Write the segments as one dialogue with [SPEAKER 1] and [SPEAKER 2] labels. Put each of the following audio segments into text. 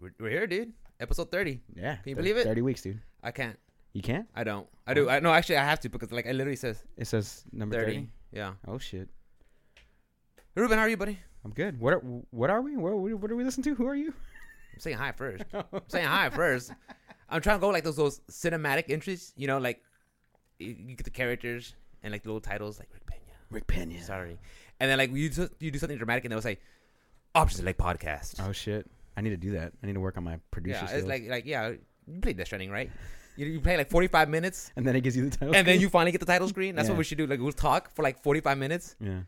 [SPEAKER 1] We're, we're here, dude. Episode thirty.
[SPEAKER 2] Yeah.
[SPEAKER 1] Can you
[SPEAKER 2] thir-
[SPEAKER 1] believe it?
[SPEAKER 2] Thirty weeks, dude.
[SPEAKER 1] I can't.
[SPEAKER 2] You can't.
[SPEAKER 1] I don't. I do. I no. Actually, I have to because like I literally says
[SPEAKER 2] It says number
[SPEAKER 1] thirty.
[SPEAKER 2] thirty.
[SPEAKER 1] Yeah.
[SPEAKER 2] Oh shit.
[SPEAKER 1] Ruben, how are you, buddy?
[SPEAKER 2] I'm good. What are, what are we? What, what are we listening to? Who are you?
[SPEAKER 1] I'm saying hi first. I'm saying hi first. I'm trying to go like those those cinematic entries. You know, like you, you get the characters and like the little titles, like Rick Pena.
[SPEAKER 2] Rick Pena.
[SPEAKER 1] Sorry. And then like you do, you do something dramatic, and they'll say options like podcast.
[SPEAKER 2] Oh shit. I need to do that. I need to work on my producer
[SPEAKER 1] yeah, it's
[SPEAKER 2] skills.
[SPEAKER 1] like like yeah, you played Death Stranding, right? You, you play like 45 minutes,
[SPEAKER 2] and then it gives you the title.
[SPEAKER 1] and then
[SPEAKER 2] screen.
[SPEAKER 1] you finally get the title screen. That's what
[SPEAKER 2] Yeah.
[SPEAKER 1] we should do. Like we'll talk for like 45 minutes.
[SPEAKER 2] Yeah.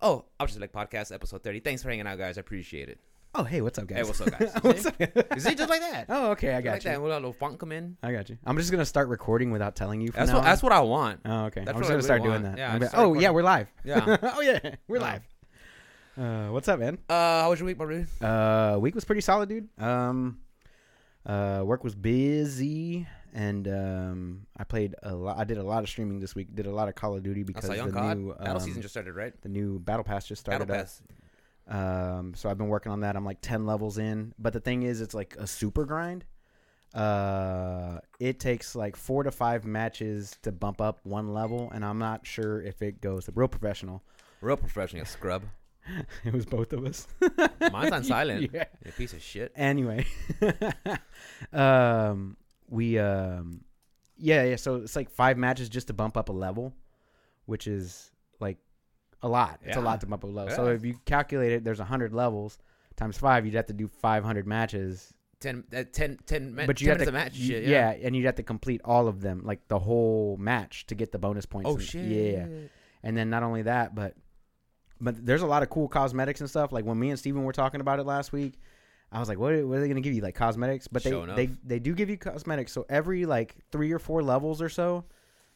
[SPEAKER 1] Oh, options like podcast episode 30. Thanks for hanging out, guys. I appreciate it.
[SPEAKER 2] Oh hey, what's up, guys?
[SPEAKER 1] Hey, what's up, guys?
[SPEAKER 2] what's up?
[SPEAKER 1] Is it just like that?
[SPEAKER 2] oh okay, I got
[SPEAKER 1] like
[SPEAKER 2] you.
[SPEAKER 1] that. And we'll have a little funk come in.
[SPEAKER 2] I got you. I'm just gonna start recording without telling you. From
[SPEAKER 1] That's
[SPEAKER 2] now
[SPEAKER 1] what
[SPEAKER 2] on.
[SPEAKER 1] that's what I want.
[SPEAKER 2] Oh, okay.
[SPEAKER 1] That's
[SPEAKER 2] I'm
[SPEAKER 1] what
[SPEAKER 2] just
[SPEAKER 1] I
[SPEAKER 2] gonna start
[SPEAKER 1] really
[SPEAKER 2] doing
[SPEAKER 1] want.
[SPEAKER 2] that.
[SPEAKER 1] Yeah,
[SPEAKER 2] I'm
[SPEAKER 1] just
[SPEAKER 2] gonna- oh
[SPEAKER 1] start
[SPEAKER 2] yeah, we're live.
[SPEAKER 1] Yeah.
[SPEAKER 2] oh yeah, we're
[SPEAKER 1] Yeah.
[SPEAKER 2] live. Uh, what's up, man?
[SPEAKER 1] Uh, how was your week, my dude?
[SPEAKER 2] Uh, week was pretty solid, dude. Um, uh, work was busy, and um, I played a lot. I did a lot of streaming this week. Did a lot of Call of Duty
[SPEAKER 1] I
[SPEAKER 2] because
[SPEAKER 1] saw you on
[SPEAKER 2] the
[SPEAKER 1] COD.
[SPEAKER 2] new
[SPEAKER 1] Battle
[SPEAKER 2] um,
[SPEAKER 1] season just started, right?
[SPEAKER 2] the new Battle Pass just started
[SPEAKER 1] Battle
[SPEAKER 2] up.
[SPEAKER 1] Pass.
[SPEAKER 2] Um, so I've been working on that. I'm like ten levels in, but the thing is, it's like a super grind. Uh, it takes like four to five matches to bump up one level, and I'm not sure if it goes the real professional.
[SPEAKER 1] Real professional scrub.
[SPEAKER 2] it was both of us.
[SPEAKER 1] Mine's on silent.
[SPEAKER 2] Yeah.
[SPEAKER 1] You piece of shit.
[SPEAKER 2] Anyway, um, we um, yeah, yeah. So it's like five matches just to bump up a level, which is like a lot. It's a
[SPEAKER 1] Yeah.
[SPEAKER 2] lot to bump up a level. So
[SPEAKER 1] Yeah.
[SPEAKER 2] if you calculate it, there's hundred levels times five. You'd have to do five hundred matches,
[SPEAKER 1] Ten, uh, ten, ten, ma-
[SPEAKER 2] but you
[SPEAKER 1] 10
[SPEAKER 2] have to
[SPEAKER 1] minutes of match.
[SPEAKER 2] you-
[SPEAKER 1] shit, yeah.
[SPEAKER 2] and you'd have to complete all of them, like the whole match, to get the bonus points.
[SPEAKER 1] Oh
[SPEAKER 2] and-
[SPEAKER 1] shit.
[SPEAKER 2] Yeah. And then not only that, but but there's a lot of cool cosmetics and stuff. Like when me and Steven were talking about it last week, I was like, "What, are- what are they going to give you? Like cosmetics?" But they
[SPEAKER 1] Sure enough.
[SPEAKER 2] they they do give you cosmetics. So every like three or four levels or so,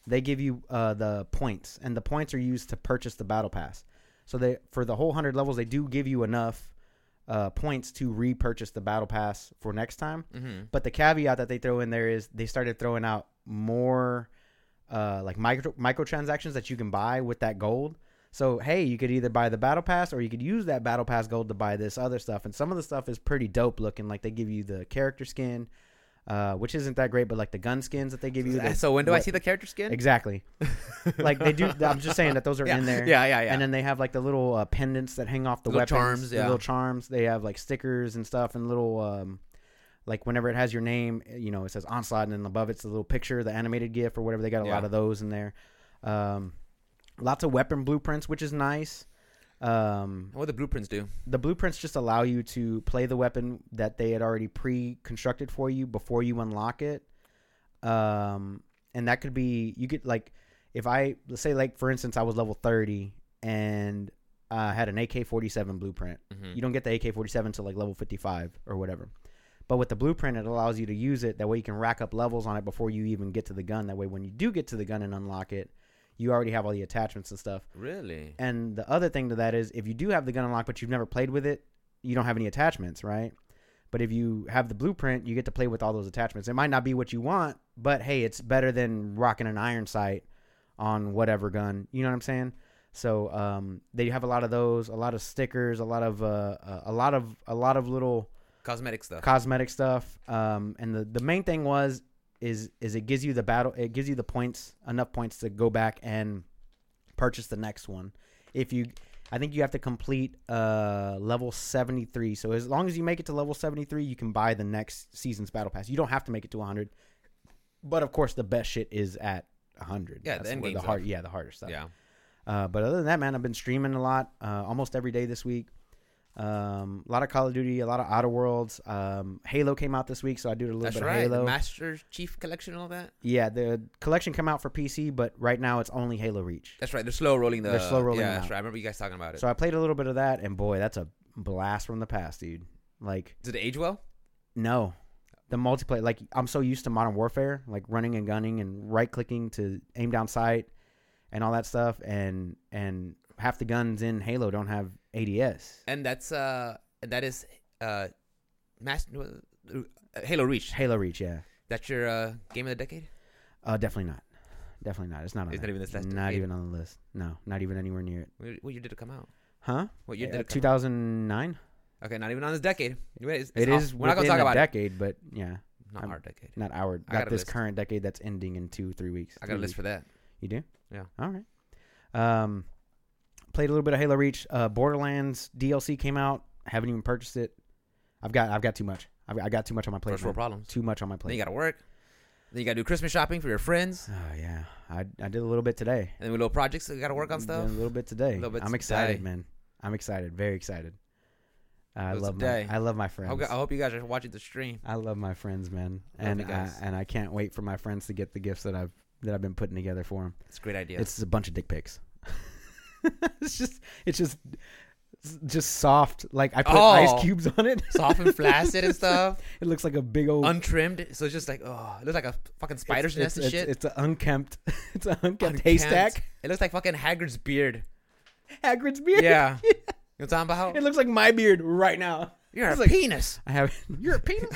[SPEAKER 2] they give you uh, the points, and the points are used to purchase the battle pass. So they for the whole hundred levels, they do give you enough uh, points to repurchase the battle pass for next time.
[SPEAKER 1] Mm-hmm.
[SPEAKER 2] But the caveat that they throw in there is they started throwing out more uh, like micro microtransactions that you can buy with that gold. So hey, you could either buy the battle pass or you could use that battle pass gold to buy this other stuff. And some of the stuff is pretty dope looking. Like they give you the character skin, uh, which isn't that great, but like the gun skins that they give you. the-
[SPEAKER 1] So when do I
[SPEAKER 2] what-
[SPEAKER 1] see the character skin?
[SPEAKER 2] Exactly. like they do. I'm just saying that those are
[SPEAKER 1] yeah.
[SPEAKER 2] in there.
[SPEAKER 1] Yeah, yeah, yeah.
[SPEAKER 2] And then they have like the little uh, pendants that hang off the
[SPEAKER 1] Little
[SPEAKER 2] weapons,
[SPEAKER 1] charms,
[SPEAKER 2] the
[SPEAKER 1] yeah.
[SPEAKER 2] little charms. They have like stickers and stuff, and little um, like whenever it has your name, eh, you know, it says onslaught, and then above it's the little picture, the animated GIF or whatever. They got a
[SPEAKER 1] Yeah.
[SPEAKER 2] lot of those in there. Um, lots of weapon blueprints, which is nice. Um,
[SPEAKER 1] And what do the blueprints do?
[SPEAKER 2] the blueprints just allow you to play the weapon that they had already pre-constructed for you before you unlock it um and that could be you could like if i let's say like for instance i was level 30 and i had an ak-47 blueprint
[SPEAKER 1] Mm-hmm.
[SPEAKER 2] you don't get the ak-47 till like level 55 or whatever but with the blueprint it allows you to use it that way you can rack up levels on it before you even get to the gun that way when you do get to the gun and unlock it you already have all the attachments and stuff
[SPEAKER 1] Really?
[SPEAKER 2] and the other thing to that is if you do have the gun unlocked but you've never played with it, you don't have any attachments, right? But if you have the blueprint, you get to play with all those attachments. It might not be what you want, but hey, it's better than rocking an iron sight on whatever gun. You know what I'm saying? So um, they have a lot of those, a lot of stickers, a lot of uh, uh, a lot of a lot of little
[SPEAKER 1] Cosmetic stuff.
[SPEAKER 2] cosmetic stuff. Um, and the, the main thing was is is it gives you the battle it gives you the points enough points to go back and purchase the next one. If you I think you have to complete uh level 73. So as long as you make it to level 73, you can buy the next season's battle pass. You don't have to make it to 100. But of course the best shit is at 100.
[SPEAKER 1] Yeah, the end
[SPEAKER 2] where
[SPEAKER 1] game
[SPEAKER 2] the hard,
[SPEAKER 1] stuff.
[SPEAKER 2] yeah, the harder stuff.
[SPEAKER 1] yeah.
[SPEAKER 2] Uh, but other than that, man, I've been streaming a lot, uh, almost every day this week. Um, a lot of Call of Duty, a lot of Outer Worlds. Um, Halo came out this week, so I did a little
[SPEAKER 1] That's
[SPEAKER 2] bit
[SPEAKER 1] right.
[SPEAKER 2] of Halo.
[SPEAKER 1] The Master Chief Collection and all that.
[SPEAKER 2] yeah, the collection come out for PC, but right now it's only Halo Reach.
[SPEAKER 1] That's right. They're slow rolling the.
[SPEAKER 2] They're slow rolling
[SPEAKER 1] Yeah,
[SPEAKER 2] them
[SPEAKER 1] that's
[SPEAKER 2] out.
[SPEAKER 1] right. I remember you guys talking about it.
[SPEAKER 2] So I played a little bit of that, and boy, that's a blast from the past, dude. Like,
[SPEAKER 1] Did it age well?
[SPEAKER 2] no, the multiplayer. Like, I'm so used to Modern Warfare, like running and gunning and right clicking to aim down sight and all that stuff, and and half the guns in Halo don't have ADS.
[SPEAKER 1] And that's uh, and that is uh, Master Halo Reach.
[SPEAKER 2] Halo Reach, yeah.
[SPEAKER 1] That's your uh, game of the decade.
[SPEAKER 2] Uh, definitely not. Definitely not. It's not on.
[SPEAKER 1] It's
[SPEAKER 2] there.
[SPEAKER 1] not even this last
[SPEAKER 2] Not
[SPEAKER 1] decade.
[SPEAKER 2] even on the list. No, not even anywhere near it.
[SPEAKER 1] What year did it come out?
[SPEAKER 2] Huh?
[SPEAKER 1] What year
[SPEAKER 2] Uh,
[SPEAKER 1] did it come out?
[SPEAKER 2] 2009.
[SPEAKER 1] Okay, not even on this decade. Anyway, It's,
[SPEAKER 2] It
[SPEAKER 1] off.
[SPEAKER 2] is
[SPEAKER 1] We're not gonna
[SPEAKER 2] within
[SPEAKER 1] talk
[SPEAKER 2] a
[SPEAKER 1] about
[SPEAKER 2] decade, but yeah,
[SPEAKER 1] it. Not
[SPEAKER 2] I'm-
[SPEAKER 1] our decade.
[SPEAKER 2] not our
[SPEAKER 1] I got
[SPEAKER 2] not
[SPEAKER 1] a
[SPEAKER 2] this
[SPEAKER 1] list.
[SPEAKER 2] current decade that's ending in two three weeks.
[SPEAKER 1] I got a
[SPEAKER 2] three
[SPEAKER 1] list for that.
[SPEAKER 2] You do?
[SPEAKER 1] Yeah.
[SPEAKER 2] All right. Um, played a little bit of Halo Reach. Uh, Borderlands DLC came out. Haven't even purchased it. I've got I've got too much. I've, I got too much on my plate.
[SPEAKER 1] First world
[SPEAKER 2] man.
[SPEAKER 1] problems.
[SPEAKER 2] Too much on my
[SPEAKER 1] Then you
[SPEAKER 2] plate.
[SPEAKER 1] gotta work. Then you gotta do Christmas shopping for your friends.
[SPEAKER 2] oh yeah, I I did a little bit today.
[SPEAKER 1] And then we little projects. So you gotta work on
[SPEAKER 2] Did
[SPEAKER 1] stuff.
[SPEAKER 2] A little bit today.
[SPEAKER 1] Little bit
[SPEAKER 2] I'm excited,
[SPEAKER 1] today.
[SPEAKER 2] man. I'm excited. Very excited. I
[SPEAKER 1] Little
[SPEAKER 2] love
[SPEAKER 1] today.
[SPEAKER 2] my I love my
[SPEAKER 1] I
[SPEAKER 2] friends.
[SPEAKER 1] hope, I hope you guys are watching the stream.
[SPEAKER 2] I love my friends, man,
[SPEAKER 1] Love
[SPEAKER 2] and
[SPEAKER 1] you
[SPEAKER 2] I,
[SPEAKER 1] guys.
[SPEAKER 2] and I can't wait for my friends to get the gifts that I've that I've been putting together for them.
[SPEAKER 1] It's a great idea.
[SPEAKER 2] It's a bunch of dick pics. it's just it's just it's just soft. Like I put
[SPEAKER 1] Oh.
[SPEAKER 2] ice cubes on it.
[SPEAKER 1] soft and flaccid and stuff,
[SPEAKER 2] It looks like a big old
[SPEAKER 1] untrimmed. So it's just like, oh, it looks like a fucking
[SPEAKER 2] it's-
[SPEAKER 1] spider's
[SPEAKER 2] it's,
[SPEAKER 1] nest and
[SPEAKER 2] it's,
[SPEAKER 1] shit.
[SPEAKER 2] It's, an unkempt. It's an unkempt,
[SPEAKER 1] Unkempt.
[SPEAKER 2] haystack.
[SPEAKER 1] It looks like fucking Hagrid's beard.
[SPEAKER 2] Hagrid's beard.
[SPEAKER 1] Yeah. you know what I'm talking
[SPEAKER 2] It
[SPEAKER 1] about?
[SPEAKER 2] looks like my beard right now.
[SPEAKER 1] You're a
[SPEAKER 2] it's like-
[SPEAKER 1] penis.
[SPEAKER 2] I have you're a penis.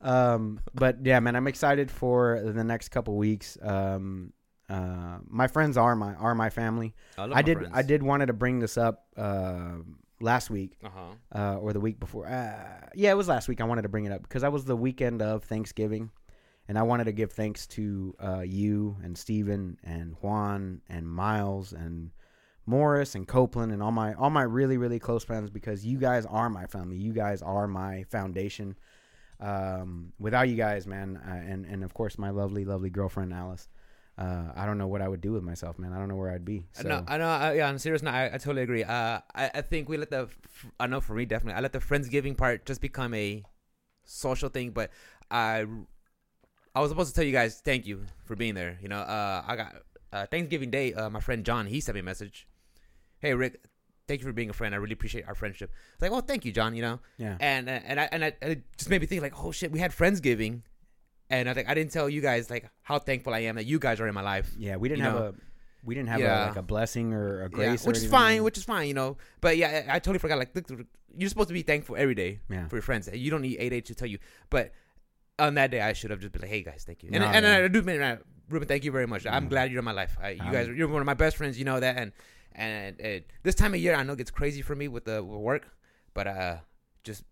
[SPEAKER 2] um, but yeah, man, I'm excited for the next couple weeks. Um, uh, my friends are my are my family. I did I did wanted to bring this up uh, last week
[SPEAKER 1] Uh huh.
[SPEAKER 2] uh, or the week before. Uh, yeah, it was last week. I wanted to bring it up because I was the weekend of Thanksgiving, and I wanted to give thanks to uh, you and Steven and Juan and Miles and Morris and Copeland and all my all my really really close friends because you guys are my family. You guys are my foundation. Um, without you guys, man, uh, and and of course my lovely lovely girlfriend Alice. Uh, I don't know what I would do with myself, man. I don't know where I'd be. So.
[SPEAKER 1] No, I know. I, yeah, on a serious note, I, I totally agree. Uh, I, I think we let the, f- I know for me definitely, I let the friendsgiving part just become a social thing. But I, I was supposed to tell you guys thank you for being there. You know, uh, I got uh, Thanksgiving Day. Uh, my friend John, he sent me a message. Hey Rick, thank you for being a friend. I really appreciate our friendship. It's like, well, thank you, John. You know,
[SPEAKER 2] Yeah.
[SPEAKER 1] and uh, and I, and I, and it just made me think like, oh shit, we had friendsgiving, and I think I didn't tell you guys like how thankful I am that you guys are in my life.
[SPEAKER 2] Yeah, we didn't
[SPEAKER 1] you
[SPEAKER 2] have
[SPEAKER 1] know?
[SPEAKER 2] a we didn't have
[SPEAKER 1] Yeah.
[SPEAKER 2] a, like a blessing or a
[SPEAKER 1] Yeah,
[SPEAKER 2] grace, or
[SPEAKER 1] which is
[SPEAKER 2] anything.
[SPEAKER 1] fine, which is fine, you know. But yeah, I, I totally forgot. Like, look, you're supposed to be thankful every day
[SPEAKER 2] yeah,
[SPEAKER 1] for your friends. You don't need eight eight to tell you. But on that day, I should have just been like, "Hey guys, thank you." And
[SPEAKER 2] No, Mm. Um,
[SPEAKER 1] and
[SPEAKER 2] yeah.
[SPEAKER 1] I do, man. I- Ruben, thank you very much. I'm
[SPEAKER 2] Yeah.
[SPEAKER 1] glad you're in my life. I, you
[SPEAKER 2] I'm-
[SPEAKER 1] guys, you're one of my best friends. You know that. And and uh, this time of year, I know it gets crazy for me with the with work, but uh, just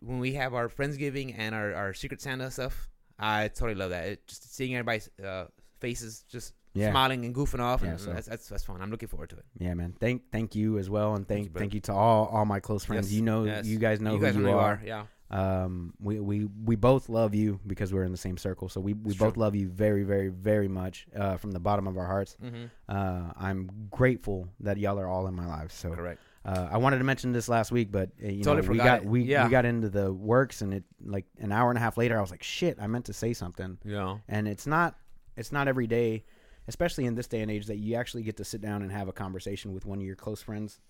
[SPEAKER 1] when we have our friendsgiving and our our Secret Santa stuff, I totally love that. It, just seeing everybody's uh, faces just.
[SPEAKER 2] Yeah.
[SPEAKER 1] Smiling and goofing off, and
[SPEAKER 2] Yeah, so-
[SPEAKER 1] that's, that's that's fun. I'm looking forward to it.
[SPEAKER 2] yeah, man. Thank thank you as well, and
[SPEAKER 1] Thank
[SPEAKER 2] thank
[SPEAKER 1] you, brother.
[SPEAKER 2] thank you to all all my close friends.
[SPEAKER 1] Yes,
[SPEAKER 2] You know,
[SPEAKER 1] yes.
[SPEAKER 2] you guys know
[SPEAKER 1] you
[SPEAKER 2] who
[SPEAKER 1] guys
[SPEAKER 2] you,
[SPEAKER 1] know who you
[SPEAKER 2] are.
[SPEAKER 1] Yeah.
[SPEAKER 2] Um, we we we both love you because we're in the same circle. So we we
[SPEAKER 1] It's
[SPEAKER 2] both
[SPEAKER 1] true.
[SPEAKER 2] love you very very very much uh, from the bottom of our hearts.
[SPEAKER 1] Mm-hmm.
[SPEAKER 2] Uh, I'm grateful that y'all are all in my life. So
[SPEAKER 1] Correct.
[SPEAKER 2] Uh, I wanted to mention this last week, but uh, you
[SPEAKER 1] Totally
[SPEAKER 2] know, we
[SPEAKER 1] forgot
[SPEAKER 2] got
[SPEAKER 1] it.
[SPEAKER 2] we,
[SPEAKER 1] Yeah.
[SPEAKER 2] we got into the works, and it like an hour and a half later, I was like, "Shit, I meant to say something."
[SPEAKER 1] Yeah.
[SPEAKER 2] And it's not it's not every day, especially in this day and age, that you actually get to sit down and have a conversation with one of your close friends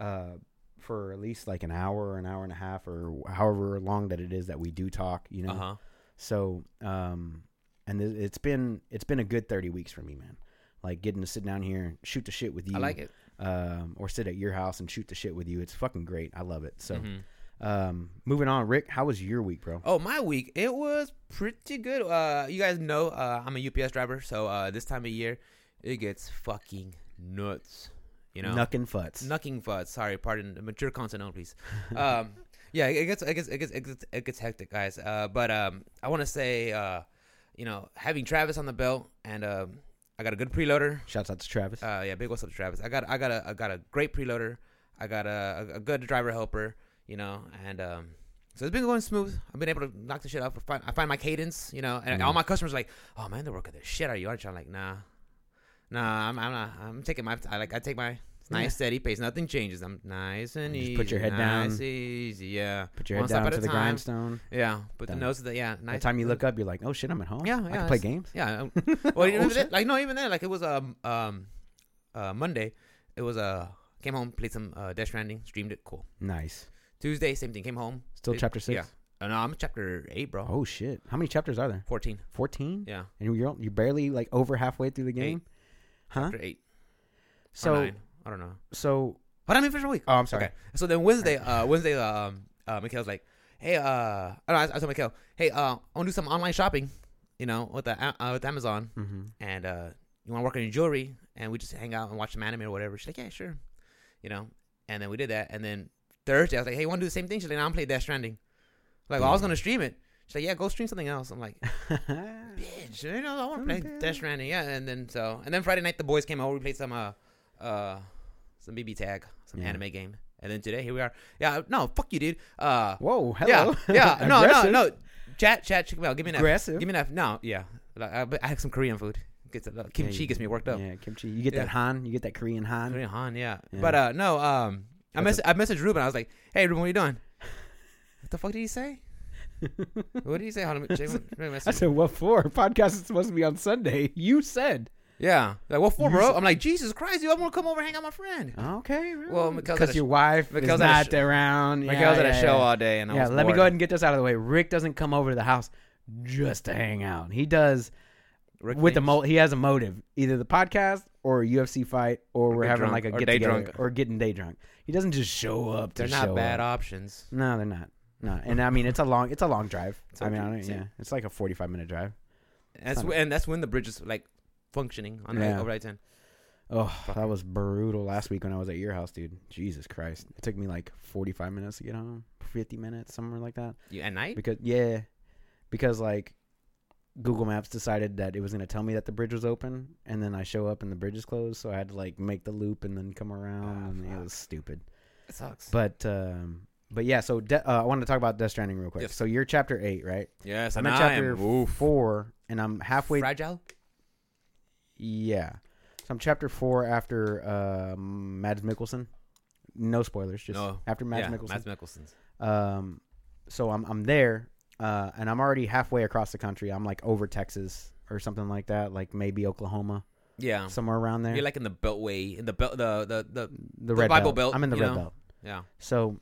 [SPEAKER 2] uh, for at least like an hour or an hour and a half or however long that it is that we do talk. You know,
[SPEAKER 1] Uh huh.
[SPEAKER 2] so, um, and th- it's been it's been a good thirty weeks for me, man. Like getting to sit down here and shoot the shit with you
[SPEAKER 1] I like it.
[SPEAKER 2] um, or sit at your house and shoot the shit with you. It's fucking great. I love it. So,
[SPEAKER 1] Mhm.
[SPEAKER 2] um, moving on, Rick, how was your week, bro?
[SPEAKER 1] Oh, my week it was pretty good. Uh, you guys know uh, I'm a UPS driver, so uh, this time of year it gets fucking nuts. You know,
[SPEAKER 2] Nuckin' futs.
[SPEAKER 1] Nucking fud. Sorry, pardon. Mature consonant, please. Um, yeah, it gets, it gets, it gets, it gets, it gets hectic, guys. Uh, but um, I want to say, uh, you know, having Travis on the belt, and um, I got a good preloader.
[SPEAKER 2] Shouts out to Travis.
[SPEAKER 1] Uh, yeah, big what's up to Travis. I got I got a I got a great preloader. I got a, a good driver helper. You know, and um, so it's been going smooth. I've been able to knock the shit out. I find, I find my cadence. You know, and
[SPEAKER 2] Mm.
[SPEAKER 1] all my customers are like, oh man, they're working the shit out of you, aren't you? I'm like, nah, nah, I'm I'm not, I'm taking my I like I take my nice
[SPEAKER 2] Yeah.
[SPEAKER 1] steady pace. Nothing changes. I'm nice and
[SPEAKER 2] Just
[SPEAKER 1] easy.
[SPEAKER 2] put your head down.
[SPEAKER 1] nice Easy, yeah,
[SPEAKER 2] Put your head
[SPEAKER 1] one step
[SPEAKER 2] down
[SPEAKER 1] at
[SPEAKER 2] to
[SPEAKER 1] a
[SPEAKER 2] the
[SPEAKER 1] time.
[SPEAKER 2] grindstone.
[SPEAKER 1] yeah. But the
[SPEAKER 2] Done.
[SPEAKER 1] nose of the yeah.
[SPEAKER 2] By
[SPEAKER 1] Nice.
[SPEAKER 2] the time you look up, you're like, oh shit, I'm at home.
[SPEAKER 1] Yeah,
[SPEAKER 2] I
[SPEAKER 1] yeah,
[SPEAKER 2] can play
[SPEAKER 1] it's-
[SPEAKER 2] games.
[SPEAKER 1] Yeah. um, Well, even
[SPEAKER 2] Oh,
[SPEAKER 1] that,
[SPEAKER 2] shit.
[SPEAKER 1] like no, even then, like it was um um uh Monday. It was uh came home, played some uh Death Stranding, streamed it, cool.
[SPEAKER 2] Nice.
[SPEAKER 1] Tuesday, same thing, came home.
[SPEAKER 2] Still
[SPEAKER 1] It-
[SPEAKER 2] chapter six.
[SPEAKER 1] Yeah. Uh, no, I'm chapter eight, bro.
[SPEAKER 2] Oh shit. How many chapters are there?
[SPEAKER 1] Fourteen.
[SPEAKER 2] Fourteen.
[SPEAKER 1] Yeah.
[SPEAKER 2] And you're you're barely like over halfway through the game. Huh?
[SPEAKER 1] Chapter eight. So
[SPEAKER 2] So
[SPEAKER 1] nine. I don't know.
[SPEAKER 2] so.
[SPEAKER 1] But I mean for a week.
[SPEAKER 2] Oh, I'm sorry.
[SPEAKER 1] Okay. So then Wednesday, uh Wednesday, um uh Mikhail's like, Hey, uh I, don't know, I, I told Mikhail, hey, uh I wanna do some online shopping, you know, with the uh, with Amazon.
[SPEAKER 2] Mm-hmm.
[SPEAKER 1] and uh, you want to work on your jewelry, and we just hang out and watch some anime or whatever. She's like, yeah, sure, you know. And then we did that, and then Thursday. I was like, hey, you want to do the same thing? She's like, no, I'm playing Death Stranding. Like, well, I was gonna stream it. She's like, yeah, go stream something else. I'm like,
[SPEAKER 2] Mm-hmm.
[SPEAKER 1] bitch, you know, I want to play
[SPEAKER 2] Okay.
[SPEAKER 1] Death Stranding. Yeah, and then so and then Friday night the boys came over. We played some uh uh some BB tag, some
[SPEAKER 2] Yeah.
[SPEAKER 1] anime game, and then today here we are. Yeah, no, fuck you, dude. Uh,
[SPEAKER 2] Whoa, hello.
[SPEAKER 1] yeah, yeah, no, no,
[SPEAKER 2] Aggressive.
[SPEAKER 1] no. Chat, chat, check me out. Give me an F.
[SPEAKER 2] Aggressive.
[SPEAKER 1] Give me an F. No, yeah. Like, I, but I had some Korean food. Gets uh, kimchi
[SPEAKER 2] you-
[SPEAKER 1] gets me worked up.
[SPEAKER 2] Yeah, kimchi. You get
[SPEAKER 1] Yeah.
[SPEAKER 2] that Han. You get that Korean Han.
[SPEAKER 1] Korean Han, yeah.
[SPEAKER 2] Yeah.
[SPEAKER 1] But uh, no, um, I
[SPEAKER 2] That's
[SPEAKER 1] mess- I messaged Ruben. I was like, "Hey, Ruben, what are you doing? What the fuck did he say? what did he say? Hold on, Jay, let me
[SPEAKER 2] I
[SPEAKER 1] message.
[SPEAKER 2] said, what for? Podcast is supposed to be on Sunday. You said.
[SPEAKER 1] Yeah, like what for,
[SPEAKER 2] You Oh,
[SPEAKER 1] bro?
[SPEAKER 2] said-
[SPEAKER 1] I'm like, Jesus Christ, you! I'm gonna come over and hang out with my friend.
[SPEAKER 2] Okay.
[SPEAKER 1] Well, Mikhail's at a
[SPEAKER 2] because
[SPEAKER 1] sh-
[SPEAKER 2] your wife
[SPEAKER 1] Mikhail's
[SPEAKER 2] is
[SPEAKER 1] at a
[SPEAKER 2] not
[SPEAKER 1] sh-
[SPEAKER 2] around.
[SPEAKER 1] Like
[SPEAKER 2] yeah,
[SPEAKER 1] I was at a
[SPEAKER 2] yeah,
[SPEAKER 1] show
[SPEAKER 2] yeah.
[SPEAKER 1] all day, and I
[SPEAKER 2] yeah,
[SPEAKER 1] was
[SPEAKER 2] let me
[SPEAKER 1] bored.
[SPEAKER 2] go ahead and get this out of the way. Rick doesn't come over to the house just to hang out. He does
[SPEAKER 1] Rick
[SPEAKER 2] with the
[SPEAKER 1] James.
[SPEAKER 2] mo- he has a motive, either the podcast or a UFC fight, or, we're
[SPEAKER 1] get
[SPEAKER 2] having
[SPEAKER 1] drunk,
[SPEAKER 2] like a
[SPEAKER 1] or
[SPEAKER 2] get
[SPEAKER 1] day
[SPEAKER 2] together
[SPEAKER 1] drunk.
[SPEAKER 2] or getting day drunk. He doesn't just show up. To
[SPEAKER 1] They're not
[SPEAKER 2] show
[SPEAKER 1] bad
[SPEAKER 2] Up.
[SPEAKER 1] options.
[SPEAKER 2] No, they're not. No, and I mean it's a long it's a long drive.
[SPEAKER 1] It's
[SPEAKER 2] I mean, I
[SPEAKER 1] okay.
[SPEAKER 2] don't,
[SPEAKER 1] It's-
[SPEAKER 2] yeah, it's like a forty five minute drive.
[SPEAKER 1] And that's
[SPEAKER 2] not-
[SPEAKER 1] when, and that's when the bridge is like functioning on
[SPEAKER 2] Yeah.
[SPEAKER 1] yeah. over 10.
[SPEAKER 2] Oh, that was brutal last week when I was at your house, dude. Jesus Christ, it took me like forty five minutes to get home, fifty minutes somewhere like that.
[SPEAKER 1] You, at night?
[SPEAKER 2] because yeah because like google maps decided that it was going to tell me that the bridge was open and then i show up and the bridge is closed so i had to like make the loop and then come around
[SPEAKER 1] Ah,
[SPEAKER 2] and it
[SPEAKER 1] fuck.
[SPEAKER 2] was stupid
[SPEAKER 1] It sucks.
[SPEAKER 2] but um but yeah so de- uh, i wanted to talk about death stranding real quick
[SPEAKER 1] Yes.
[SPEAKER 2] so you're chapter eight right
[SPEAKER 1] yes,
[SPEAKER 2] i'm
[SPEAKER 1] and
[SPEAKER 2] at
[SPEAKER 1] I
[SPEAKER 2] chapter
[SPEAKER 1] am oof,
[SPEAKER 2] four and i'm halfway
[SPEAKER 1] fragile.
[SPEAKER 2] yeah so i'm chapter four after uh mads mikkelsen no spoilers just
[SPEAKER 1] No.
[SPEAKER 2] after mads
[SPEAKER 1] yeah,
[SPEAKER 2] mikkelsen
[SPEAKER 1] Mads Mikkelsen's.
[SPEAKER 2] Um, so I'm I'm there, uh, and I'm already halfway across the country. I'm like over Texas or something like that, like maybe Oklahoma,
[SPEAKER 1] Yeah,
[SPEAKER 2] somewhere around there.
[SPEAKER 1] you're Oh. like in the Beltway, in the belt, the the the
[SPEAKER 2] the
[SPEAKER 1] the
[SPEAKER 2] red
[SPEAKER 1] Bible
[SPEAKER 2] belt.
[SPEAKER 1] Belt,
[SPEAKER 2] I'm in the
[SPEAKER 1] you
[SPEAKER 2] red
[SPEAKER 1] know?
[SPEAKER 2] belt.
[SPEAKER 1] yeah.
[SPEAKER 2] So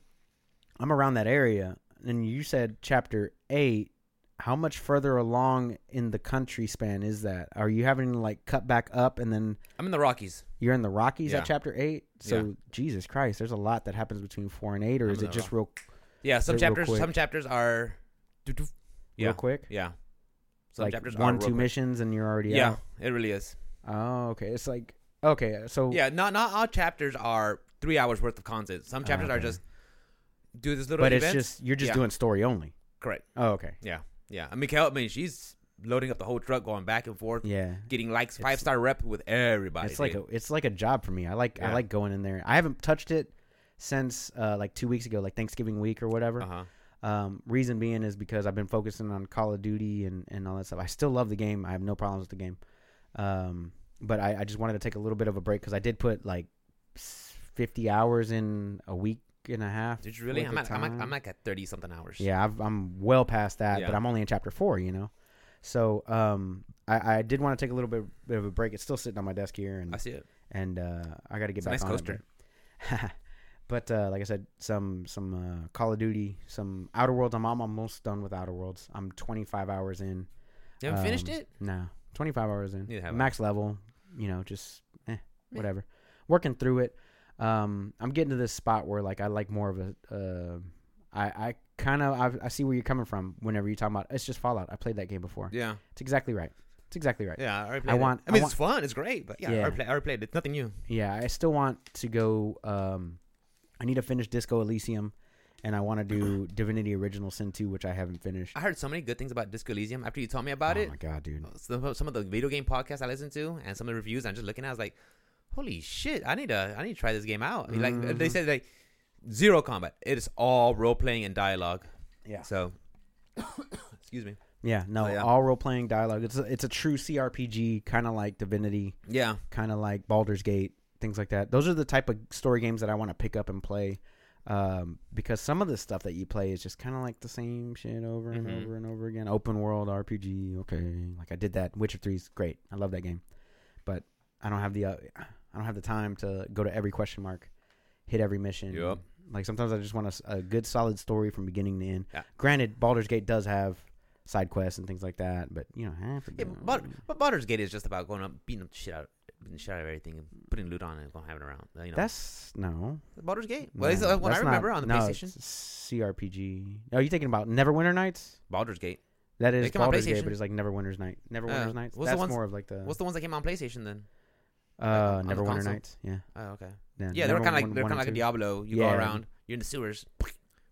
[SPEAKER 2] I'm around that area, and you said chapter eight. How much further along in the country span is that? Are you having to like cut back up, and then
[SPEAKER 1] I'm in the Rockies.
[SPEAKER 2] you're in the Rockies
[SPEAKER 1] Yeah.
[SPEAKER 2] at chapter eight? So Jesus Christ, there's a lot that happens between four and eight, or
[SPEAKER 1] I'm
[SPEAKER 2] is
[SPEAKER 1] in
[SPEAKER 2] it
[SPEAKER 1] the
[SPEAKER 2] just real,
[SPEAKER 1] Yeah, some
[SPEAKER 2] They're real
[SPEAKER 1] chapters
[SPEAKER 2] quick.
[SPEAKER 1] some chapters are doo-doo. Yeah.
[SPEAKER 2] real quick?
[SPEAKER 1] Yeah. Some
[SPEAKER 2] Like
[SPEAKER 1] chapters are
[SPEAKER 2] one,
[SPEAKER 1] real
[SPEAKER 2] two
[SPEAKER 1] quick.
[SPEAKER 2] missions, and you're already out.
[SPEAKER 1] Yeah, it really is.
[SPEAKER 2] Oh, okay. It's like okay, uh, so
[SPEAKER 1] Yeah, not not all chapters are 3 hours worth of content. Some chapters are
[SPEAKER 2] Ah, Okay.
[SPEAKER 1] just do this little
[SPEAKER 2] but it's
[SPEAKER 1] event.
[SPEAKER 2] just you're just
[SPEAKER 1] Yeah.
[SPEAKER 2] doing story only.
[SPEAKER 1] correct.
[SPEAKER 2] Oh, okay.
[SPEAKER 1] Yeah. And Mikhail, I mean, she's loading up the whole truck going back and forth,
[SPEAKER 2] Yeah.
[SPEAKER 1] getting likes,
[SPEAKER 2] It's-
[SPEAKER 1] five-star rep with everybody.
[SPEAKER 2] It's like a
[SPEAKER 1] dude.
[SPEAKER 2] it's like a job for me. I like I
[SPEAKER 1] Yeah.
[SPEAKER 2] like going in there. I haven't touched it since uh, like two weeks ago, like Thanksgiving week or whatever.
[SPEAKER 1] uh-huh.
[SPEAKER 2] Um, reason being is because I've been focusing on Call of Duty and, and all that stuff. I still love the game. I have no problems with the game. Um, but I, I just wanted to take a little bit of a break because I did put like s- fifty hours in a week and a half.
[SPEAKER 1] Did you really?
[SPEAKER 2] worth
[SPEAKER 1] I'm
[SPEAKER 2] of
[SPEAKER 1] at, I'm, at,
[SPEAKER 2] time.
[SPEAKER 1] I'm like at 30 something hours.
[SPEAKER 2] Yeah, I've, I'm well past that, but
[SPEAKER 1] Yeah.
[SPEAKER 2] I'm only in chapter four, you know. So um, I, I did want to take a little bit, bit of a break. It's still sitting on my desk here, and
[SPEAKER 1] I see it.
[SPEAKER 2] and uh, I got to get
[SPEAKER 1] It's a
[SPEAKER 2] back
[SPEAKER 1] nice
[SPEAKER 2] on
[SPEAKER 1] coaster.
[SPEAKER 2] it. But, but uh, like I said, some some uh, Call of Duty, some Outer Worlds. I'm, I'm almost done with Outer Worlds. I'm 25 hours in.
[SPEAKER 1] You haven't finished
[SPEAKER 2] Um,
[SPEAKER 1] it?
[SPEAKER 2] No, 25 hours in.
[SPEAKER 1] Neither have I.
[SPEAKER 2] Max level, you know, just eh, whatever. Working through it. Um, I'm getting to this spot where like I like more of a. Uh, I I kind of I, I see where you're coming from. Whenever you're talking about it's just Fallout. I played that game before.
[SPEAKER 1] Yeah.
[SPEAKER 2] It's exactly right. It's exactly right.
[SPEAKER 1] Yeah, I already played
[SPEAKER 2] want-
[SPEAKER 1] it. I mean,
[SPEAKER 2] I
[SPEAKER 1] it's fun. It's great, but yeah, I,
[SPEAKER 2] Yeah.
[SPEAKER 1] already play, I already played it. It's nothing new.
[SPEAKER 2] Yeah, I still want to go. Um, I need to finish Disco Elysium, and I want to do Divinity Original Sin 2, which I haven't finished.
[SPEAKER 1] I heard so many good things about Disco Elysium after you told me about
[SPEAKER 2] oh
[SPEAKER 1] it.
[SPEAKER 2] my god, dude!
[SPEAKER 1] some of, some of the video game podcasts I listen to and some of the reviews I'm just looking at, I was like, holy shit, I need to I need to try this game out. Like they
[SPEAKER 2] Mhm.
[SPEAKER 1] said, like zero combat. It is all role playing and dialogue.
[SPEAKER 2] Yeah,
[SPEAKER 1] So, excuse me.
[SPEAKER 2] yeah. No,
[SPEAKER 1] Oh, yeah.
[SPEAKER 2] all role playing dialogue. It's a, it's a true CRPG, kind of like Divinity.
[SPEAKER 1] Yeah,
[SPEAKER 2] kind of like Baldur's Gate, things like that. Those are the type of story games that I want to pick up and play um, because some of the stuff that you play is just kind of like the same shit over and
[SPEAKER 1] Mhm.
[SPEAKER 2] over and over again. Open world RPG, okay. Like I did that. Witcher 3 is great. I love that game. But I don't have the uh, I don't have the time to go to every question mark, hit every mission.
[SPEAKER 1] Yep.
[SPEAKER 2] Like sometimes I just want a s- a, good solid story from beginning to end.
[SPEAKER 1] Yeah.
[SPEAKER 2] Granted, Baldur's Gate does have side quests and things like that, but you know, eh,
[SPEAKER 1] yeah
[SPEAKER 2] forget
[SPEAKER 1] but,
[SPEAKER 2] it.
[SPEAKER 1] but Baldur's Gate is just about going up, beating the shit out, beating the shit out of everything, and putting loot on it and going having it around. You know,
[SPEAKER 2] that's no.
[SPEAKER 1] Baldur's Gate. Well, it's
[SPEAKER 2] No,
[SPEAKER 1] uh, what I
[SPEAKER 2] that's not-
[SPEAKER 1] remember on the
[SPEAKER 2] no,
[SPEAKER 1] PlayStation.
[SPEAKER 2] it's CRPG. Oh, you thinking about Neverwinter Nights?
[SPEAKER 1] Baldur's Gate.
[SPEAKER 2] That
[SPEAKER 1] They
[SPEAKER 2] is
[SPEAKER 1] came out on
[SPEAKER 2] Baldur's Gate,
[SPEAKER 1] PlayStation. Oh.
[SPEAKER 2] but it's like Neverwinter's Night. Neverwinter's Nights.
[SPEAKER 1] what's the
[SPEAKER 2] That's
[SPEAKER 1] ones-
[SPEAKER 2] more of like the
[SPEAKER 1] What's the ones that came out on PlayStation then?
[SPEAKER 2] uh,
[SPEAKER 1] on the
[SPEAKER 2] Neverwinter
[SPEAKER 1] console?
[SPEAKER 2] Nights. Yeah.
[SPEAKER 1] Oh, okay. Yeah, they were
[SPEAKER 2] Neverwinter
[SPEAKER 1] kind of like
[SPEAKER 2] one-
[SPEAKER 1] they were kind of
[SPEAKER 2] one and
[SPEAKER 1] like a
[SPEAKER 2] two.
[SPEAKER 1] Diablo. You
[SPEAKER 2] Yeah.
[SPEAKER 1] go around. You're in the sewers.
[SPEAKER 2] Yeah.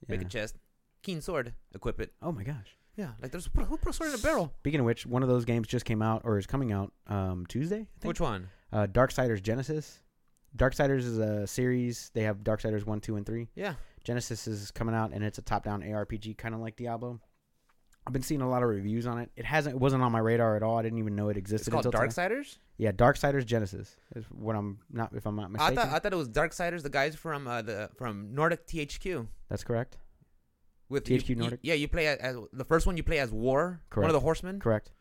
[SPEAKER 1] Make a chest. Keen sword. Equip it.
[SPEAKER 2] Oh my gosh.
[SPEAKER 1] Yeah. Like there's who put a sword in a barrel?
[SPEAKER 2] Speaking of which, one of those games just came out or is coming out um, Tuesday. I think.
[SPEAKER 1] Which one?
[SPEAKER 2] Uh, Darksiders Genesis. Darksiders is a series. They have Darksiders 1, 2, and 3.
[SPEAKER 1] Yeah.
[SPEAKER 2] Genesis is coming out, and it's a top-down ARPG, kind of like Diablo. I've been seeing a lot of reviews on it. It hasn't. It wasn't on my radar at all. I didn't even know it
[SPEAKER 1] It's
[SPEAKER 2] existed.
[SPEAKER 1] called
[SPEAKER 2] until today.
[SPEAKER 1] Darksiders.
[SPEAKER 2] Yeah, Darksiders Genesis is what I'm not. If I'm not
[SPEAKER 1] I
[SPEAKER 2] mistaken,
[SPEAKER 1] thought I thought it was Darksiders, the guys from uh, the from Nordic THQ.
[SPEAKER 2] that's correct.
[SPEAKER 1] With
[SPEAKER 2] THQ
[SPEAKER 1] you,
[SPEAKER 2] Nordic?
[SPEAKER 1] You, yeah, you play as, as the first one. You play as War, one
[SPEAKER 2] Correct.
[SPEAKER 1] of the horsemen,
[SPEAKER 2] Correct.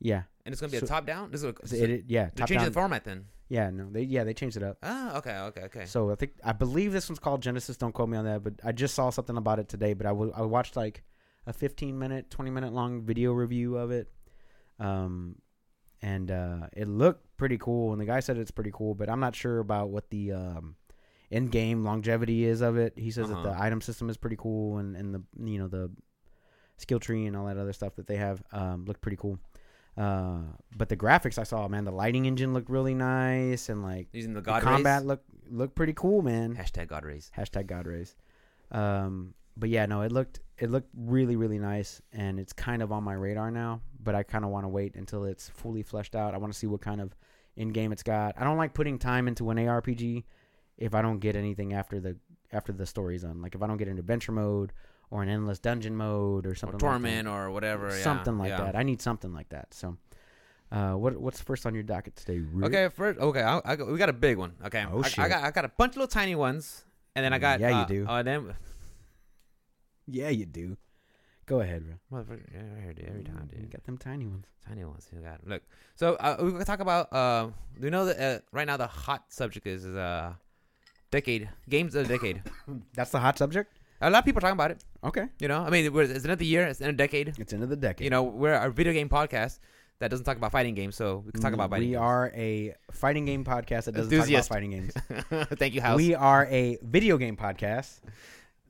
[SPEAKER 2] Yeah.
[SPEAKER 1] and it's gonna be
[SPEAKER 2] So-
[SPEAKER 1] a top down. This is a,
[SPEAKER 2] So it, it- yeah.
[SPEAKER 1] they're
[SPEAKER 2] Top
[SPEAKER 1] changing
[SPEAKER 2] down.
[SPEAKER 1] the format then.
[SPEAKER 2] yeah. No. They yeah they changed it up.
[SPEAKER 1] Ah, okay, okay, okay.
[SPEAKER 2] So I think I believe this one's called Genesis. Don't quote me on that, but I just saw something about it today. But I wa- I watched like a 15 minute, 20 minute long video review of it, um, and uh, it looked pretty cool. And the guy said it's pretty cool, but I'm not sure about what the um, end game longevity is of it. He says that
[SPEAKER 1] Uh-huh.
[SPEAKER 2] the item system is pretty cool, and and the you know the skill tree and all that other stuff that they have um, looked pretty cool. Uh, but the graphics I saw, man, the lighting engine looked really nice, and like
[SPEAKER 1] Using the
[SPEAKER 2] the
[SPEAKER 1] God
[SPEAKER 2] combat
[SPEAKER 1] rays.
[SPEAKER 2] look look pretty cool, man.
[SPEAKER 1] Hashtag God rays.
[SPEAKER 2] Hashtag God rays. Um, but yeah, no, it looked it looked really really nice, and it's kind of on my radar now. But I kind of want to wait until it's fully fleshed out. I want to see what kind of in game it's got. I don't like putting time into an ARPG if I don't get anything after the after the story's done. Like if I don't get an adventure mode or an endless dungeon mode or
[SPEAKER 1] Or
[SPEAKER 2] something.
[SPEAKER 1] Torment
[SPEAKER 2] like
[SPEAKER 1] or
[SPEAKER 2] that.
[SPEAKER 1] whatever. yeah,
[SPEAKER 2] something like
[SPEAKER 1] yeah.
[SPEAKER 2] that. I need something like that. So, uh, what what's first on your docket today? Rick?
[SPEAKER 1] Okay, first, okay, I, I, got- we got a big one. Okay,
[SPEAKER 2] Oh,
[SPEAKER 1] I, I
[SPEAKER 2] shit.
[SPEAKER 1] got I got a bunch of little tiny ones, and then I got
[SPEAKER 2] Yeah, you
[SPEAKER 1] uh,
[SPEAKER 2] do.
[SPEAKER 1] Oh, then
[SPEAKER 2] Yeah, you do. Go ahead, bro.
[SPEAKER 1] motherfucker, yeah, right here, dude, every time,
[SPEAKER 2] Mm, You
[SPEAKER 1] dude,
[SPEAKER 2] got them tiny ones.
[SPEAKER 1] tiny ones. You got look. So uh, we're gonna talk about. Uh, we know that uh, right now the hot subject is is uh, decade games of the decade.
[SPEAKER 2] That's the hot subject.
[SPEAKER 1] a lot of people are talking about it.
[SPEAKER 2] Okay,
[SPEAKER 1] You know, I mean, we're- it's another year, it's another decade.
[SPEAKER 2] it's end of the decade.
[SPEAKER 1] You know, we're a video game podcast that doesn't talk about fighting games, so we can talk about
[SPEAKER 2] Mm, we
[SPEAKER 1] fighting.
[SPEAKER 2] are a fighting game podcast that doesn't
[SPEAKER 1] Enthusiast.
[SPEAKER 2] talk about fighting games.
[SPEAKER 1] games. Thank you, House.
[SPEAKER 2] We are a video game podcast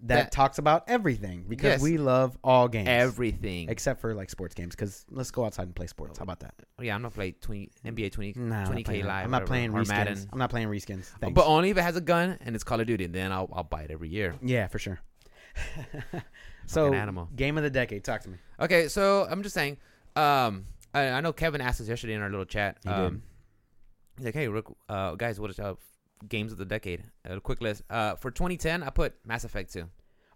[SPEAKER 2] that,
[SPEAKER 1] That-
[SPEAKER 2] talks about everything because
[SPEAKER 1] Yes.
[SPEAKER 2] we love all games
[SPEAKER 1] Everything.
[SPEAKER 2] except for like sports games. Because let's go outside and play sports. How about that?
[SPEAKER 1] yeah, I'm not playing 20 NBA 20
[SPEAKER 2] Nah, I'm not
[SPEAKER 1] 20K
[SPEAKER 2] playing that.
[SPEAKER 1] live.
[SPEAKER 2] I'm not
[SPEAKER 1] whatever,
[SPEAKER 2] playing
[SPEAKER 1] or
[SPEAKER 2] reskins.
[SPEAKER 1] Madden.
[SPEAKER 2] I'm not playing reskins. Thanks.
[SPEAKER 1] But only if it has a gun and it's Call of Duty, then I'll I'll buy it every year.
[SPEAKER 2] yeah, for sure. so
[SPEAKER 1] animal.
[SPEAKER 2] game of the decade. Talk to me.
[SPEAKER 1] Okay, so I'm just saying. Um, I, I know Kevin asked us yesterday in our little chat.
[SPEAKER 2] He did.
[SPEAKER 1] um, He's like, "Hey, Rick, uh, guys, what is up? Games of the decade? A quick list. Uh, for 2010, I put Mass Effect 2.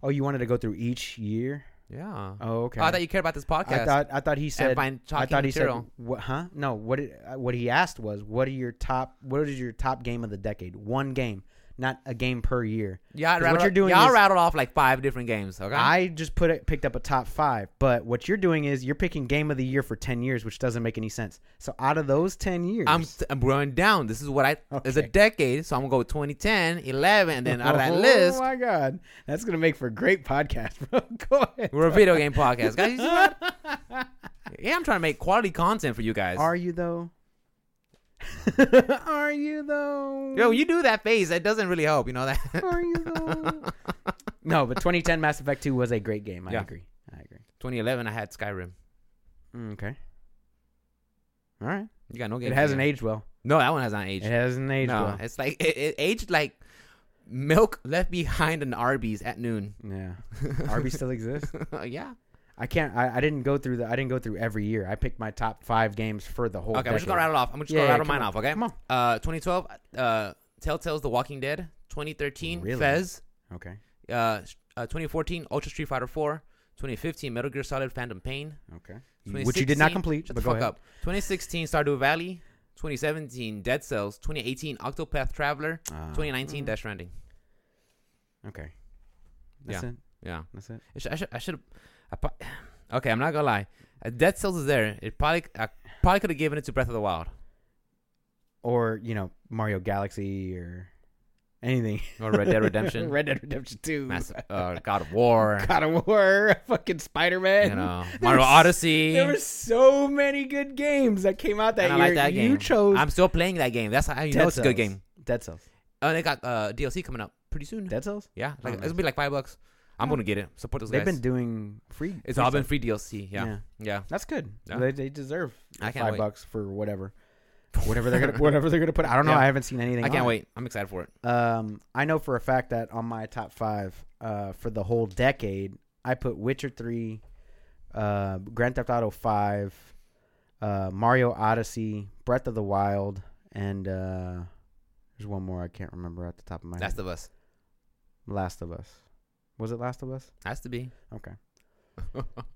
[SPEAKER 2] Oh, you wanted to go through each year?
[SPEAKER 1] Yeah.
[SPEAKER 2] Oh, okay.
[SPEAKER 1] Oh, I thought you cared about this podcast.
[SPEAKER 2] I thought I thought he
[SPEAKER 1] and
[SPEAKER 2] said
[SPEAKER 1] find
[SPEAKER 2] I
[SPEAKER 1] shocking
[SPEAKER 2] thought he
[SPEAKER 1] material.
[SPEAKER 2] said, "What? Huh? No. What? It, uh, what he asked was, what are your top? What is your top game of the decade? One game, not a game per year.
[SPEAKER 1] y'all
[SPEAKER 2] 'Cause
[SPEAKER 1] rattled,
[SPEAKER 2] what you're doing
[SPEAKER 1] y'all
[SPEAKER 2] is-
[SPEAKER 1] rattled off like five different games. Okay.
[SPEAKER 2] I just put it, picked up a top five, but what you're doing is you're picking game of the year for ten years, which doesn't make any sense. So out of those ten years,
[SPEAKER 1] I'm, I'm going down. This is what I. It's a
[SPEAKER 2] Okay.
[SPEAKER 1] decade, so I'm gonna go with 2010, 11, and then out of that
[SPEAKER 2] oh,
[SPEAKER 1] list,
[SPEAKER 2] my god, that's gonna make for a great podcast, bro. go ahead.
[SPEAKER 1] we're a video game podcast, guys. you see what? yeah, I'm trying to make quality content for you guys.
[SPEAKER 2] Are you though? are you though?
[SPEAKER 1] Yo, you do that face. That doesn't really help. You know that.
[SPEAKER 2] Are you though? no, but 2010 Mass Effect 2 was a great game. I
[SPEAKER 1] Yeah.
[SPEAKER 2] agree. I agree.
[SPEAKER 1] 2011, I had Skyrim.
[SPEAKER 2] Mm, okay. All right.
[SPEAKER 1] You got no game.
[SPEAKER 2] It hasn't aged well.
[SPEAKER 1] No, that one has not aged.
[SPEAKER 2] It hasn't aged
[SPEAKER 1] no,
[SPEAKER 2] well.
[SPEAKER 1] it's like it, it aged like milk left behind in Arby's at noon.
[SPEAKER 2] Yeah. Arby's still exists.
[SPEAKER 1] yeah.
[SPEAKER 2] I can't. I, I didn't go through the. I didn't go through every year. I picked my top five games for the whole.
[SPEAKER 1] Okay, I'm just gonna
[SPEAKER 2] decade.
[SPEAKER 1] rattle off. I'm just
[SPEAKER 2] Yeah,
[SPEAKER 1] gonna
[SPEAKER 2] Oh, yeah,
[SPEAKER 1] rattle
[SPEAKER 2] come
[SPEAKER 1] mine
[SPEAKER 2] on.
[SPEAKER 1] off. Okay,
[SPEAKER 2] Come on.
[SPEAKER 1] Uh, 2012, uh, Telltale's The Walking Dead. 2013,
[SPEAKER 2] Really?
[SPEAKER 1] Fez.
[SPEAKER 2] Okay.
[SPEAKER 1] Uh, s- uh, 2014, Ultra Street Fighter 4. 2015, Metal Gear Solid Phantom Pain.
[SPEAKER 2] Okay. Which you did
[SPEAKER 1] 2016
[SPEAKER 2] not complete.
[SPEAKER 1] Shut
[SPEAKER 2] but
[SPEAKER 1] the
[SPEAKER 2] go
[SPEAKER 1] fuck
[SPEAKER 2] ahead.
[SPEAKER 1] up. 2016, Stardew Valley. 2017, Dead Cells. 2018, Octopath Traveler.
[SPEAKER 2] Ah,
[SPEAKER 1] 2019,
[SPEAKER 2] mm,
[SPEAKER 1] Death Stranding.
[SPEAKER 2] Okay. That's it.
[SPEAKER 1] Yeah,
[SPEAKER 2] That's it.
[SPEAKER 1] I should. I should. I should've- I pro- okay, I'm not gonna lie. Uh, Dead Cells is there. It probably. I probably could have given it to Breath of the Wild
[SPEAKER 2] Or you know Mario Galaxy or anything.
[SPEAKER 1] or Red Dead Redemption.
[SPEAKER 2] Red Dead Redemption Two.
[SPEAKER 1] Mass, uh, God of War.
[SPEAKER 2] God of War, fucking Spider Man.
[SPEAKER 1] you know,
[SPEAKER 2] There
[SPEAKER 1] Mario
[SPEAKER 2] was-
[SPEAKER 1] Odyssey.
[SPEAKER 2] There were so many good games that came out that
[SPEAKER 1] and I
[SPEAKER 2] year.
[SPEAKER 1] like that
[SPEAKER 2] you
[SPEAKER 1] game.
[SPEAKER 2] chose
[SPEAKER 1] I'm still playing that game. That's how you
[SPEAKER 2] Dead
[SPEAKER 1] know it's a good
[SPEAKER 2] Cells.
[SPEAKER 1] game.
[SPEAKER 2] Dead Cells.
[SPEAKER 1] Oh, and they got uh, DLC coming up pretty soon.
[SPEAKER 2] Dead Cells.
[SPEAKER 1] yeah,
[SPEAKER 2] Oh,
[SPEAKER 1] like
[SPEAKER 2] nice. Oh.
[SPEAKER 1] it'll be like five bucks. I'm gonna get it. Support those
[SPEAKER 2] They've
[SPEAKER 1] guys.
[SPEAKER 2] been doing free.
[SPEAKER 1] it's
[SPEAKER 2] free
[SPEAKER 1] all been
[SPEAKER 2] stuff.
[SPEAKER 1] free DLC. Yeah, yeah.
[SPEAKER 2] that's good.
[SPEAKER 1] Yeah.
[SPEAKER 2] They, they deserve
[SPEAKER 1] I can't
[SPEAKER 2] five
[SPEAKER 1] wait.
[SPEAKER 2] bucks for whatever. whatever they're gonna whatever they're gonna put. I don't know.
[SPEAKER 1] Yeah.
[SPEAKER 2] I haven't seen anything.
[SPEAKER 1] I
[SPEAKER 2] on
[SPEAKER 1] can't
[SPEAKER 2] it.
[SPEAKER 1] wait. I'm excited for it.
[SPEAKER 2] Um, I know for a fact that on my top five uh, for the whole decade, I put Witcher 3, uh, Grand Theft Auto 5, uh, Mario Odyssey, Breath of the Wild, and uh, there's one more I can't remember at the top of my
[SPEAKER 1] Last
[SPEAKER 2] head.
[SPEAKER 1] of Us
[SPEAKER 2] Last of Us. Was it Last of Us?
[SPEAKER 1] has to be
[SPEAKER 2] Okay.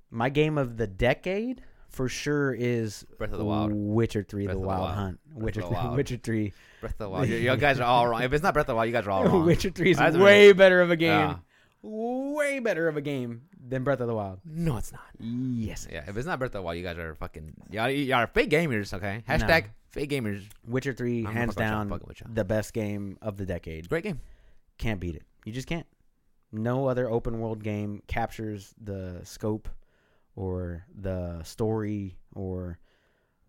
[SPEAKER 2] My game of the decade for sure is
[SPEAKER 1] Breath of the Wild.
[SPEAKER 2] Witcher 3
[SPEAKER 1] Breath
[SPEAKER 2] The
[SPEAKER 1] of the
[SPEAKER 2] Wild,
[SPEAKER 1] Wild.
[SPEAKER 2] Hunt.
[SPEAKER 1] of
[SPEAKER 2] Witcher,
[SPEAKER 1] the Wild.
[SPEAKER 2] Witcher 3.
[SPEAKER 1] Breath of the Wild. You, you guys are all wrong. If it's not Breath of the Wild, you guys are all wrong.
[SPEAKER 2] Witcher 3 is
[SPEAKER 1] That's what it
[SPEAKER 2] way better of a game.
[SPEAKER 1] Yeah.
[SPEAKER 2] Way better of a game than Breath of the Wild.
[SPEAKER 1] No, it's not.
[SPEAKER 2] Yes.
[SPEAKER 1] Yeah, if it's not Breath of the Wild, you guys are fucking y'all, y'all are fake gamers. Okay, hashtag fake gamers.
[SPEAKER 2] Witcher 3,
[SPEAKER 1] I'm
[SPEAKER 2] hands
[SPEAKER 1] fucking with y'all,
[SPEAKER 2] down,
[SPEAKER 1] fucking with y'all.
[SPEAKER 2] the best game of the decade.
[SPEAKER 1] Great game.
[SPEAKER 2] Can't beat it. You just can't. No other open world game captures the scope or the story or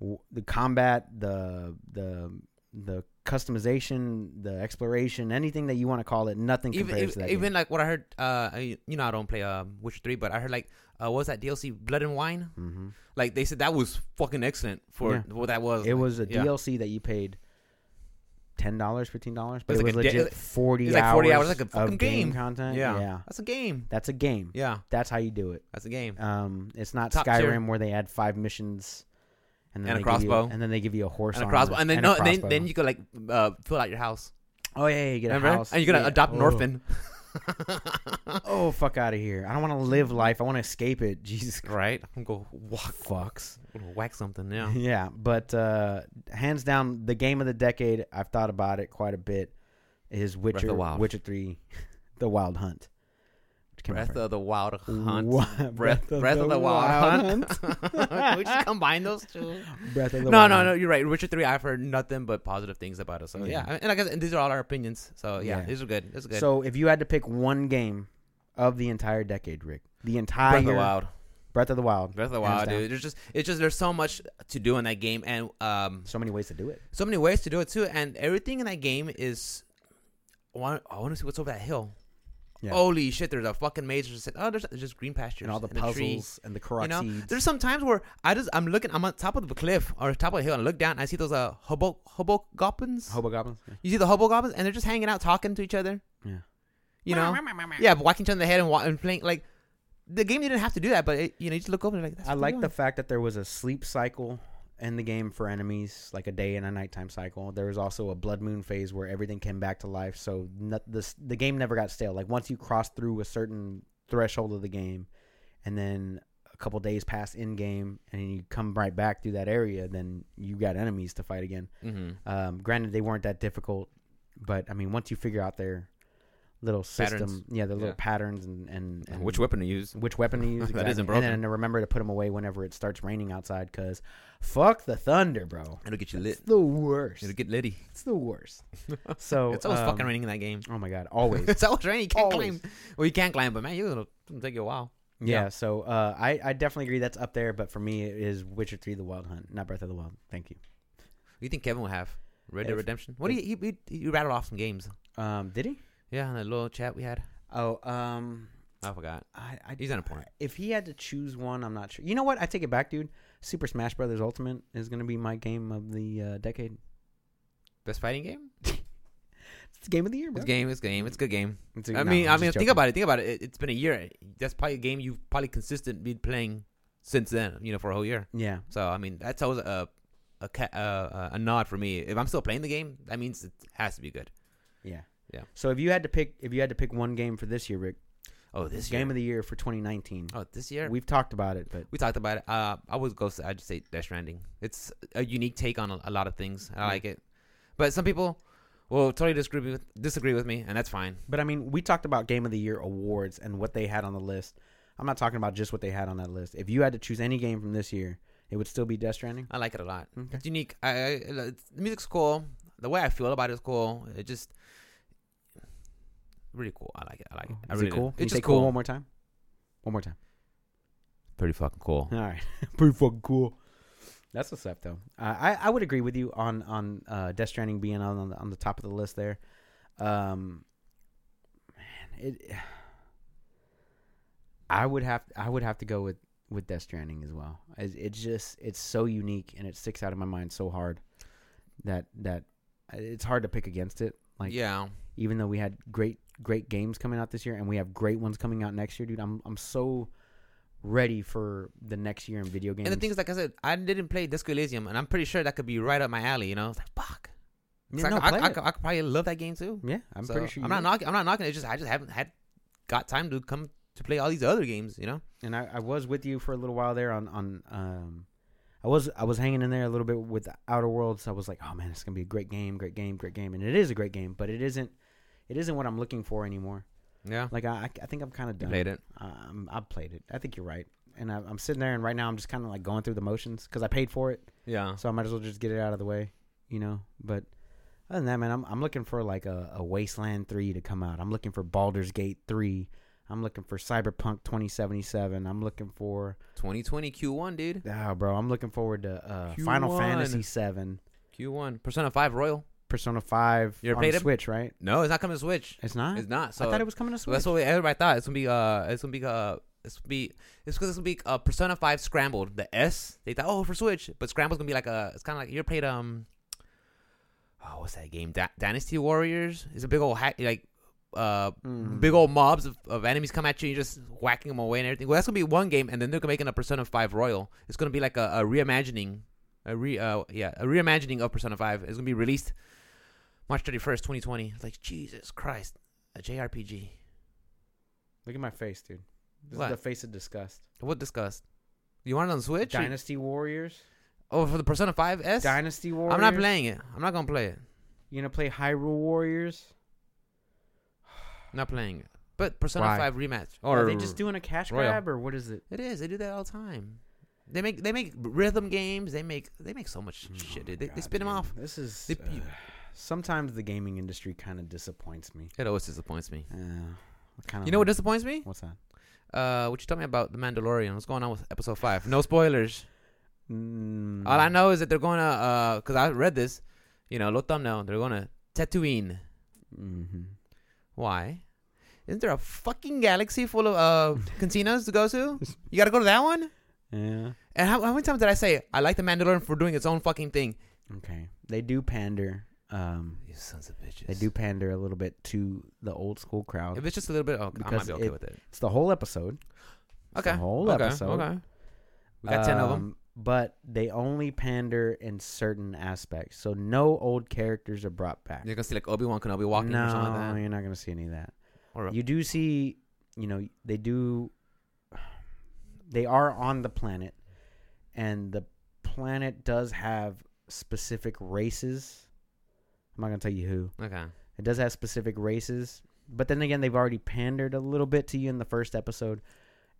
[SPEAKER 2] w- the combat, the the the customization, the exploration, anything that you want to call it. Nothing compares
[SPEAKER 1] Even even,
[SPEAKER 2] to that.
[SPEAKER 1] even
[SPEAKER 2] game.
[SPEAKER 1] like what I heard. Uh, I, you know I don't play um Witcher three, but I heard like uh, what was that DLC Blood and Wine?
[SPEAKER 2] Mhm.
[SPEAKER 1] Like they said that was fucking excellent for
[SPEAKER 2] Yeah.
[SPEAKER 1] what that was.
[SPEAKER 2] It was a
[SPEAKER 1] yeah.
[SPEAKER 2] DLC that you paid ten dollars, fifteen dollars, but
[SPEAKER 1] It's
[SPEAKER 2] it
[SPEAKER 1] like
[SPEAKER 2] was
[SPEAKER 1] a da-
[SPEAKER 2] legit
[SPEAKER 1] it's
[SPEAKER 2] forty,
[SPEAKER 1] it's like 40 hours,
[SPEAKER 2] hours,
[SPEAKER 1] like a fucking
[SPEAKER 2] of game,
[SPEAKER 1] game.
[SPEAKER 2] content.
[SPEAKER 1] Yeah.
[SPEAKER 2] Yeah.
[SPEAKER 1] That's a game.
[SPEAKER 2] that's a game.
[SPEAKER 1] Yeah,
[SPEAKER 2] That's how you do it.
[SPEAKER 1] that's a game.
[SPEAKER 2] Um, it's not
[SPEAKER 1] Top
[SPEAKER 2] Skyrim
[SPEAKER 1] tier.
[SPEAKER 2] where they add five missions and then
[SPEAKER 1] And a
[SPEAKER 2] they give you-
[SPEAKER 1] crossbow.
[SPEAKER 2] and then they give you a horse
[SPEAKER 1] And a
[SPEAKER 2] armor
[SPEAKER 1] crossbow, and then
[SPEAKER 2] a
[SPEAKER 1] no, and then,
[SPEAKER 2] crossbow.
[SPEAKER 1] then you could like uh, fill out your house.
[SPEAKER 2] oh yeah, yeah, you get
[SPEAKER 1] Remember?
[SPEAKER 2] a house
[SPEAKER 1] And you're gonna
[SPEAKER 2] Yeah.
[SPEAKER 1] adopt an
[SPEAKER 2] Oh.
[SPEAKER 1] orphan.
[SPEAKER 2] Oh fuck out of here! I don't want to live life. I want to escape it. Jesus Christ,
[SPEAKER 1] right? I'm gonna go whack,
[SPEAKER 2] fucks.
[SPEAKER 1] whack something. Yeah.
[SPEAKER 2] yeah but uh hands down the game of the decade i've thought about it quite a bit is
[SPEAKER 1] Breath of the
[SPEAKER 2] witcher
[SPEAKER 1] Wild.
[SPEAKER 2] witcher 3 the wild hunt which came out
[SPEAKER 1] Breath
[SPEAKER 2] first.
[SPEAKER 1] of the Wild Hunt.
[SPEAKER 2] Wa-
[SPEAKER 1] Breath, Breath of the, Wild, Hunt. Can we just combine those two?
[SPEAKER 2] breath of the
[SPEAKER 1] no,
[SPEAKER 2] wild
[SPEAKER 1] no, no.
[SPEAKER 2] Hunt.
[SPEAKER 1] You're right. Richard three. I've heard nothing but positive things about it. So yeah,
[SPEAKER 2] Yeah.
[SPEAKER 1] and like I said, these are all our opinions. So yeah,
[SPEAKER 2] Yeah.
[SPEAKER 1] these are good. These are good.
[SPEAKER 2] so if you had to pick one game of the entire decade rick the entire
[SPEAKER 1] Breath of the Wild.
[SPEAKER 2] breath of the wild
[SPEAKER 1] Breath of the
[SPEAKER 2] hands
[SPEAKER 1] Wild,
[SPEAKER 2] down.
[SPEAKER 1] dude. There's just it's just there's so much to do in that game, and um,
[SPEAKER 2] so many ways to do it
[SPEAKER 1] so many ways to do it too. And everything in that game is. I want, I want to see what's over that hill.
[SPEAKER 2] Yeah.
[SPEAKER 1] Holy shit! There's a fucking maze. Just oh, there's there's just green pastures
[SPEAKER 2] and all the
[SPEAKER 1] a tree.
[SPEAKER 2] puzzles and the karate
[SPEAKER 1] You know, there's some times where I just I'm looking, I'm on top of the cliff or top of a hill, and I look down, and I see those uh hobo hobo goblins.
[SPEAKER 2] hobo goblins yeah.
[SPEAKER 1] you see the hobo goblins, and they're just hanging out, talking to each other.
[SPEAKER 2] Yeah.
[SPEAKER 1] You know. yeah, but whacking each other in the head and, wa- and playing like the game didn't have to do that, but it, you know, you just look over and you're like. That's
[SPEAKER 2] I
[SPEAKER 1] what
[SPEAKER 2] like
[SPEAKER 1] they're
[SPEAKER 2] the fact that there was a sleep cycle in the game for enemies, like a day and a nighttime cycle. There was also a blood moon phase where everything came back to life, so not, the s- the game never got stale. Like once you crossed through a certain threshold of the game, and then a couple days pass in game, and you come right back through that area, then you got enemies to fight again.
[SPEAKER 1] doing. Mhm.
[SPEAKER 2] Um, granted, they weren't that difficult, but I mean, once you figure out their little system,
[SPEAKER 1] Patterns.
[SPEAKER 2] yeah, their little
[SPEAKER 1] Yeah.
[SPEAKER 2] patterns and and, and
[SPEAKER 1] Which weapon to use?
[SPEAKER 2] which weapon to use.
[SPEAKER 1] That
[SPEAKER 2] exactly.
[SPEAKER 1] isn't
[SPEAKER 2] And then remember to put them away whenever it starts raining outside, cause fuck the thunder, bro.
[SPEAKER 1] It'll get you
[SPEAKER 2] It's
[SPEAKER 1] lit.
[SPEAKER 2] the worst.
[SPEAKER 1] It'll get litty.
[SPEAKER 2] It's the worst. So
[SPEAKER 1] It's always
[SPEAKER 2] um,
[SPEAKER 1] fucking raining in that game.
[SPEAKER 2] Oh my god, always.
[SPEAKER 1] it's always raining. You can't
[SPEAKER 2] Always.
[SPEAKER 1] climb. Well, you can climb, but man, you it'll, it'll take you a while.
[SPEAKER 2] yeah.
[SPEAKER 1] Yeah.
[SPEAKER 2] So uh, I I definitely agree that's up there, but for me it is Witcher Three: The Wild Hunt, not Breath of the Wild. Thank you.
[SPEAKER 1] You think Kevin will have Red Dead
[SPEAKER 2] If-
[SPEAKER 1] Redemption? What do you he, he, you rattled off some games?
[SPEAKER 2] Um, did he?
[SPEAKER 1] Yeah, in that little chat we had.
[SPEAKER 2] Oh, um,
[SPEAKER 1] I forgot.
[SPEAKER 2] I, I
[SPEAKER 1] He's unimportant.
[SPEAKER 2] If he had to choose one, I'm not sure. You know what? I take it back, dude. Super Smash Brothers Ultimate is gonna be my game of the uh, decade.
[SPEAKER 1] Best fighting game?
[SPEAKER 2] It's the game of the year, bro.
[SPEAKER 1] It's game. It's game. It's a good game.
[SPEAKER 2] It's a-
[SPEAKER 1] I
[SPEAKER 2] no,
[SPEAKER 1] mean, I
[SPEAKER 2] I'm just
[SPEAKER 1] mean, think
[SPEAKER 2] joking.
[SPEAKER 1] about it. Think about it. it. It's been a year. That's probably a game you've probably consistent been playing since then. You know, for a whole year.
[SPEAKER 2] Yeah.
[SPEAKER 1] So I mean, that's always a a ca- uh, a nod for me. If I'm still playing the game, that means it has to be good.
[SPEAKER 2] Yeah.
[SPEAKER 1] Yeah.
[SPEAKER 2] So if you had to pick, if you had to pick one game for this year, Rick,
[SPEAKER 1] Oh, this
[SPEAKER 2] game
[SPEAKER 1] year.
[SPEAKER 2] of the year for 2019,
[SPEAKER 1] oh, this year. We,
[SPEAKER 2] we've talked about it, but
[SPEAKER 1] talked about it. Uh, I would go. I just say Death Stranding. It's a unique take on a, a lot of things. I
[SPEAKER 2] Yeah.
[SPEAKER 1] like it, but some people will totally disagree with disagree with me, and that's fine.
[SPEAKER 2] but I mean, we talked about game of the year awards and what they had on the list. I'm not talking about just what they had on that list. If you had to choose any game from this year, it would still be Death Stranding.
[SPEAKER 1] I like it a lot.
[SPEAKER 2] Okay.
[SPEAKER 1] It's unique. I, I it's- the music's cool. The way I feel about it's cool. It just really cool. I like it. I like it. I
[SPEAKER 2] Is
[SPEAKER 1] really
[SPEAKER 2] it
[SPEAKER 1] do.
[SPEAKER 2] cool? Can you
[SPEAKER 1] It's
[SPEAKER 2] say
[SPEAKER 1] just
[SPEAKER 2] cool.
[SPEAKER 1] cool.
[SPEAKER 2] one more time. One more time.
[SPEAKER 1] Pretty fucking cool.
[SPEAKER 2] All right, pretty fucking cool. That's what's up, though. Uh, I I would agree with you on on uh, Death Stranding being on on the, on the top of the list there. Um, man, it. I would have I would have to go with with Death Stranding as well. It, it's just it's so unique and it sticks out of my mind so hard. that that it's hard to pick against it. Like
[SPEAKER 1] yeah,
[SPEAKER 2] even though we had great great games coming out this year and we have great ones coming out next year, dude. I'm I'm so ready for the next year in video games.
[SPEAKER 1] and the thing is, like I said, I didn't play Disco Elysium, and I'm pretty sure that could be right up my alley. You know, it's like fuck. It's
[SPEAKER 2] Yeah,
[SPEAKER 1] like,
[SPEAKER 2] no,
[SPEAKER 1] I,
[SPEAKER 2] play
[SPEAKER 1] I,
[SPEAKER 2] it.
[SPEAKER 1] could- I could probably love that game too.
[SPEAKER 2] yeah, I'm
[SPEAKER 1] So,
[SPEAKER 2] pretty sure.
[SPEAKER 1] I'm
[SPEAKER 2] you
[SPEAKER 1] not
[SPEAKER 2] would.
[SPEAKER 1] knocking. I'm not knocking. It's just I just haven't had got time to come to play all these other games. You know.
[SPEAKER 2] and I, I was with you for a little while there on on um I was I was hanging in there a little bit with Outer Worlds. I was like, oh man, it's gonna be a great game, great game, great game, and it is a great game, but it isn't it isn't what I'm looking for anymore.
[SPEAKER 1] Yeah.
[SPEAKER 2] Like I I think I'm kind of
[SPEAKER 1] You
[SPEAKER 2] done.
[SPEAKER 1] played it.
[SPEAKER 2] Um, I've played it. I think you're right, and I, I'm sitting there, and right now I'm just kind of like going through the motions because I paid for it,
[SPEAKER 1] Yeah.
[SPEAKER 2] Oh. so I might as well just get it out of the way, you know. But other than that, man, I'm I'm looking for like a, a Wasteland three to come out. I'm looking for Baldur's Gate three. I'm looking for Cyberpunk 2077. I'm looking for
[SPEAKER 1] 2020 Q1, dude.
[SPEAKER 2] ah, bro. I'm looking forward to uh, Final
[SPEAKER 1] Q1.
[SPEAKER 2] Fantasy seven,
[SPEAKER 1] Q1. Persona 5 Royal.
[SPEAKER 2] Persona five
[SPEAKER 1] You ever
[SPEAKER 2] on
[SPEAKER 1] played it?
[SPEAKER 2] Switch, right?
[SPEAKER 1] No, it's not coming to Switch.
[SPEAKER 2] It's not.
[SPEAKER 1] It's not. So
[SPEAKER 2] I thought it was coming to
[SPEAKER 1] So
[SPEAKER 2] Switch.
[SPEAKER 1] that's what everybody thought. It's gonna be uh, it's gonna be uh, it's gonna be it's because it's gonna be uh, Persona Five Scrambled. The S they thought oh for Switch, but Scrambled's gonna be like a it's kind of like you ever played um, oh what's that game? Da- Dynasty Warriors. It's a big old hack like uh.
[SPEAKER 2] Mm.
[SPEAKER 1] Big old mobs of, of enemies come at you, and you're just whacking them away and everything. Well, that's gonna be one game, and then they're making a Persona Five Royal. It's gonna be like a, a reimagining, a re uh, yeah, a reimagining of Persona Five. It's gonna be released March 31st, 2020. It's like Jesus Christ, a JRPG.
[SPEAKER 2] Look at my face, dude. This is
[SPEAKER 1] What?
[SPEAKER 2] the face of disgust.
[SPEAKER 1] What discussed? You want it on Switch? or-
[SPEAKER 2] Dynasty Warriors.
[SPEAKER 1] oh, for the Persona 5 S?
[SPEAKER 2] Dynasty Warriors.
[SPEAKER 1] I'm not playing it. I'm not going to play it.
[SPEAKER 2] You gonna play Hyrule Warriors?
[SPEAKER 1] Not playing it. But Persona
[SPEAKER 2] Why?
[SPEAKER 1] 5 rematch. Or
[SPEAKER 2] Are they just doing a cash
[SPEAKER 1] Royal.
[SPEAKER 2] grab or what is it?
[SPEAKER 1] It is. They do that all the time. They make they make rhythm games. They make they make so
[SPEAKER 2] Oh
[SPEAKER 1] much shit. Dude. They, they spin them off.
[SPEAKER 2] This is
[SPEAKER 1] They-
[SPEAKER 2] uh, sometimes the gaming industry kind of disappoints me.
[SPEAKER 1] It always disappoints me.
[SPEAKER 2] Uh, kind of
[SPEAKER 1] You know what disappoints me?
[SPEAKER 2] What's that?
[SPEAKER 1] Uh, what you told me about the Mandalorian? What's going on with episode five? No spoilers.
[SPEAKER 2] Mm,
[SPEAKER 1] All I know is that they're going to uh, because I read this. You know, low thumbnail. They're going to Tatooine. Mm-hmm.
[SPEAKER 2] mhm.
[SPEAKER 1] Why? Isn't there a fucking galaxy full of uh, cantinas to go to? You gotta go to that one?
[SPEAKER 2] Yeah.
[SPEAKER 1] And how, how many times did I say, I like the Mandalorian for doing its own fucking thing?
[SPEAKER 2] Okay. They do pander. Um,
[SPEAKER 1] You sons of bitches.
[SPEAKER 2] they do pander a little bit to the old school crowd.
[SPEAKER 1] If it's just a little bit, okay, I might
[SPEAKER 2] Because
[SPEAKER 1] be okay
[SPEAKER 2] it-
[SPEAKER 1] with it.
[SPEAKER 2] It's the whole episode. It's
[SPEAKER 1] Okay.
[SPEAKER 2] The whole
[SPEAKER 1] okay,
[SPEAKER 2] episode.
[SPEAKER 1] Okay. We got 10 of them.
[SPEAKER 2] Um, But they only pander in certain aspects. So no old characters are brought back.
[SPEAKER 1] You're gonna see like Obi Wan Kenobi walking
[SPEAKER 2] no,
[SPEAKER 1] or something like that.
[SPEAKER 2] you're not gonna see any of that.
[SPEAKER 1] Or a-
[SPEAKER 2] You do see, you know, they do. They are on the planet, and the planet does have specific races. I'm not gonna tell you who.
[SPEAKER 1] okay.
[SPEAKER 2] It does have specific races, but then again, they've already pandered a little bit to you in the first episode.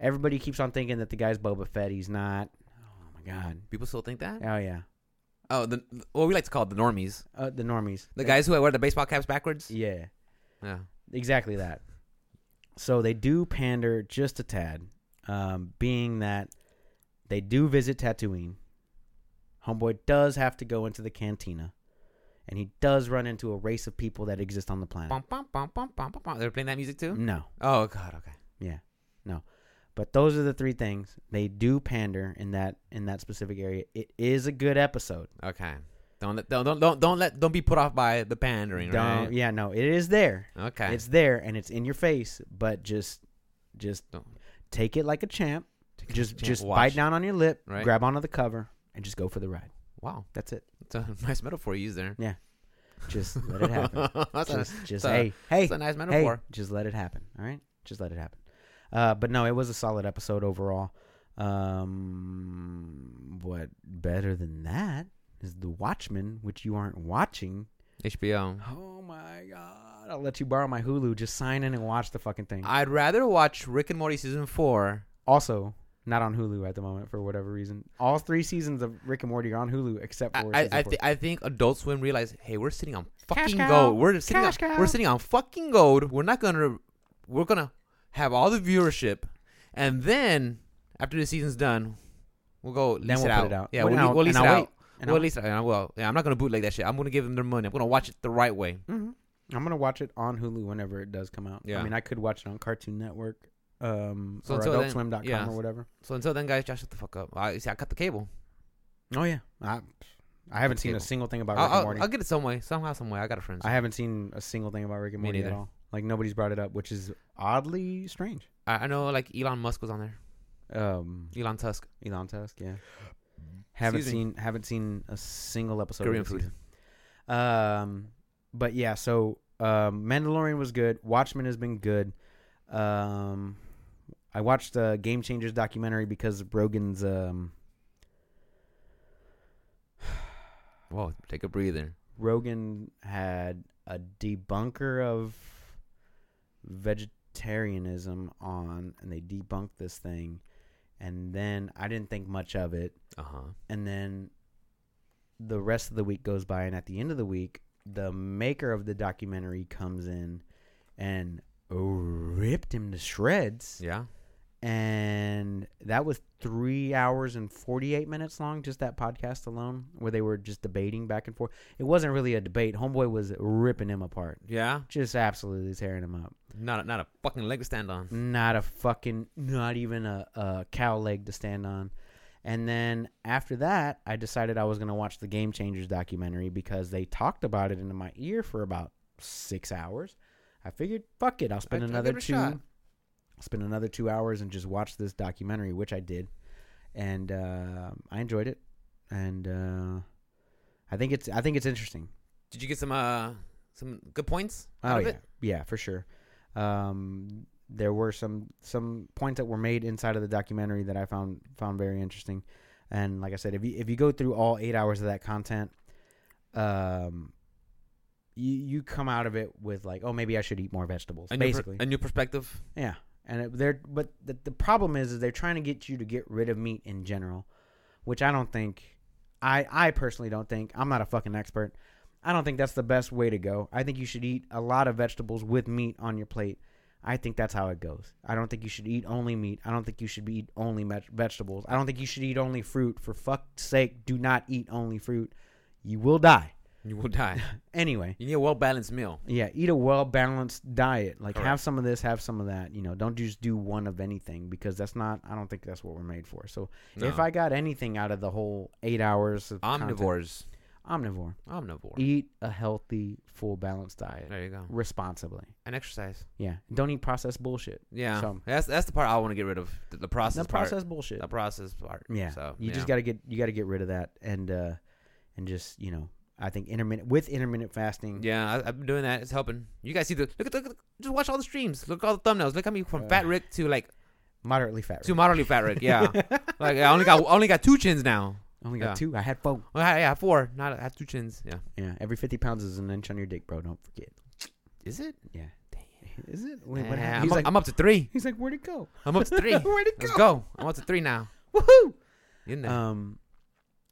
[SPEAKER 2] Everybody keeps on thinking that the guy's Boba Fett. He's not. Oh my god.
[SPEAKER 1] People still think that?
[SPEAKER 2] Oh yeah.
[SPEAKER 1] Oh, the what we like to call the normies.
[SPEAKER 2] Uh, the normies.
[SPEAKER 1] The guys who wear the baseball caps backwards?
[SPEAKER 2] Yeah.
[SPEAKER 1] Yeah.
[SPEAKER 2] Exactly that. So they do pander just a tad, um, being that they do visit Tatooine. Homeboy does have to go into the cantina, and he does run into a race of people that exist on the planet.
[SPEAKER 1] Bum, bum, bum, bum, bum, bum, bum. They're playing that music too?
[SPEAKER 2] No,
[SPEAKER 1] Oh, God. Okay.
[SPEAKER 2] but those are the three things they do pander in that in that specific area. It is a good episode.
[SPEAKER 1] Okay. Don't let don't don't don't, don't let don't be put off by the pandering,
[SPEAKER 2] Don't-
[SPEAKER 1] right?
[SPEAKER 2] Yeah, no, it is there.
[SPEAKER 1] Okay.
[SPEAKER 2] It's there and it's in your face, but just just
[SPEAKER 1] Don't-
[SPEAKER 2] take it like a champ.
[SPEAKER 1] Take
[SPEAKER 2] just
[SPEAKER 1] Can't
[SPEAKER 2] just
[SPEAKER 1] watch.
[SPEAKER 2] bite down on your lip,
[SPEAKER 1] Right.
[SPEAKER 2] grab onto the cover, and just go for the ride.
[SPEAKER 1] Wow,
[SPEAKER 2] That's it.
[SPEAKER 1] it's a nice metaphor you used there.
[SPEAKER 2] Just let it happen.
[SPEAKER 1] that's, a,
[SPEAKER 2] just just
[SPEAKER 1] a-
[SPEAKER 2] hey hey
[SPEAKER 1] that's a nice
[SPEAKER 2] hey,
[SPEAKER 1] metaphor.
[SPEAKER 2] just let it happen. All right, just let it happen. Uh, but no, it was a solid episode overall. Um, what better than that is the Watchmen, which you aren't watching.
[SPEAKER 1] HBO.
[SPEAKER 2] Oh my god! I'll let you borrow my Hulu. Just sign in and watch the fucking thing.
[SPEAKER 1] I'd rather watch Rick and Morty season four.
[SPEAKER 2] also. Not on Hulu at the moment for whatever reason. All three seasons of Rick and Morty are on Hulu except
[SPEAKER 1] I
[SPEAKER 2] for
[SPEAKER 1] I,
[SPEAKER 2] season
[SPEAKER 1] I,
[SPEAKER 2] four.
[SPEAKER 1] th- I think Adult Swim realized, hey, we're sitting on
[SPEAKER 2] Cash
[SPEAKER 1] fucking
[SPEAKER 2] cow.
[SPEAKER 1] gold. We're sitting
[SPEAKER 2] Cash
[SPEAKER 1] on,
[SPEAKER 2] cow.
[SPEAKER 1] we're sitting on fucking gold. We're not gonna we're gonna have all the viewership, and then after the season's done, we'll go lease
[SPEAKER 2] we'll
[SPEAKER 1] it,
[SPEAKER 2] put
[SPEAKER 1] out.
[SPEAKER 2] it out.
[SPEAKER 1] Yeah,
[SPEAKER 2] Well,
[SPEAKER 1] we'll,
[SPEAKER 2] and I'll-
[SPEAKER 1] we'll lease
[SPEAKER 2] and
[SPEAKER 1] it
[SPEAKER 2] I'll
[SPEAKER 1] out.
[SPEAKER 2] wait. And
[SPEAKER 1] Well, at
[SPEAKER 2] I'll-
[SPEAKER 1] least I, I will. Yeah, I'm not gonna bootleg that shit. I'm gonna give them their money. I'm gonna watch it the right way.
[SPEAKER 2] Mhm. I'm gonna watch it on Hulu whenever it does come out. I
[SPEAKER 1] Yeah.
[SPEAKER 2] mean, I could watch it on Cartoon Network, um,
[SPEAKER 1] So
[SPEAKER 2] or
[SPEAKER 1] until then-
[SPEAKER 2] AdultSwim.com
[SPEAKER 1] yeah.
[SPEAKER 2] or whatever.
[SPEAKER 1] So until then, guys, just shut the fuck up. I, see, I cut the cable.
[SPEAKER 2] Oh yeah, I, I haven't seen a
[SPEAKER 1] Cable.
[SPEAKER 2] single thing about Rick
[SPEAKER 1] I'll,
[SPEAKER 2] and
[SPEAKER 1] I'll-
[SPEAKER 2] Morty.
[SPEAKER 1] I'll get it some way, somehow, some way. I got a friend.
[SPEAKER 2] I haven't seen a single thing about Rick and
[SPEAKER 1] Me
[SPEAKER 2] Morty at
[SPEAKER 1] neither.
[SPEAKER 2] all. Like nobody's brought it up, which is oddly strange.
[SPEAKER 1] I, I know like Elon Musk was on there.
[SPEAKER 2] Um,
[SPEAKER 1] Elon Tusk.
[SPEAKER 2] Elon Tusk, yeah. Haven't
[SPEAKER 1] Excuse me.
[SPEAKER 2] seen haven't seen a single episode.
[SPEAKER 1] Korean
[SPEAKER 2] of the
[SPEAKER 1] food.
[SPEAKER 2] season. Um, but yeah, so um, Mandalorian was good. Watchmen has been good. Um, I watched the Game Changers documentary because of Rogan's um
[SPEAKER 1] Whoa, take a breather.
[SPEAKER 2] Rogan had a debunker of vegetarianism on, and they debunked this thing, and then I didn't think much of it.
[SPEAKER 1] Uh huh.
[SPEAKER 2] and then the rest of the week goes by and at the end of the week the maker of the documentary comes in and ripped him to shreds
[SPEAKER 1] Yeah.
[SPEAKER 2] and that was three hours and 48 minutes long just that podcast alone where they were just debating back and forth it wasn't really a debate homeboy was ripping him apart
[SPEAKER 1] Yeah.
[SPEAKER 2] just absolutely tearing him up
[SPEAKER 1] Not a, not a fucking leg to stand on.
[SPEAKER 2] not a fucking not even a, a cow leg to stand on and then after that i decided i was going to watch the game changers documentary because they talked about it into my ear for about six hours i figured fuck it i'll spend
[SPEAKER 1] I- I'll
[SPEAKER 2] another
[SPEAKER 1] give it a
[SPEAKER 2] two
[SPEAKER 1] shot.
[SPEAKER 2] spend another two hours and just watch this documentary which i did and uh, i enjoyed it and uh, i think it's i think it's interesting
[SPEAKER 1] Did you get some uh some good points?
[SPEAKER 2] Oh
[SPEAKER 1] out of
[SPEAKER 2] yeah,
[SPEAKER 1] It?
[SPEAKER 2] yeah, for sure. Um, there were some some points that were made inside of the documentary that I found found very interesting, and like I said, if you if you go through all eight hours of that content, um, you you come out of it with like, oh, maybe I should eat more vegetables,
[SPEAKER 1] A new per-
[SPEAKER 2] basically.
[SPEAKER 1] a new perspective.
[SPEAKER 2] yeah, and it, they're but the, the problem is, is they're trying to get you to get rid of meat in general, which I don't think. I I personally don't think I'm not a fucking expert. I don't think that's the best way to go. I think you should eat a lot of vegetables with meat on your plate. I think that's how it goes. I don't think you should eat only meat. I don't think you should be eat only me- vegetables. I don't think you should eat only fruit. For fuck's sake, do not eat only fruit. You will die.
[SPEAKER 1] You will die.
[SPEAKER 2] Anyway,
[SPEAKER 1] You need a well balanced meal.
[SPEAKER 2] yeah, eat a well balanced diet. Like have
[SPEAKER 1] Correct.
[SPEAKER 2] some of this, have some of that. You know, don't just do one of anything because that's not. I don't think that's what we're made for. So if
[SPEAKER 1] No.
[SPEAKER 2] I got anything out of the whole eight hours of content- E-
[SPEAKER 1] omnivores,
[SPEAKER 2] omnivore,
[SPEAKER 1] omnivore.
[SPEAKER 2] eat a healthy, full balanced diet
[SPEAKER 1] There you go.
[SPEAKER 2] responsibly.
[SPEAKER 1] And exercise.
[SPEAKER 2] Yeah, don't eat processed bullshit.
[SPEAKER 1] Yeah.
[SPEAKER 2] So-
[SPEAKER 1] that's that's the part I want to get rid of. The, the process
[SPEAKER 2] No
[SPEAKER 1] part.
[SPEAKER 2] processed bullshit.
[SPEAKER 1] The process part.
[SPEAKER 2] Yeah,
[SPEAKER 1] So
[SPEAKER 2] you
[SPEAKER 1] yeah.
[SPEAKER 2] just got to get you got to get rid of that and uh and just you know I think intermittent with intermittent fasting.
[SPEAKER 1] Yeah, I, I've been doing that. It's helping. You guys see the look at the, look at the- just watch all the streams. Look at all the thumbnails. Look at me from
[SPEAKER 2] Uh,
[SPEAKER 1] Fat Rick to like
[SPEAKER 2] moderately fat.
[SPEAKER 1] to moderately Fat Rick. Yeah, like I only got I only got two chins now.
[SPEAKER 2] Only got
[SPEAKER 1] yeah.
[SPEAKER 2] two. I had four.
[SPEAKER 1] Well, I, I have four. Not I have two chins. Yeah.
[SPEAKER 2] Yeah, every fifty pounds is an inch on your dick, bro. Don't forget.
[SPEAKER 1] Is it?
[SPEAKER 2] Yeah. Is it?
[SPEAKER 1] Nah,
[SPEAKER 2] Wait, what happened?
[SPEAKER 1] I'm,
[SPEAKER 2] He's
[SPEAKER 1] up,
[SPEAKER 2] like,
[SPEAKER 1] I'm up to three.
[SPEAKER 2] he's like, where'd it go?
[SPEAKER 1] I'm up to three.
[SPEAKER 2] where'd it
[SPEAKER 1] Let's
[SPEAKER 2] go?
[SPEAKER 1] go. I'm up to three now.
[SPEAKER 2] Woohoo!
[SPEAKER 1] In there.
[SPEAKER 2] Um,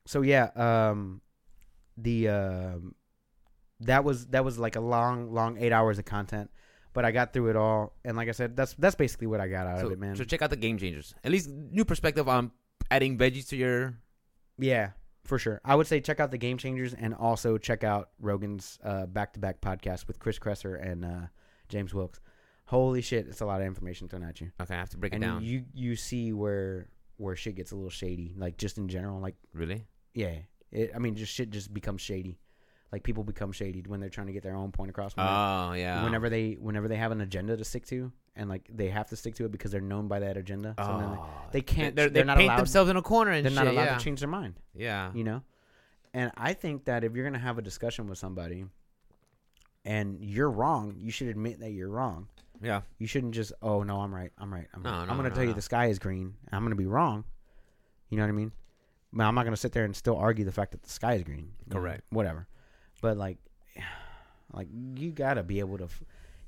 [SPEAKER 2] so yeah, um, the um, that was that was like a long, long eight hours of content, but I got through it all, and like I said, that's that's basically what I got out
[SPEAKER 1] so,
[SPEAKER 2] of it, man.
[SPEAKER 1] so check out the game changers. At least new perspective on adding veggies to your.
[SPEAKER 2] Yeah, for sure. I would say check out the Game Changers and also check out Rogan's uh, back-to-back podcast with Chris Kresser and uh, James Wilkes. Holy shit, it's a lot of information thrown at you,
[SPEAKER 1] Okay, I have to break
[SPEAKER 2] and
[SPEAKER 1] it down.
[SPEAKER 2] you you see where where shit gets a little shady, like just in general, like
[SPEAKER 1] really?
[SPEAKER 2] yeah, it, I mean, just shit just becomes shady. Like people become shady when they're trying to get their own point across. When they-
[SPEAKER 1] Oh yeah.
[SPEAKER 2] Whenever they whenever they have an agenda to stick to, and like they have to stick to it because they're known by that agenda. So then they-
[SPEAKER 1] Oh.
[SPEAKER 2] they can't.
[SPEAKER 1] They're,
[SPEAKER 2] They're,
[SPEAKER 1] they
[SPEAKER 2] not
[SPEAKER 1] paint
[SPEAKER 2] allowed.
[SPEAKER 1] themselves in a corner and
[SPEAKER 2] they're
[SPEAKER 1] shit.
[SPEAKER 2] not allowed
[SPEAKER 1] yeah.
[SPEAKER 2] to change their mind
[SPEAKER 1] yeah.
[SPEAKER 2] you know and i think that if you're going to have a discussion with somebody and you're wrong you should admit that you're wrong
[SPEAKER 1] Yeah.
[SPEAKER 2] you shouldn't just oh no i'm right i'm right i'm,
[SPEAKER 1] No,
[SPEAKER 2] right.
[SPEAKER 1] no,
[SPEAKER 2] I'm going to
[SPEAKER 1] no,
[SPEAKER 2] tell you
[SPEAKER 1] no.
[SPEAKER 2] the sky is green and i'm going to be wrong you know what i mean but i'm not going to sit there and still argue the fact that the sky is green You know,
[SPEAKER 1] Correct.
[SPEAKER 2] whatever but like like you got to be able to f-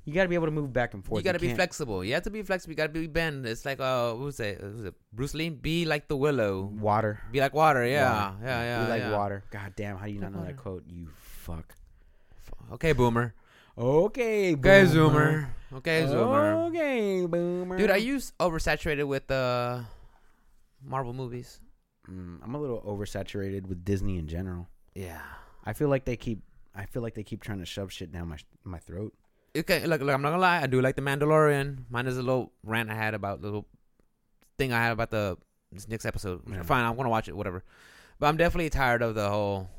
[SPEAKER 2] you got to be able to move back and forth
[SPEAKER 1] you gotta be
[SPEAKER 2] can't-
[SPEAKER 1] flexible. You have to be flexible. You gotta be bend. It's like uh, what was it? What was it Bruce Lee? Be like the willow.
[SPEAKER 2] water
[SPEAKER 1] Be like water. Yeah,
[SPEAKER 2] Water.
[SPEAKER 1] yeah, yeah.
[SPEAKER 2] we like
[SPEAKER 1] yeah.
[SPEAKER 2] water god damn how do you not
[SPEAKER 1] Like
[SPEAKER 2] know that
[SPEAKER 1] water.
[SPEAKER 2] quote you fuck
[SPEAKER 1] Okay, boomer.
[SPEAKER 2] okay
[SPEAKER 1] Okay,
[SPEAKER 2] boomer. Oh.
[SPEAKER 1] zoomer. Okay, zoomer.
[SPEAKER 2] Okay, boomer.
[SPEAKER 1] Dude, are you s- oversaturated with uh, Marvel movies?
[SPEAKER 2] Mm, I'm a little oversaturated with Disney in general.
[SPEAKER 1] Yeah.
[SPEAKER 2] I feel like they keep. I feel like they keep trying to shove shit down my my throat.
[SPEAKER 1] Okay, look, look. I'm not gonna lie. I do like the Mandalorian. Mine is a little rant I had about little thing I had about the this next episode.
[SPEAKER 2] Yeah.
[SPEAKER 1] Fine, I'm gonna watch it. Whatever. But I'm definitely tired of the whole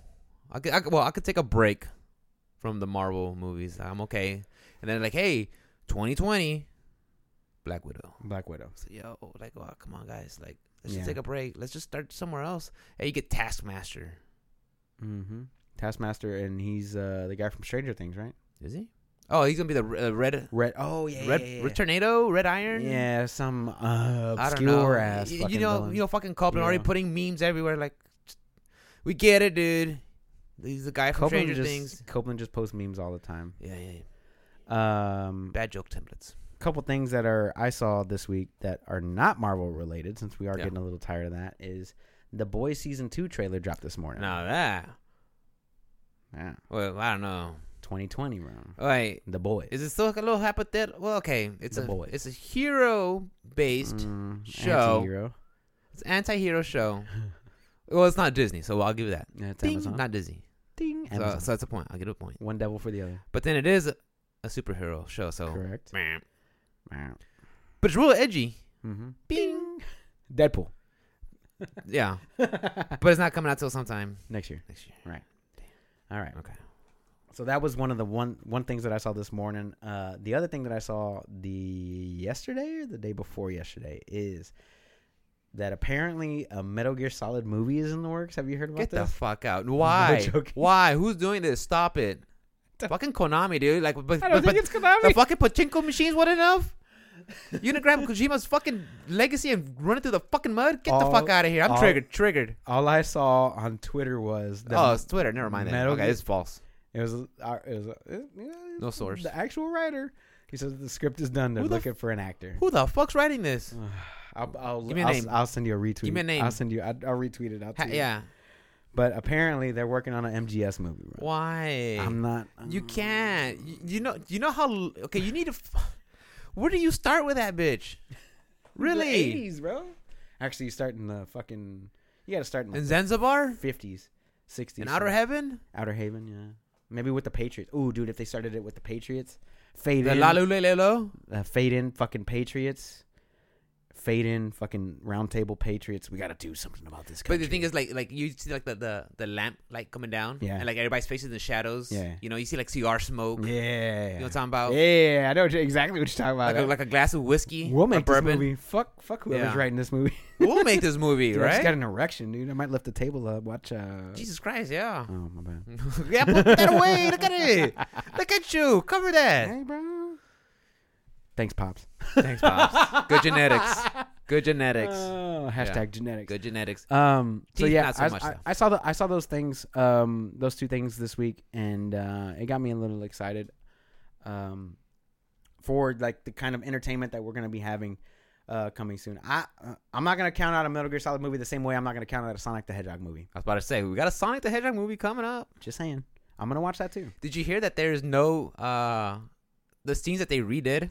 [SPEAKER 1] I could, I could- well, I could take a break from the Marvel movies. I'm okay. And then like, hey, 2020, Black Widow.
[SPEAKER 2] Black Widow.
[SPEAKER 1] So, yo, like, oh, come on, guys, like, let's just
[SPEAKER 2] Yeah.
[SPEAKER 1] take a break. Let's just start somewhere else. Hey, you get Taskmaster.
[SPEAKER 2] Mm-hmm. Taskmaster, and he's uh, the guy from Stranger Things, right?
[SPEAKER 1] Is he? Oh, he's gonna be the re- uh, red,
[SPEAKER 2] Red. Oh yeah,
[SPEAKER 1] red,
[SPEAKER 2] yeah, yeah,
[SPEAKER 1] red tornado, red iron.
[SPEAKER 2] Yeah, some uh,
[SPEAKER 1] I don't know.
[SPEAKER 2] obscure ass.
[SPEAKER 1] Y-
[SPEAKER 2] fucking
[SPEAKER 1] you know,
[SPEAKER 2] villain.
[SPEAKER 1] you know, fucking Copeland already
[SPEAKER 2] Yeah.
[SPEAKER 1] putting memes everywhere. Like, we get it, dude. He's the guy from
[SPEAKER 2] Copeland
[SPEAKER 1] Stranger
[SPEAKER 2] just
[SPEAKER 1] Things.
[SPEAKER 2] Copeland just posts memes all the time.
[SPEAKER 1] Yeah, yeah, yeah.
[SPEAKER 2] Um,
[SPEAKER 1] Bad joke templates.
[SPEAKER 2] couple things that are I saw this week that are not Marvel related, since we are
[SPEAKER 1] Yeah.
[SPEAKER 2] getting a little tired of that, is the Boys season two trailer dropped this morning.
[SPEAKER 1] Now that,
[SPEAKER 2] Yeah,
[SPEAKER 1] well, I don't know.
[SPEAKER 2] 2020 room.
[SPEAKER 1] Wait,
[SPEAKER 2] The Boys.
[SPEAKER 1] is it still a little hypothetical? Well, okay, it's
[SPEAKER 2] The
[SPEAKER 1] a
[SPEAKER 2] Boys.
[SPEAKER 1] it's a hero based,
[SPEAKER 2] Mm,
[SPEAKER 1] show.
[SPEAKER 2] anti-hero.
[SPEAKER 1] it's anti-hero show. well, it's not Disney, so I'll give you that.
[SPEAKER 2] That's
[SPEAKER 1] Ding,
[SPEAKER 2] Amazon.
[SPEAKER 1] not Disney.
[SPEAKER 2] Ding.
[SPEAKER 1] So,
[SPEAKER 2] Amazon.
[SPEAKER 1] so that's a point. I'll get a point.
[SPEAKER 2] One devil for the other.
[SPEAKER 1] But then it is a, a superhero show, so
[SPEAKER 2] Correct.
[SPEAKER 1] Meh.
[SPEAKER 2] Mm-hmm.
[SPEAKER 1] but it's real edgy.
[SPEAKER 2] Bing. Mm-hmm. Deadpool.
[SPEAKER 1] Yeah, but it's not coming out till sometime
[SPEAKER 2] Next year.
[SPEAKER 1] next year.
[SPEAKER 2] All right.
[SPEAKER 1] Okay.
[SPEAKER 2] So that was one of the one one things that I saw this morning. Uh, the other thing that I saw the yesterday or the day before yesterday is that apparently a Metal Gear Solid movie is in the works. Have you heard about
[SPEAKER 1] Get the
[SPEAKER 2] this?
[SPEAKER 1] fuck out! Why?
[SPEAKER 2] joking.
[SPEAKER 1] Why? Who's doing this? Stop it! Fucking Konami, dude. Like, but,
[SPEAKER 2] I don't
[SPEAKER 1] but, but
[SPEAKER 2] think it's Konami.
[SPEAKER 1] the fucking pachinko machines weren't enough. You gonna grab Kojima's fucking legacy and run it through the fucking mud? Get the
[SPEAKER 2] All-
[SPEAKER 1] fuck out of here! I'm
[SPEAKER 2] all-
[SPEAKER 1] triggered. Triggered.
[SPEAKER 2] All I saw on Twitter was the,
[SPEAKER 1] oh, it's Twitter. Never mind that.
[SPEAKER 2] Metal
[SPEAKER 1] Okay,
[SPEAKER 2] Gear-
[SPEAKER 1] it's false.
[SPEAKER 2] it was, uh, it was uh, it- yeah,
[SPEAKER 1] No source.
[SPEAKER 2] The actual writer. He says the script is done. They're
[SPEAKER 1] Who the
[SPEAKER 2] looking for an actor.
[SPEAKER 1] Who the fuck's writing this?
[SPEAKER 2] I'll, I'll,
[SPEAKER 1] Give me a
[SPEAKER 2] I'll,
[SPEAKER 1] name.
[SPEAKER 2] I'll send you a retweet.
[SPEAKER 1] Give me a name.
[SPEAKER 2] I'll send you. I'll, I'll retweet it. I'll
[SPEAKER 1] Ha-
[SPEAKER 2] tweet it.
[SPEAKER 1] yeah.
[SPEAKER 2] But apparently they're working on an MGS movie. Bro.
[SPEAKER 1] Why?
[SPEAKER 2] I'm not.
[SPEAKER 1] You can't. You, you know. You know how. l- Okay. You need to. F- Where do you start with that bitch? Really?
[SPEAKER 2] The 80s, bro. Actually, you start in the fucking. You gotta start in
[SPEAKER 1] In
[SPEAKER 2] the
[SPEAKER 1] Zanzibar?
[SPEAKER 2] 50s, 60s.
[SPEAKER 1] In Outer Heaven?
[SPEAKER 2] Outer Haven, yeah. Maybe with the Patriots. Ooh, dude, if they started it with the Patriots, fade
[SPEAKER 1] The
[SPEAKER 2] in,
[SPEAKER 1] Lalulelelo?
[SPEAKER 2] uh, fade in, fucking Patriots, fade in, fucking round table Patriots. We gotta do something about this.
[SPEAKER 1] But
[SPEAKER 2] Country.
[SPEAKER 1] the thing is, like, like you see, like the, the the lamp light coming down,
[SPEAKER 2] Yeah.
[SPEAKER 1] and like everybody's faces in the shadows.
[SPEAKER 2] Yeah.
[SPEAKER 1] You know, you see like cigar smoke.
[SPEAKER 2] yeah,
[SPEAKER 1] You know what I'm talking about?
[SPEAKER 2] yeah, I know exactly what you're talking about.
[SPEAKER 1] Like a, like a glass of whiskey,
[SPEAKER 2] we'll
[SPEAKER 1] a
[SPEAKER 2] make this
[SPEAKER 1] bourbon.
[SPEAKER 2] movie. Fuck, fuck whoever's
[SPEAKER 1] Yeah.
[SPEAKER 2] writing this movie.
[SPEAKER 1] We'll make this movie,
[SPEAKER 2] Dude, I just
[SPEAKER 1] right?
[SPEAKER 2] got an erection, dude. I might lift the table up. Watch. Uh...
[SPEAKER 1] Jesus Christ, yeah.
[SPEAKER 2] Oh my bad.
[SPEAKER 1] yeah, put that away. Look at it. Look at you. Cover that.
[SPEAKER 2] Hey, bro. Thanks, pops.
[SPEAKER 1] Thanks, pops. Good genetics. Good genetics.
[SPEAKER 2] Oh, hashtag genetics.
[SPEAKER 1] Good genetics.
[SPEAKER 2] Um. So
[SPEAKER 1] Teeth,
[SPEAKER 2] yeah,
[SPEAKER 1] not so
[SPEAKER 2] I,
[SPEAKER 1] much,
[SPEAKER 2] I,
[SPEAKER 1] though.
[SPEAKER 2] I saw the I saw those things. Um, those two things this week, and uh, it got me a little excited. Um, for like the kind of entertainment that we're gonna be having, uh, coming soon. I uh, I'm not gonna count out a Metal Gear Solid movie the same way I'm not gonna count out a Sonic the Hedgehog movie.
[SPEAKER 1] I was about to say we got a Sonic the Hedgehog movie coming up.
[SPEAKER 2] Just saying, I'm gonna watch that too.
[SPEAKER 1] Did you hear that there is no uh the scenes that they redid?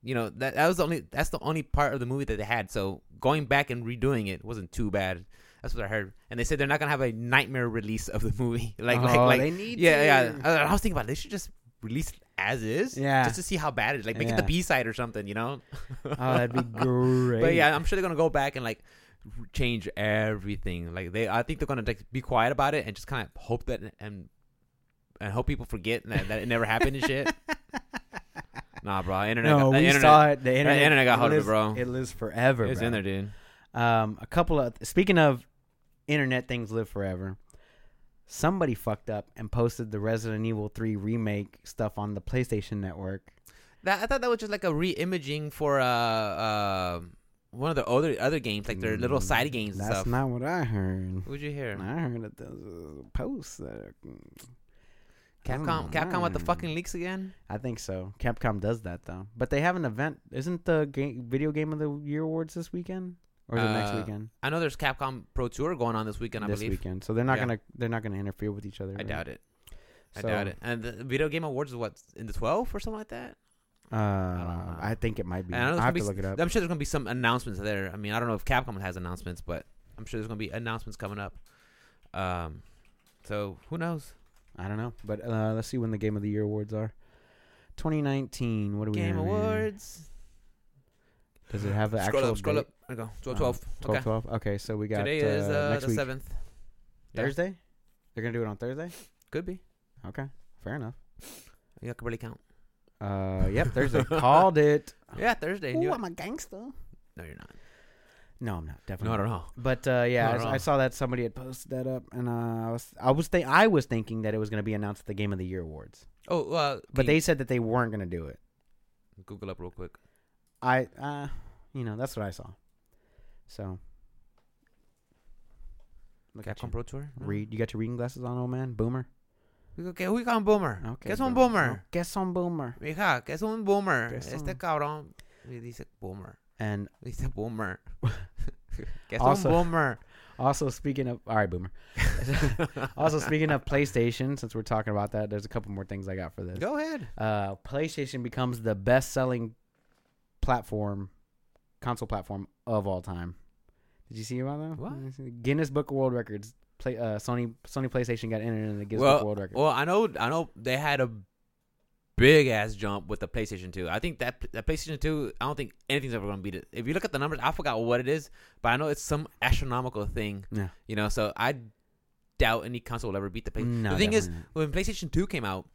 [SPEAKER 1] You know, that that was the only that's the only part of the movie that they had. So going back and redoing it wasn't too bad. That's what I heard. And they said they're not gonna have a nightmare release of the movie. Like like
[SPEAKER 2] Oh,
[SPEAKER 1] like
[SPEAKER 2] they need
[SPEAKER 1] Yeah,
[SPEAKER 2] to.
[SPEAKER 1] yeah. I, I was thinking about it. they should just release it as is.
[SPEAKER 2] Yeah.
[SPEAKER 1] Just to see how bad it is. Like make it the
[SPEAKER 2] Yeah.
[SPEAKER 1] B side or something, you know?
[SPEAKER 2] Oh, that'd be great.
[SPEAKER 1] But yeah, I'm sure they're gonna go back and like r- change everything. Like they, I think they're gonna like, be quiet about it and just kind of hope that and and hope people forget that, that it never happened and shit. Nah, bro, internet.
[SPEAKER 2] No,
[SPEAKER 1] got, the
[SPEAKER 2] we
[SPEAKER 1] internet,
[SPEAKER 2] saw it. The internet,
[SPEAKER 1] internet got hold of it,
[SPEAKER 2] lives-
[SPEAKER 1] bro.
[SPEAKER 2] It lives forever.
[SPEAKER 1] It's
[SPEAKER 2] bro.
[SPEAKER 1] in there, dude.
[SPEAKER 2] Um, a couple of speaking of internet things live forever. Somebody fucked up and posted the Resident Evil 3 remake stuff on the PlayStation Network.
[SPEAKER 1] That I thought that was just like a re-imaging for uh, uh one of the other other games, like their little
[SPEAKER 2] Mm,
[SPEAKER 1] side games and
[SPEAKER 2] That's
[SPEAKER 1] stuff.
[SPEAKER 2] not what I heard.
[SPEAKER 1] What'd you hear?
[SPEAKER 2] I heard that there was a post that
[SPEAKER 1] Capcom, Capcom with the
[SPEAKER 2] Mm.
[SPEAKER 1] fucking leaks again.
[SPEAKER 2] I think so. Capcom does that though, but they have an event. Isn't the game, video game of the year awards this weekend or is it next
[SPEAKER 1] Uh,
[SPEAKER 2] weekend?
[SPEAKER 1] I know there's Capcom Pro Tour going on this weekend. I
[SPEAKER 2] this
[SPEAKER 1] believe.
[SPEAKER 2] weekend. So they're not
[SPEAKER 1] Yeah.
[SPEAKER 2] gonna they're not gonna interfere with each other.
[SPEAKER 1] I doubt it. I
[SPEAKER 2] So-
[SPEAKER 1] doubt it. And the Video Game Awards is what in the 12 or something like that.
[SPEAKER 2] Uh,
[SPEAKER 1] know.
[SPEAKER 2] I, think it might be.
[SPEAKER 1] And I know
[SPEAKER 2] I
[SPEAKER 1] there's
[SPEAKER 2] have
[SPEAKER 1] gonna
[SPEAKER 2] to
[SPEAKER 1] be
[SPEAKER 2] look it up.
[SPEAKER 1] I'm sure there's gonna be some announcements there. I mean, I don't know if Capcom has announcements, but I'm sure there's gonna be announcements coming up. Um, so who knows?
[SPEAKER 2] I don't know, but uh, let's see when the Game of the Year awards are. 2019. What do we
[SPEAKER 1] Game
[SPEAKER 2] have here?
[SPEAKER 1] Awards.
[SPEAKER 2] Does it have the
[SPEAKER 1] Scroll
[SPEAKER 2] actual
[SPEAKER 1] up, scroll
[SPEAKER 2] date?
[SPEAKER 1] up. There you go. 12,
[SPEAKER 2] Oh,
[SPEAKER 1] 12.
[SPEAKER 2] 12,
[SPEAKER 1] okay.
[SPEAKER 2] 12. Okay, so we got
[SPEAKER 1] Today
[SPEAKER 2] uh,
[SPEAKER 1] is uh,
[SPEAKER 2] next
[SPEAKER 1] the
[SPEAKER 2] week.
[SPEAKER 1] seventh. yeah.
[SPEAKER 2] Thursday. They're gonna do it on Thursday.
[SPEAKER 1] Could be.
[SPEAKER 2] Okay, fair enough.
[SPEAKER 1] You can really count.
[SPEAKER 2] Uh, yep, Thursday called it.
[SPEAKER 1] Yeah, Thursday. New-
[SPEAKER 2] a gangster.
[SPEAKER 1] no, you're not.
[SPEAKER 2] No, I'm not. Definitely.
[SPEAKER 1] No,
[SPEAKER 2] not.
[SPEAKER 1] no, no.
[SPEAKER 2] But uh, yeah,
[SPEAKER 1] Not
[SPEAKER 2] I,
[SPEAKER 1] at
[SPEAKER 2] s-
[SPEAKER 1] all.
[SPEAKER 2] I saw that somebody had posted that up, and uh, I was I was think I was thinking that it was going to be announced at the Game of the Year awards,
[SPEAKER 1] Oh, uh, can
[SPEAKER 2] but
[SPEAKER 1] you
[SPEAKER 2] they said that they weren't going to do it.
[SPEAKER 1] Google up real quick.
[SPEAKER 2] I, uh, you know, that's what I saw. So, look at
[SPEAKER 1] Capcom
[SPEAKER 2] you.
[SPEAKER 1] Pro Tour. No.
[SPEAKER 2] Read. You got your reading glasses on, old man. Boomer.
[SPEAKER 1] Okay, who you calling Boomer?
[SPEAKER 2] Okay.
[SPEAKER 1] ¿Qué es un
[SPEAKER 2] No,
[SPEAKER 1] Boomer?
[SPEAKER 2] Guess on boomer.
[SPEAKER 1] Mija, ¿qué es un Boomer?
[SPEAKER 2] ¿Qué es
[SPEAKER 1] Este
[SPEAKER 2] un-
[SPEAKER 1] cabrón le dice Boomer.
[SPEAKER 2] And
[SPEAKER 1] Le dice Boomer. ¿Qué es
[SPEAKER 2] Also-
[SPEAKER 1] un Boomer?
[SPEAKER 2] also speaking of, all right, boomer. also speaking of PlayStation, since we're talking about that, there's a couple more things I got for this.
[SPEAKER 1] Go ahead.
[SPEAKER 2] uh, PlayStation becomes the best-selling platform, console platform of all time. Did you see about that?
[SPEAKER 1] What?
[SPEAKER 2] Guinness Book of World Records. Play, uh, Sony Sony PlayStation got entered in the Guinness Book of
[SPEAKER 1] Well,
[SPEAKER 2] World Records.
[SPEAKER 1] well, I know, I know they had a big ass jump with the PlayStation 2. I think that that PlayStation 2, I don't think anything's ever going to beat it. If you look at the numbers, I forgot what it is, but I know it's some astronomical thing.
[SPEAKER 2] Yeah.
[SPEAKER 1] You know, so I doubt any console will ever beat the PlayStation.
[SPEAKER 2] No,
[SPEAKER 1] the thing is,
[SPEAKER 2] definitely not.
[SPEAKER 1] when PlayStation 2 came out,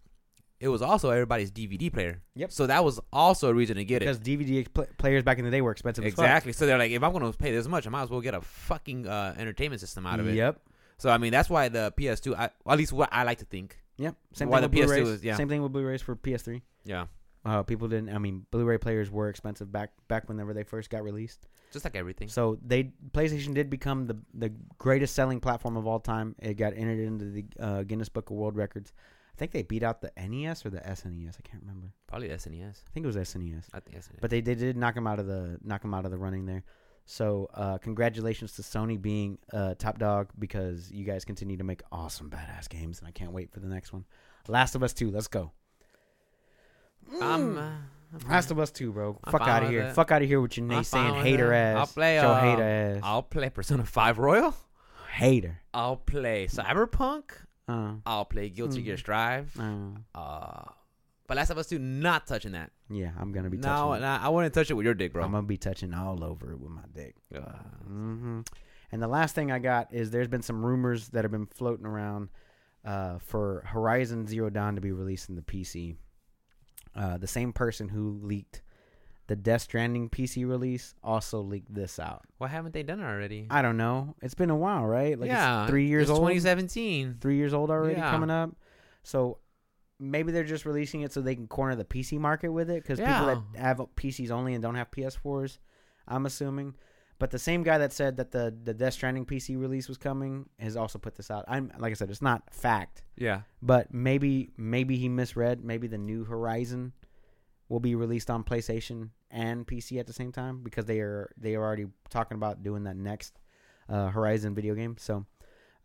[SPEAKER 1] it was also everybody's DVD player.
[SPEAKER 2] Yep.
[SPEAKER 1] So that was also a reason to get
[SPEAKER 2] because
[SPEAKER 1] it.
[SPEAKER 2] DVD ex- pl- players back in the day were expensive. as fuck.
[SPEAKER 1] Exactly. So they're like, if I'm going to pay this much, I might as well get a fucking uh, entertainment system out of it.
[SPEAKER 2] Yep.
[SPEAKER 1] So I mean, that's why the PS2, I, well, at least what I like to think.
[SPEAKER 2] Yep. Same
[SPEAKER 1] Why
[SPEAKER 2] thing
[SPEAKER 1] the PS2
[SPEAKER 2] with Blu-rays.
[SPEAKER 1] is- yeah.
[SPEAKER 2] Same thing with Blu-rays for PS3.
[SPEAKER 1] Yeah.
[SPEAKER 2] Uh, people didn't. I mean, Blu-ray players were expensive back back whenever they first got released.
[SPEAKER 1] Just like everything.
[SPEAKER 2] So they PlayStation did become the the greatest selling platform of all time. It got entered into the uh, Guinness Book of World Records. I think they beat out the NES or the SNES. I can't remember.
[SPEAKER 1] Probably SNES.
[SPEAKER 2] I think it was E SNES.
[SPEAKER 1] I think E SNES.
[SPEAKER 2] But they, they did knock them out of the knock 'em out of the running there. So uh, congratulations to Sony being uh, top dog because you guys continue to make awesome badass games, and I can't wait for the next one. Last of Us Two, let's go. Mm.
[SPEAKER 1] I'm, uh, I'm
[SPEAKER 2] Last of Us Two, bro.
[SPEAKER 1] I'm
[SPEAKER 2] Fuck
[SPEAKER 1] fine
[SPEAKER 2] out of
[SPEAKER 1] with
[SPEAKER 2] here.
[SPEAKER 1] it.
[SPEAKER 2] Fuck out of here with your
[SPEAKER 1] I'm fine
[SPEAKER 2] naysaying
[SPEAKER 1] with
[SPEAKER 2] hater
[SPEAKER 1] it. I'll
[SPEAKER 2] ass.
[SPEAKER 1] play,
[SPEAKER 2] Joe
[SPEAKER 1] uh,
[SPEAKER 2] hater ass.
[SPEAKER 1] I'll play Persona 5 Royal.
[SPEAKER 2] hater.
[SPEAKER 1] I'll play Cyberpunk.
[SPEAKER 2] Uh,
[SPEAKER 1] I'll play Guilty
[SPEAKER 2] Mm.
[SPEAKER 1] Gear Strive.
[SPEAKER 2] uh,
[SPEAKER 1] Uh, but Last of Us 2, not touching that.
[SPEAKER 2] Yeah, I'm gonna be touching.
[SPEAKER 1] No,
[SPEAKER 2] it.
[SPEAKER 1] no, I wouldn't touch it with your dick, bro.
[SPEAKER 2] I'm gonna be touching all over it with my dick.
[SPEAKER 1] Uh,
[SPEAKER 2] hmm And the last thing I got is there's been some rumors that have been floating around uh, for Horizon Zero Dawn to be released in the PC. Uh, the same person who leaked the Death Stranding PC release also leaked this out.
[SPEAKER 1] Why haven't they done it already?
[SPEAKER 2] I don't know. It's been a while, right? Like it's three years
[SPEAKER 1] it's
[SPEAKER 2] old.
[SPEAKER 1] 2017.
[SPEAKER 2] three years old already
[SPEAKER 1] Yeah.
[SPEAKER 2] coming up. So maybe they're just releasing it so they can corner the PC market with it because people that
[SPEAKER 1] Yeah.
[SPEAKER 2] have PCs only and don't have PS4s, I'm assuming. But the same guy that said that the the Death Stranding PC release was coming has also put this out. I'm like I said, it's not fact,
[SPEAKER 1] Yeah.
[SPEAKER 2] but maybe maybe he misread. Maybe the new Horizon will be released on PlayStation and PC at the same time because they are they are already talking about doing that next uh, Horizon video game. So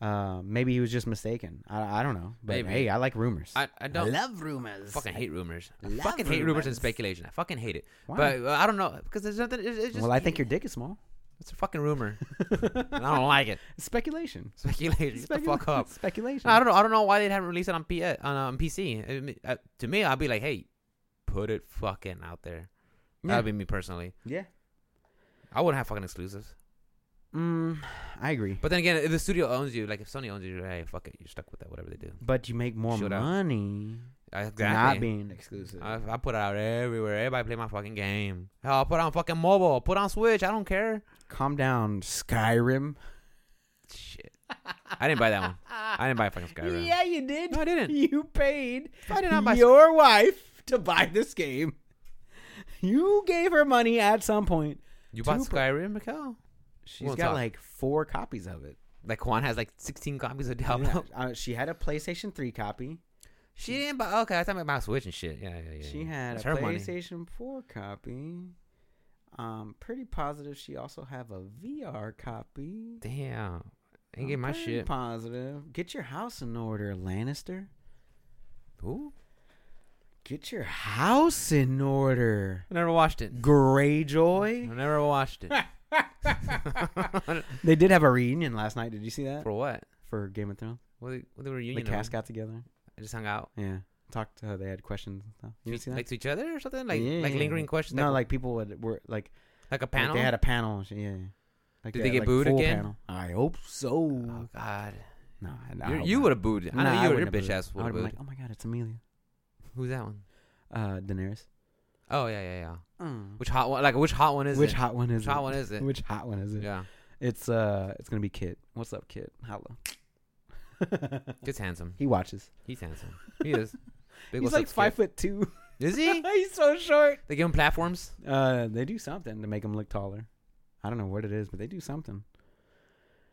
[SPEAKER 2] uh, maybe he was just mistaken. I, I don't know, but
[SPEAKER 1] Maybe.
[SPEAKER 2] hey, I like rumors.
[SPEAKER 1] I, I don't
[SPEAKER 2] love rumors.
[SPEAKER 1] fucking hate rumors. I
[SPEAKER 2] Love
[SPEAKER 1] fucking hate rumors and
[SPEAKER 2] rumors.
[SPEAKER 1] speculation. I fucking hate it.
[SPEAKER 2] Why?
[SPEAKER 1] But uh, I don't know because there's nothing. It's, it's just,
[SPEAKER 2] well, I think your dick is small.
[SPEAKER 1] it's a fucking rumor. and I don't like it.
[SPEAKER 2] Speculation.
[SPEAKER 1] Speculation. Shut the
[SPEAKER 2] Specula-
[SPEAKER 1] fuck up.
[SPEAKER 2] Speculation.
[SPEAKER 1] No, I don't know. I don't know why they haven't released it on P on, uh, on PC. I mean, uh, to me, I'd be like, hey, put it fucking out there.
[SPEAKER 2] Yeah.
[SPEAKER 1] That'd be me personally.
[SPEAKER 2] yeah.
[SPEAKER 1] I wouldn't have fucking exclusives.
[SPEAKER 2] Mm, I agree.
[SPEAKER 1] But then again, if the studio owns you, like if Sony owns you, hey, fuck it, you're stuck with that. Whatever they do.
[SPEAKER 2] But you make more
[SPEAKER 1] Shut up.
[SPEAKER 2] money
[SPEAKER 1] I-
[SPEAKER 2] not
[SPEAKER 1] Exactly.
[SPEAKER 2] being exclusive.
[SPEAKER 1] I, I put it out everywhere. Everybody play my fucking game. Hell, I'll put it on fucking mobile. Put it on Switch. I don't care.
[SPEAKER 2] Calm down, Skyrim.
[SPEAKER 1] Shit. I didn't buy that one. I didn't buy fucking Skyrim.
[SPEAKER 2] Uh, Yeah, you did.
[SPEAKER 1] No, I didn't.
[SPEAKER 2] You paid
[SPEAKER 1] I did not buy.
[SPEAKER 2] your wife to buy this game. You gave her money at some point.
[SPEAKER 1] you bought
[SPEAKER 2] two per-
[SPEAKER 1] Skyrim, Mikel?
[SPEAKER 2] She's
[SPEAKER 1] Won't
[SPEAKER 2] got
[SPEAKER 1] talk.
[SPEAKER 2] like four copies of it.
[SPEAKER 1] Like Juan has like 16 copies of Diablo.
[SPEAKER 2] Uh, she had a PlayStation 3 copy.
[SPEAKER 1] She didn't buy. Okay, I thought about Switch and shit. Yeah, yeah, yeah.
[SPEAKER 2] She
[SPEAKER 1] yeah.
[SPEAKER 2] had
[SPEAKER 1] It's
[SPEAKER 2] a PlayStation 4 copy. Um, pretty positive she also have a VR copy.
[SPEAKER 1] Damn. Ain't
[SPEAKER 2] I'm
[SPEAKER 1] get my
[SPEAKER 2] pretty
[SPEAKER 1] shit.
[SPEAKER 2] Positive. Get your house in order, Lannister.
[SPEAKER 1] Who?
[SPEAKER 2] Get your house in order,
[SPEAKER 1] I never watched it. I
[SPEAKER 2] Greyjoy.
[SPEAKER 1] never watched it.
[SPEAKER 2] They did have a reunion last night. Did you see that
[SPEAKER 1] For what?
[SPEAKER 2] for Game of Thrones?
[SPEAKER 1] What the, what the reunion?
[SPEAKER 2] the
[SPEAKER 1] of?
[SPEAKER 2] cast got together.
[SPEAKER 1] I just hung out.
[SPEAKER 2] Yeah, talked. Uh, they had questions and stuff. You didn't see that?
[SPEAKER 1] Like to each other or something? Like
[SPEAKER 2] Yeah.
[SPEAKER 1] like lingering questions?
[SPEAKER 2] No,
[SPEAKER 1] like,
[SPEAKER 2] like people would, were like,
[SPEAKER 1] like a
[SPEAKER 2] like
[SPEAKER 1] panel?
[SPEAKER 2] they had a panel. and shit, Yeah. yeah. Like
[SPEAKER 1] Did they get booed
[SPEAKER 2] full
[SPEAKER 1] again?
[SPEAKER 2] I hope so.
[SPEAKER 1] oh, God.
[SPEAKER 2] No, I- no, I
[SPEAKER 1] You're-
[SPEAKER 2] hope
[SPEAKER 1] you
[SPEAKER 2] not.
[SPEAKER 1] would have booed. I
[SPEAKER 2] Nah,
[SPEAKER 1] know you would. Your
[SPEAKER 2] wouldn't
[SPEAKER 1] bitch
[SPEAKER 2] booed.
[SPEAKER 1] ass
[SPEAKER 2] I
[SPEAKER 1] would
[SPEAKER 2] would
[SPEAKER 1] have
[SPEAKER 2] been
[SPEAKER 1] booed.
[SPEAKER 2] like, oh my god, it's Amelia,
[SPEAKER 1] Who's that one?
[SPEAKER 2] uh, Daenerys.
[SPEAKER 1] Oh yeah, yeah, yeah. Mm. Which hot one? Like which hot one is
[SPEAKER 2] Which
[SPEAKER 1] it?
[SPEAKER 2] hot one is
[SPEAKER 1] which hot
[SPEAKER 2] it?
[SPEAKER 1] one is it?
[SPEAKER 2] Which hot one is it?
[SPEAKER 1] Yeah,
[SPEAKER 2] It's uh, it's gonna be Kit. What's up, Kit? Hello.
[SPEAKER 1] Kid's handsome.
[SPEAKER 2] he watches.
[SPEAKER 1] He's handsome. He is. Big
[SPEAKER 2] He's
[SPEAKER 1] what's
[SPEAKER 2] like
[SPEAKER 1] up,
[SPEAKER 2] five foot two.
[SPEAKER 1] Kid. Is he?
[SPEAKER 2] He's so short.
[SPEAKER 1] They give him platforms.
[SPEAKER 2] Uh, they do something to make him look taller. I don't know what it is, but they do something.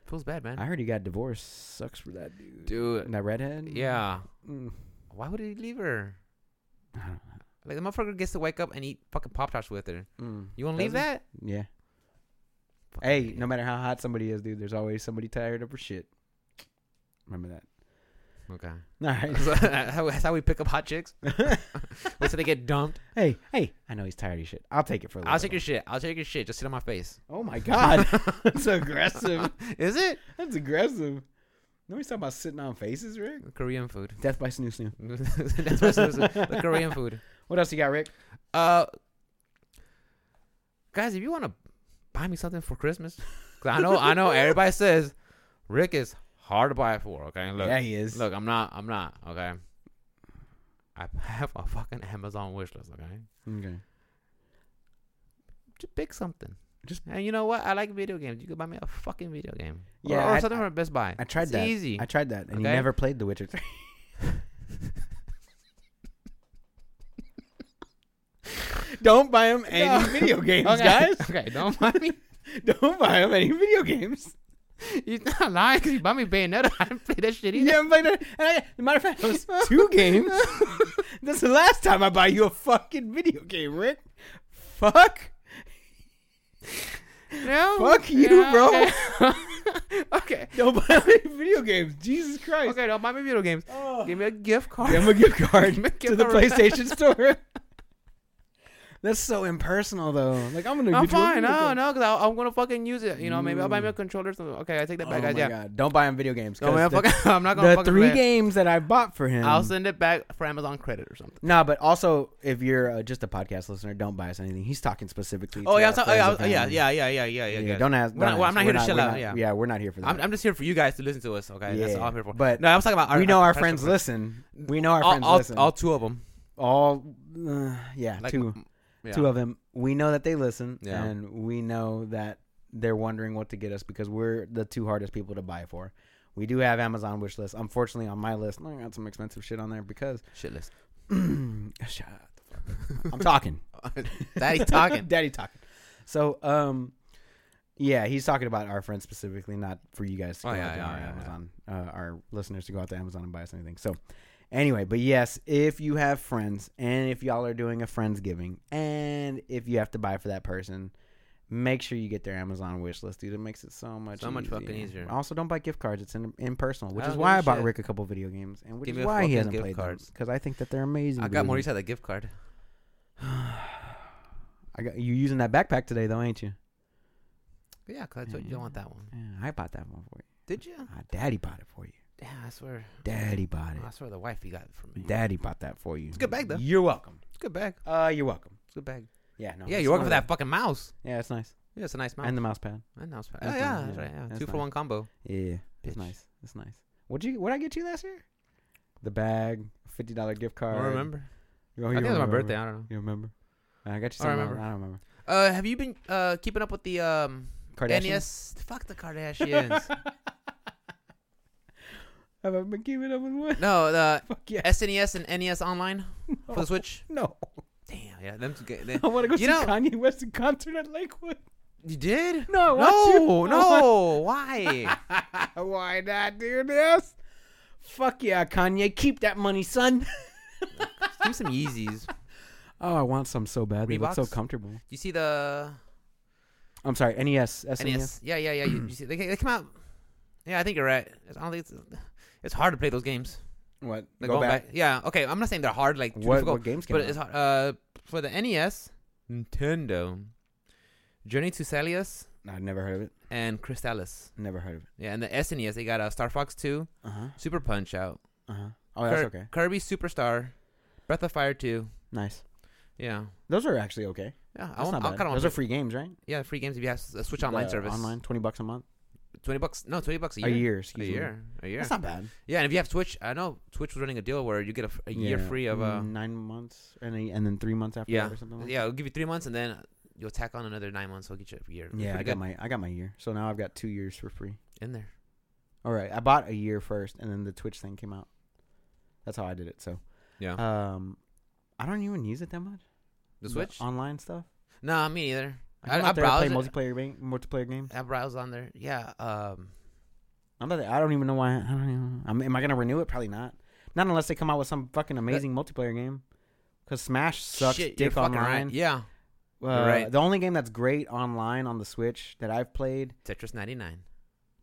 [SPEAKER 1] Feels bad, man.
[SPEAKER 2] I heard he got divorced. Sucks for that dude.
[SPEAKER 1] Dude.
[SPEAKER 2] That redhead.
[SPEAKER 1] Yeah.
[SPEAKER 2] Mm.
[SPEAKER 1] Why would he leave her?
[SPEAKER 2] I don't
[SPEAKER 1] Like the motherfucker gets to wake up and eat fucking pop tarts with her.
[SPEAKER 2] know. Mm.
[SPEAKER 1] You want to leave
[SPEAKER 2] Doesn't-
[SPEAKER 1] that?
[SPEAKER 2] Yeah.
[SPEAKER 1] Fucking
[SPEAKER 2] Hey,
[SPEAKER 1] idiot.
[SPEAKER 2] no matter how hot somebody is, dude, there's always somebody tired of her shit. Remember that.
[SPEAKER 1] Okay.
[SPEAKER 2] All right.
[SPEAKER 1] So, that's how- that's how we pick up hot chicks. Wait till they get dumped.
[SPEAKER 2] hey, hey, I know he's tired of your shit. I'll take it for a little.
[SPEAKER 1] I'll take your
[SPEAKER 2] while.
[SPEAKER 1] shit. I'll take your shit. Just sit on my face.
[SPEAKER 2] Oh my god, that's aggressive.
[SPEAKER 1] Is it
[SPEAKER 2] That's aggressive. Nobody's talking about sitting on faces, Rick.
[SPEAKER 1] Korean food?
[SPEAKER 2] Death by snoo snoo.
[SPEAKER 1] That's what it is. The Korean food.
[SPEAKER 2] What else you got, Rick?
[SPEAKER 1] Uh, guys, if you want to buy me something for Christmas, 'cause I know, I know, everybody says Rick is hard to buy for. Okay, look,
[SPEAKER 2] yeah, he is.
[SPEAKER 1] look, I'm not, I'm not. Okay, I have a fucking Amazon wish list. Okay,
[SPEAKER 2] Okay.
[SPEAKER 1] just pick something.
[SPEAKER 2] Just-
[SPEAKER 1] and you know what? I like video games. You could buy me a fucking video game. Yeah,
[SPEAKER 2] Yeah,
[SPEAKER 1] or,
[SPEAKER 2] I-
[SPEAKER 1] something from Best Buy.
[SPEAKER 2] I tried
[SPEAKER 1] It's
[SPEAKER 2] that.
[SPEAKER 1] Easy.
[SPEAKER 2] I tried that, and he
[SPEAKER 1] Okay.
[SPEAKER 2] never played The Witcher 3. Don't buy him any
[SPEAKER 1] No.
[SPEAKER 2] video games,
[SPEAKER 1] okay.
[SPEAKER 2] guys.
[SPEAKER 1] Okay, don't mind me.
[SPEAKER 2] Don't buy him any video games.
[SPEAKER 1] You're not lying because you bought me Bayonetta. I didn't play that shit
[SPEAKER 2] You
[SPEAKER 1] either.
[SPEAKER 2] haven't played it. And I, as a matter of fact, it was two games. That's the last time I buy you a fucking video game, Rick. Fuck.
[SPEAKER 1] No.
[SPEAKER 2] Fuck you, bro.
[SPEAKER 1] Oh, okay. okay.
[SPEAKER 2] Don't buy him any video games. Jesus Christ.
[SPEAKER 1] Okay, don't buy me video games.
[SPEAKER 2] Oh.
[SPEAKER 1] Give me a gift card.
[SPEAKER 2] Give him a gift card
[SPEAKER 1] Give
[SPEAKER 2] to
[SPEAKER 1] him
[SPEAKER 2] the
[SPEAKER 1] a-
[SPEAKER 2] PlayStation Store. That's so impersonal, though. Like I'm gonna.
[SPEAKER 1] I'm
[SPEAKER 2] get you a
[SPEAKER 1] fine.
[SPEAKER 2] video
[SPEAKER 1] No,
[SPEAKER 2] game.
[SPEAKER 1] no, because I'm gonna fucking use it. You know, maybe I'll buy me a controller. Or something. Okay, I take that
[SPEAKER 2] Oh
[SPEAKER 1] back, guys.
[SPEAKER 2] my
[SPEAKER 1] Yeah.
[SPEAKER 2] god! Don't buy him video games.
[SPEAKER 1] No,
[SPEAKER 2] 'cause
[SPEAKER 1] man,
[SPEAKER 2] the,
[SPEAKER 1] fuck- I'm not gonna
[SPEAKER 2] the
[SPEAKER 1] fucking
[SPEAKER 2] three
[SPEAKER 1] play it.
[SPEAKER 2] games that I bought for him.
[SPEAKER 1] I'll send it back for Amazon credit or something.
[SPEAKER 2] no, but also if you're uh, just a podcast listener, don't buy us anything. He's talking specifically.
[SPEAKER 1] Oh
[SPEAKER 2] to
[SPEAKER 1] yeah,
[SPEAKER 2] our
[SPEAKER 1] I'm sorry.
[SPEAKER 2] friends
[SPEAKER 1] yeah,
[SPEAKER 2] and
[SPEAKER 1] I- yeah,
[SPEAKER 2] family.
[SPEAKER 1] yeah, yeah, yeah, yeah, yeah.
[SPEAKER 2] Yeah,
[SPEAKER 1] guys.
[SPEAKER 2] Don't ask.
[SPEAKER 1] We're not-
[SPEAKER 2] don't
[SPEAKER 1] well,
[SPEAKER 2] ask.
[SPEAKER 1] I'm not here
[SPEAKER 2] We're
[SPEAKER 1] to shell
[SPEAKER 2] we're
[SPEAKER 1] out,
[SPEAKER 2] not-
[SPEAKER 1] yeah.
[SPEAKER 2] yeah, we're not here for that.
[SPEAKER 1] I'm, I'm just here for you guys to listen to us. Okay, that's
[SPEAKER 2] Yeah,
[SPEAKER 1] all I'm here for.
[SPEAKER 2] but-
[SPEAKER 1] no, I was talking about. Our,
[SPEAKER 2] we know our
[SPEAKER 1] personal
[SPEAKER 2] friends listen. We know our
[SPEAKER 1] all,
[SPEAKER 2] friends
[SPEAKER 1] all,
[SPEAKER 2] listen.
[SPEAKER 1] all
[SPEAKER 2] All,
[SPEAKER 1] two of them.
[SPEAKER 2] uh, yeah,
[SPEAKER 1] Like, mm,
[SPEAKER 2] two.
[SPEAKER 1] m- yeah.
[SPEAKER 2] two of them. We know that they listen,
[SPEAKER 1] Yeah.
[SPEAKER 2] and we know that they're wondering what to get us because we're the two hardest people to buy for. We do have Amazon wish list. Unfortunately, on my list, I got some expensive shit on there because
[SPEAKER 1] Shit list.
[SPEAKER 2] shut the fuck up. I'm talking.
[SPEAKER 1] Daddy talking.
[SPEAKER 2] Daddy talking. So, um, yeah, he's talking about our friends specifically, not for you guys to
[SPEAKER 1] Oh,
[SPEAKER 2] go
[SPEAKER 1] yeah,
[SPEAKER 2] out to
[SPEAKER 1] yeah,
[SPEAKER 2] our
[SPEAKER 1] yeah, yeah.
[SPEAKER 2] Amazon, uh, our listeners to go out to Amazon and buy us anything. So, anyway, but yes, if you have friends and if y'all are doing a friendsgiving and if you have to buy for that person, make sure you get their Amazon wish list, dude. It makes it so much
[SPEAKER 1] So much fucking easier.
[SPEAKER 2] Also, don't buy gift cards. It's in, impersonal, which
[SPEAKER 1] I
[SPEAKER 2] is
[SPEAKER 1] don't
[SPEAKER 2] why
[SPEAKER 1] give
[SPEAKER 2] I
[SPEAKER 1] a
[SPEAKER 2] bought
[SPEAKER 1] shit.
[SPEAKER 2] Rick a couple video games, and which
[SPEAKER 1] Give me
[SPEAKER 2] is
[SPEAKER 1] a
[SPEAKER 2] why he
[SPEAKER 1] fucking
[SPEAKER 2] hasn't
[SPEAKER 1] gift
[SPEAKER 2] played
[SPEAKER 1] cards.
[SPEAKER 2] because I think that they're amazing.
[SPEAKER 1] I got
[SPEAKER 2] dude.
[SPEAKER 1] Maurice had the gift card.
[SPEAKER 2] I got you using that backpack today, though, ain't you?
[SPEAKER 1] Yeah, because I told you don't want that one.
[SPEAKER 2] Yeah, I bought that one for you.
[SPEAKER 1] Did you?
[SPEAKER 2] Ah, Daddy bought it for you.
[SPEAKER 1] Damn, I swear.
[SPEAKER 2] Daddy bought
[SPEAKER 1] I
[SPEAKER 2] it.
[SPEAKER 1] swear the wife you got it from me.
[SPEAKER 2] Daddy bought that for you.
[SPEAKER 1] It's a good bag, though.
[SPEAKER 2] You're welcome.
[SPEAKER 1] It's a good bag.
[SPEAKER 2] Uh, you're welcome.
[SPEAKER 1] It's a good bag.
[SPEAKER 2] Yeah, no.
[SPEAKER 1] yeah,
[SPEAKER 2] it's
[SPEAKER 1] you're working for
[SPEAKER 2] not-
[SPEAKER 1] that fucking mouse.
[SPEAKER 2] Yeah, it's nice.
[SPEAKER 1] Yeah, it's a nice mouse.
[SPEAKER 2] And the mouse pad.
[SPEAKER 1] And mouse pad. Oh,
[SPEAKER 2] That's
[SPEAKER 1] yeah,
[SPEAKER 2] nice,
[SPEAKER 1] that's
[SPEAKER 2] yeah.
[SPEAKER 1] right. Yeah,
[SPEAKER 2] That's
[SPEAKER 1] two for
[SPEAKER 2] nice.
[SPEAKER 1] one combo.
[SPEAKER 2] Yeah, it's
[SPEAKER 1] Bitch.
[SPEAKER 2] nice. It's nice. What you? What I get you last year? The bag, fifty dollar gift
[SPEAKER 1] I
[SPEAKER 2] card.
[SPEAKER 1] don't remember.
[SPEAKER 2] Oh,
[SPEAKER 1] I
[SPEAKER 2] you
[SPEAKER 1] think it was my
[SPEAKER 2] remember.
[SPEAKER 1] birthday. I don't know.
[SPEAKER 2] You remember? I got you.
[SPEAKER 1] I
[SPEAKER 2] Something
[SPEAKER 1] remember.
[SPEAKER 2] I don't remember.
[SPEAKER 1] Uh, have you been uh keeping up with the um
[SPEAKER 2] Kardashian.
[SPEAKER 1] NES? Fuck the Kardashians.
[SPEAKER 2] Have I been keeping up with what?
[SPEAKER 1] no, the
[SPEAKER 2] Fuck yeah.
[SPEAKER 1] SNES and NES online for the Switch.
[SPEAKER 2] No.
[SPEAKER 1] Damn, yeah, them. Two, ga- they,
[SPEAKER 2] I want to go see
[SPEAKER 1] You know-
[SPEAKER 2] Kanye West in concert at Lakewood.
[SPEAKER 1] you did?
[SPEAKER 2] No, I
[SPEAKER 1] No,
[SPEAKER 2] want to. I want-
[SPEAKER 1] no. Why?
[SPEAKER 2] Why not do this? Fuck yeah, Kanye. Keep that money, son.
[SPEAKER 1] Give me some Yeezys.
[SPEAKER 2] Oh, I want some so bad. They look so
[SPEAKER 1] Reeboks?
[SPEAKER 2] comfortable.
[SPEAKER 1] You see the
[SPEAKER 2] I'm sorry, E NES, SNES.
[SPEAKER 1] NES? Yeah, yeah, yeah. You, you see, they, they come out. Yeah, I think you're right. I don't think it's. It's hard to play those games.
[SPEAKER 2] What?
[SPEAKER 1] Like, going back. Yeah. Okay. I'm not saying they're hard. Like too
[SPEAKER 2] What,
[SPEAKER 1] difficult.
[SPEAKER 2] what games came
[SPEAKER 1] But
[SPEAKER 2] out?
[SPEAKER 1] it's hard. Uh, for the NES, Nintendo, Journey to Salius
[SPEAKER 2] No, I've never heard of it.
[SPEAKER 1] and Crystalis.
[SPEAKER 2] Never heard of it.
[SPEAKER 1] Yeah, and the SNES they got uh, Star Fox Two,
[SPEAKER 2] Uh huh.
[SPEAKER 1] Super Punch Out,
[SPEAKER 2] Uh huh. Oh, that's
[SPEAKER 1] Kurt-
[SPEAKER 2] okay.
[SPEAKER 1] Kirby Superstar, Breath of Fire Two.
[SPEAKER 2] Nice.
[SPEAKER 1] Yeah,
[SPEAKER 2] Those are actually okay.
[SPEAKER 1] yeah. I
[SPEAKER 2] That's
[SPEAKER 1] want.
[SPEAKER 2] not
[SPEAKER 1] I
[SPEAKER 2] bad.
[SPEAKER 1] kind of
[SPEAKER 2] Those
[SPEAKER 1] want.
[SPEAKER 2] are free games, right?
[SPEAKER 1] Yeah, free games if you have a Switch Online
[SPEAKER 2] The
[SPEAKER 1] service.
[SPEAKER 2] Online, twenty bucks a month.
[SPEAKER 1] twenty bucks. No, twenty bucks a
[SPEAKER 2] a
[SPEAKER 1] year.
[SPEAKER 2] year.
[SPEAKER 1] A
[SPEAKER 2] Excuse me.
[SPEAKER 1] year. A year.
[SPEAKER 2] That's not bad.
[SPEAKER 1] Yeah, and if you have Twitch, I know Twitch was running a deal where you get a, f- a year
[SPEAKER 2] Yeah.
[SPEAKER 1] free of uh,
[SPEAKER 2] Mm, nine months and a, and then three months after
[SPEAKER 1] Yeah.
[SPEAKER 2] that or something. Like
[SPEAKER 1] yeah, it'll give you three months, and then you'll tack on another nine months. We'll get you a year.
[SPEAKER 2] That. Yeah. I
[SPEAKER 1] Pretty
[SPEAKER 2] got
[SPEAKER 1] good
[SPEAKER 2] my I got my year. So now I've got two years for free.
[SPEAKER 1] in there.
[SPEAKER 2] All right. I bought a year first, and then the Twitch thing came out. That's how I did it. So
[SPEAKER 1] Yeah,
[SPEAKER 2] um, I don't even use it that much.
[SPEAKER 1] the Switch.
[SPEAKER 2] online stuff.
[SPEAKER 1] no, me neither.
[SPEAKER 2] I,
[SPEAKER 1] I,
[SPEAKER 2] go
[SPEAKER 1] I,
[SPEAKER 2] out there
[SPEAKER 1] browse.
[SPEAKER 2] and
[SPEAKER 1] it-
[SPEAKER 2] play multiplayer game, multiplayer games.
[SPEAKER 1] I browse on there. Yeah. Um.
[SPEAKER 2] I'm not, I don't even know why. I don't even. I'm, am I gonna renew it? Probably not. Not unless they come out with some fucking amazing multiplayer game. Because Smash sucks
[SPEAKER 1] shit, you're
[SPEAKER 2] dick
[SPEAKER 1] fucking
[SPEAKER 2] online.
[SPEAKER 1] right. Yeah.
[SPEAKER 2] Uh,
[SPEAKER 1] right.
[SPEAKER 2] The only game that's great online on the Switch that I've played,
[SPEAKER 1] Tetris 99.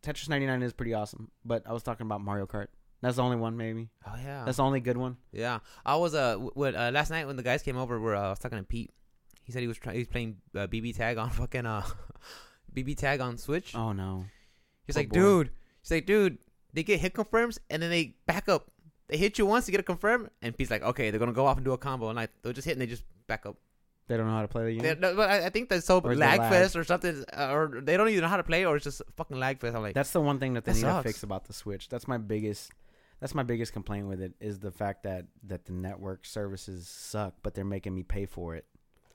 [SPEAKER 2] Tetris 99 is pretty awesome. But I was talking about Mario Kart. That's the only one, maybe.
[SPEAKER 1] Oh yeah.
[SPEAKER 2] That's the only good one.
[SPEAKER 1] yeah. I was uh, w- when, uh last night when the guys came over, where uh, I was talking to Pete. He said he was trying. He was playing uh, BB tag on fucking uh, BB tag on Switch.
[SPEAKER 2] Oh no.
[SPEAKER 1] He's
[SPEAKER 2] Oh,
[SPEAKER 1] like,
[SPEAKER 2] boy.
[SPEAKER 1] dude. He's like, dude. They get hit confirms and then they back up. They hit you once to get a confirm, and Pete's like, okay, they're gonna go off and do a combo, and like they'll just hit and they just back up.
[SPEAKER 2] They don't know how to play the game.
[SPEAKER 1] They- no, but I, I think that's so
[SPEAKER 2] Or is it
[SPEAKER 1] lag,
[SPEAKER 2] lag?
[SPEAKER 1] fest or something, uh, or they don't even know how to play, or it's just fucking lag fest. I'm like,
[SPEAKER 2] That's the one thing that they
[SPEAKER 1] That
[SPEAKER 2] need
[SPEAKER 1] sucks.
[SPEAKER 2] to fix about the Switch. That's my biggest. That's my biggest complaint with it is the fact that that the network services suck, but they're making me pay for it.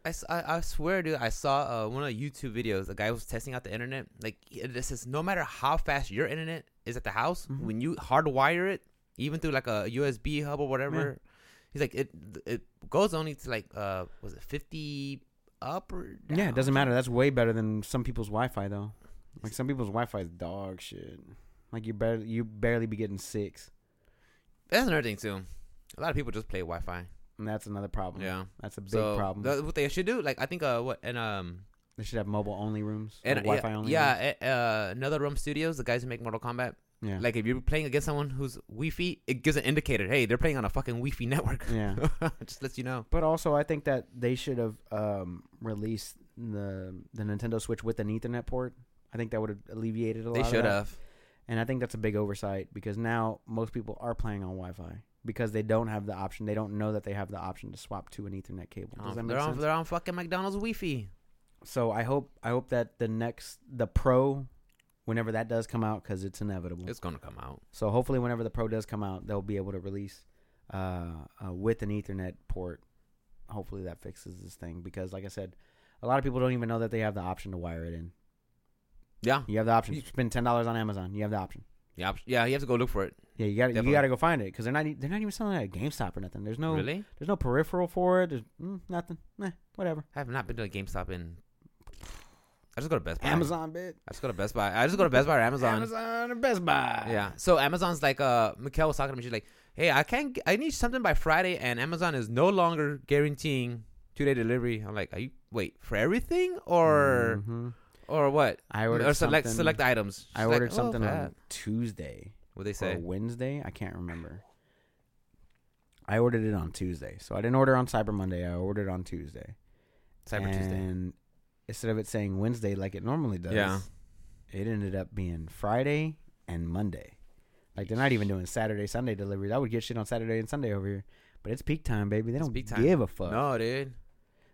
[SPEAKER 1] I, s- I- I swear, dude, I saw uh, one of the YouTube videos. The guy was testing out the internet. Like, this is no matter how fast your internet is at the house,
[SPEAKER 2] Mhm.
[SPEAKER 1] when you hardwire it, even through like a USB hub or whatever, he's like, it it goes only to like, uh, was it 50 up or down?
[SPEAKER 2] Yeah, it doesn't matter. That's way better than some people's Wi-Fi though. Like some people's Wi-Fi is dog shit. Like you barely you barely be getting six,
[SPEAKER 1] That's another thing, too. A lot of people just play Wi Fi.
[SPEAKER 2] and that's another problem.
[SPEAKER 1] Yeah.
[SPEAKER 2] that's a big
[SPEAKER 1] so,
[SPEAKER 2] problem.
[SPEAKER 1] That's what they should do. Like, I think, uh, what, and, um,
[SPEAKER 2] they should have mobile only rooms,
[SPEAKER 1] and
[SPEAKER 2] and Wi-Fi
[SPEAKER 1] yeah,
[SPEAKER 2] only. rooms.
[SPEAKER 1] Yeah, uh, another room studios, the guys who make Mortal Kombat.
[SPEAKER 2] yeah,
[SPEAKER 1] Like if you're playing against someone who's Wi-Fi, it gives an indicator. Hey, they're playing on a fucking Wi-Fi network.
[SPEAKER 2] yeah.
[SPEAKER 1] Just lets you know.
[SPEAKER 2] But also, I think that they should have um, released the the Nintendo Switch with an Ethernet port. I think that would have alleviated a lot.
[SPEAKER 1] They
[SPEAKER 2] of
[SPEAKER 1] should
[SPEAKER 2] that.
[SPEAKER 1] have.
[SPEAKER 2] and I think that's a big oversight because now most people are playing on Wi-Fi because they don't have the option. They don't know that they have the option to swap to an Ethernet cable. Does that
[SPEAKER 1] Oh, Um, they're
[SPEAKER 2] make
[SPEAKER 1] on.
[SPEAKER 2] sense?
[SPEAKER 1] They're on fucking McDonald's Wi-Fi.
[SPEAKER 2] So I hope I hope that the next the Pro, whenever that does come out, because it's inevitable.
[SPEAKER 1] It's gonna come out.
[SPEAKER 2] so hopefully, whenever the Pro does come out, they'll be able to release uh, uh, with an Ethernet port. Hopefully, that fixes this thing because, like I said, a lot of people don't even know that they have the option to wire it in.
[SPEAKER 1] Yeah.
[SPEAKER 2] You have the option.
[SPEAKER 1] You-
[SPEAKER 2] Spend ten dollars on Amazon. You have the option.
[SPEAKER 1] Yeah. Yeah. You have to go look for it.
[SPEAKER 2] Yeah, you got to
[SPEAKER 1] Definitely.
[SPEAKER 2] you got to go find it because they're not e- they're not even selling it at GameStop or nothing. There's no
[SPEAKER 1] Really?
[SPEAKER 2] there's no peripheral for it. There's mm, nothing. Eh, whatever.
[SPEAKER 1] I have not been to a GameStop in. I just go to Best Buy.
[SPEAKER 2] Amazon, bit.
[SPEAKER 1] I just go to Best Buy. I just go to Best Buy or Amazon.
[SPEAKER 2] Amazon or Best Buy.
[SPEAKER 1] Yeah. So Amazon's like, uh, Mikkel was talking to me. She's like, "Hey, I can't. g- I need something by Friday, and Amazon is no longer guaranteeing two day delivery." I'm like, "Are you wait for everything or
[SPEAKER 2] Mhm.
[SPEAKER 1] or what?"
[SPEAKER 2] I ordered
[SPEAKER 1] Or select
[SPEAKER 2] something-
[SPEAKER 1] select items.
[SPEAKER 2] I
[SPEAKER 1] She's like,
[SPEAKER 2] ordered
[SPEAKER 1] "Oh,
[SPEAKER 2] something
[SPEAKER 1] fat."
[SPEAKER 2] on Tuesday
[SPEAKER 1] What they
[SPEAKER 2] or
[SPEAKER 1] say?
[SPEAKER 2] Wednesday. I can't remember. I ordered it on Tuesday, so I didn't order on Cyber Monday. I ordered on Tuesday.
[SPEAKER 1] Cyber Tuesday.
[SPEAKER 2] And instead of it saying Wednesday like it normally does,
[SPEAKER 1] Yeah.
[SPEAKER 2] it ended up being Friday and Monday. Like they're not even doing Saturday, Sunday deliveries. I would get shit on Saturday and Sunday over here, but it's peak time, baby. They
[SPEAKER 1] It's
[SPEAKER 2] don't
[SPEAKER 1] peak time.
[SPEAKER 2] give a fuck.
[SPEAKER 1] No, dude.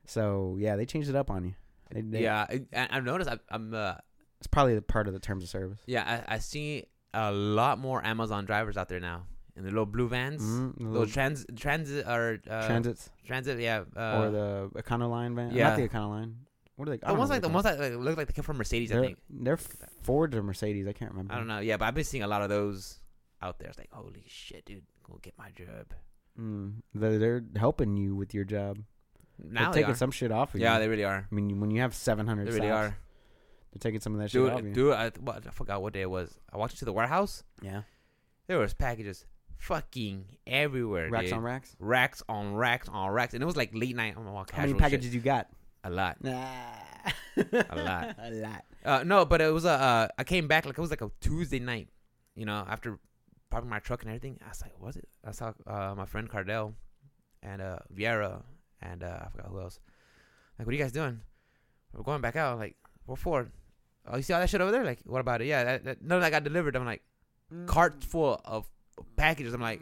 [SPEAKER 2] So yeah, they changed it up on you. They- they-
[SPEAKER 1] Yeah, I, I- I've noticed. I, I'm. Uh,
[SPEAKER 2] it's probably part of the terms of service.
[SPEAKER 1] yeah, I, I see a lot more Amazon drivers out there now in the little blue vans,
[SPEAKER 2] Mhm, the
[SPEAKER 1] little
[SPEAKER 2] little
[SPEAKER 1] trans transit or uh,
[SPEAKER 2] transits
[SPEAKER 1] transit. Yeah. Uh,
[SPEAKER 2] or the Econoline van.
[SPEAKER 1] yeah.
[SPEAKER 2] Not the Econoline. What are they? I
[SPEAKER 1] the
[SPEAKER 2] don't
[SPEAKER 1] ones
[SPEAKER 2] know
[SPEAKER 1] like the
[SPEAKER 2] what
[SPEAKER 1] ones that like, look like they came from Mercedes.
[SPEAKER 2] they're
[SPEAKER 1] I
[SPEAKER 2] called.
[SPEAKER 1] think.
[SPEAKER 2] They're, they're Ford or Mercedes. I can't remember.
[SPEAKER 1] I don't know. Yeah, but I've been seeing a lot of those out there. It's like, holy shit, dude, go get my job.
[SPEAKER 2] Mm, they're, they're helping you with your job.
[SPEAKER 1] Now
[SPEAKER 2] they're
[SPEAKER 1] they
[SPEAKER 2] taking
[SPEAKER 1] are.
[SPEAKER 2] some shit off of you.
[SPEAKER 1] Yeah, they really are.
[SPEAKER 2] I mean, when you have 700
[SPEAKER 1] They really
[SPEAKER 2] stops,
[SPEAKER 1] are.
[SPEAKER 2] they're taking some of that shit off you.
[SPEAKER 1] Dude, dude, I, what, I forgot what day it was. I walked into the warehouse.
[SPEAKER 2] Yeah.
[SPEAKER 1] There was packages fucking everywhere.
[SPEAKER 2] Racks
[SPEAKER 1] dude.
[SPEAKER 2] on racks.
[SPEAKER 1] racks on racks on racks, and it was like late night. I'm all
[SPEAKER 2] How
[SPEAKER 1] casual
[SPEAKER 2] many
[SPEAKER 1] shit.
[SPEAKER 2] packages you got?
[SPEAKER 1] A lot.
[SPEAKER 2] a
[SPEAKER 1] lot.
[SPEAKER 2] a lot.
[SPEAKER 1] Uh, no, but it was a. Uh, I came back like it was like a Tuesday night, you know, after parking my truck and everything. I was like, was it? I saw uh, my friend Cardell and uh, Vieira and uh, I forgot who else. Like, what are you guys doing? We're going back out. I'm like, what for? Oh, you see all that shit over there? Like, what about it? Yeah, that, that, none of that got delivered. I'm like,
[SPEAKER 2] Mm.
[SPEAKER 1] carts full of packages. I'm like,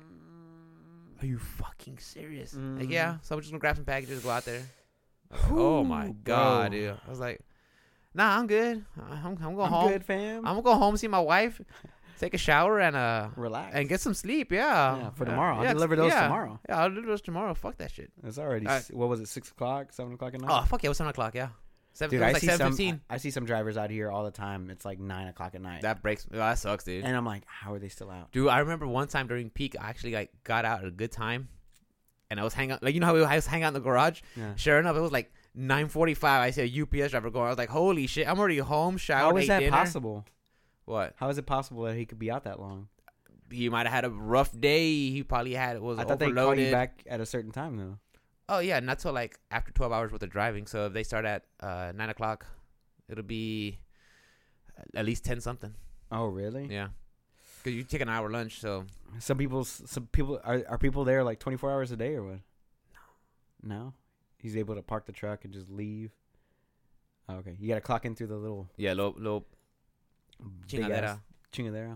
[SPEAKER 1] are you fucking serious? Like,
[SPEAKER 2] Mm-hmm.
[SPEAKER 1] yeah. So I'm just gonna grab some packages, go out there. I was like, oh my
[SPEAKER 2] Whew,
[SPEAKER 1] god,
[SPEAKER 2] bro.
[SPEAKER 1] dude. I was like, Nah, I'm good. I'm, I'm going home.
[SPEAKER 2] good, fam.
[SPEAKER 1] I'm gonna go home, see my wife, take a shower, and uh,
[SPEAKER 2] Relax.
[SPEAKER 1] and get some sleep. Yeah,
[SPEAKER 2] Yeah, for
[SPEAKER 1] Uh,
[SPEAKER 2] tomorrow. I'll deliver those tomorrow.
[SPEAKER 1] Yeah, I'll deliver those tomorrow. Fuck that shit.
[SPEAKER 2] it's already
[SPEAKER 1] I-
[SPEAKER 2] s what was it? Six o'clock, seven o'clock at night.
[SPEAKER 1] Oh fuck yeah, it was seven o'clock. Yeah, seven. it was like
[SPEAKER 2] see
[SPEAKER 1] seven
[SPEAKER 2] some.
[SPEAKER 1] fifteen.
[SPEAKER 2] I see some drivers out here all the time. It's like nine o'clock at night,
[SPEAKER 1] That breaks. oh, that sucks, dude.
[SPEAKER 2] and I'm like, how are they still out?
[SPEAKER 1] Dude, I remember one time during peak, I actually like got out at a good time, and I was hanging out. Like you know how we always hang out in the garage.
[SPEAKER 2] Yeah.
[SPEAKER 1] Sure enough, it was like nine forty-five. I see a UPS driver going. I was like, "Holy shit! I'm already home." Showered.
[SPEAKER 2] How is
[SPEAKER 1] ate
[SPEAKER 2] that
[SPEAKER 1] dinner.
[SPEAKER 2] possible?
[SPEAKER 1] What?
[SPEAKER 2] How is it possible that he could be out that long?
[SPEAKER 1] He might have had a rough day. He probably had was
[SPEAKER 2] I thought they call
[SPEAKER 1] overloaded.
[SPEAKER 2] you back at a certain time though.
[SPEAKER 1] Oh yeah, not till like after twelve hours worth of driving. So if they start at uh, nine o'clock, it'll be at least ten something.
[SPEAKER 2] Oh really?
[SPEAKER 1] Yeah, because you take an hour lunch. So
[SPEAKER 2] Some people, some people are are people there like 24 hours a day or what? No, no. He's able to park the truck and just leave. Oh, okay, you got to clock in through the little
[SPEAKER 1] yeah, little little
[SPEAKER 2] big ass
[SPEAKER 1] chingadera,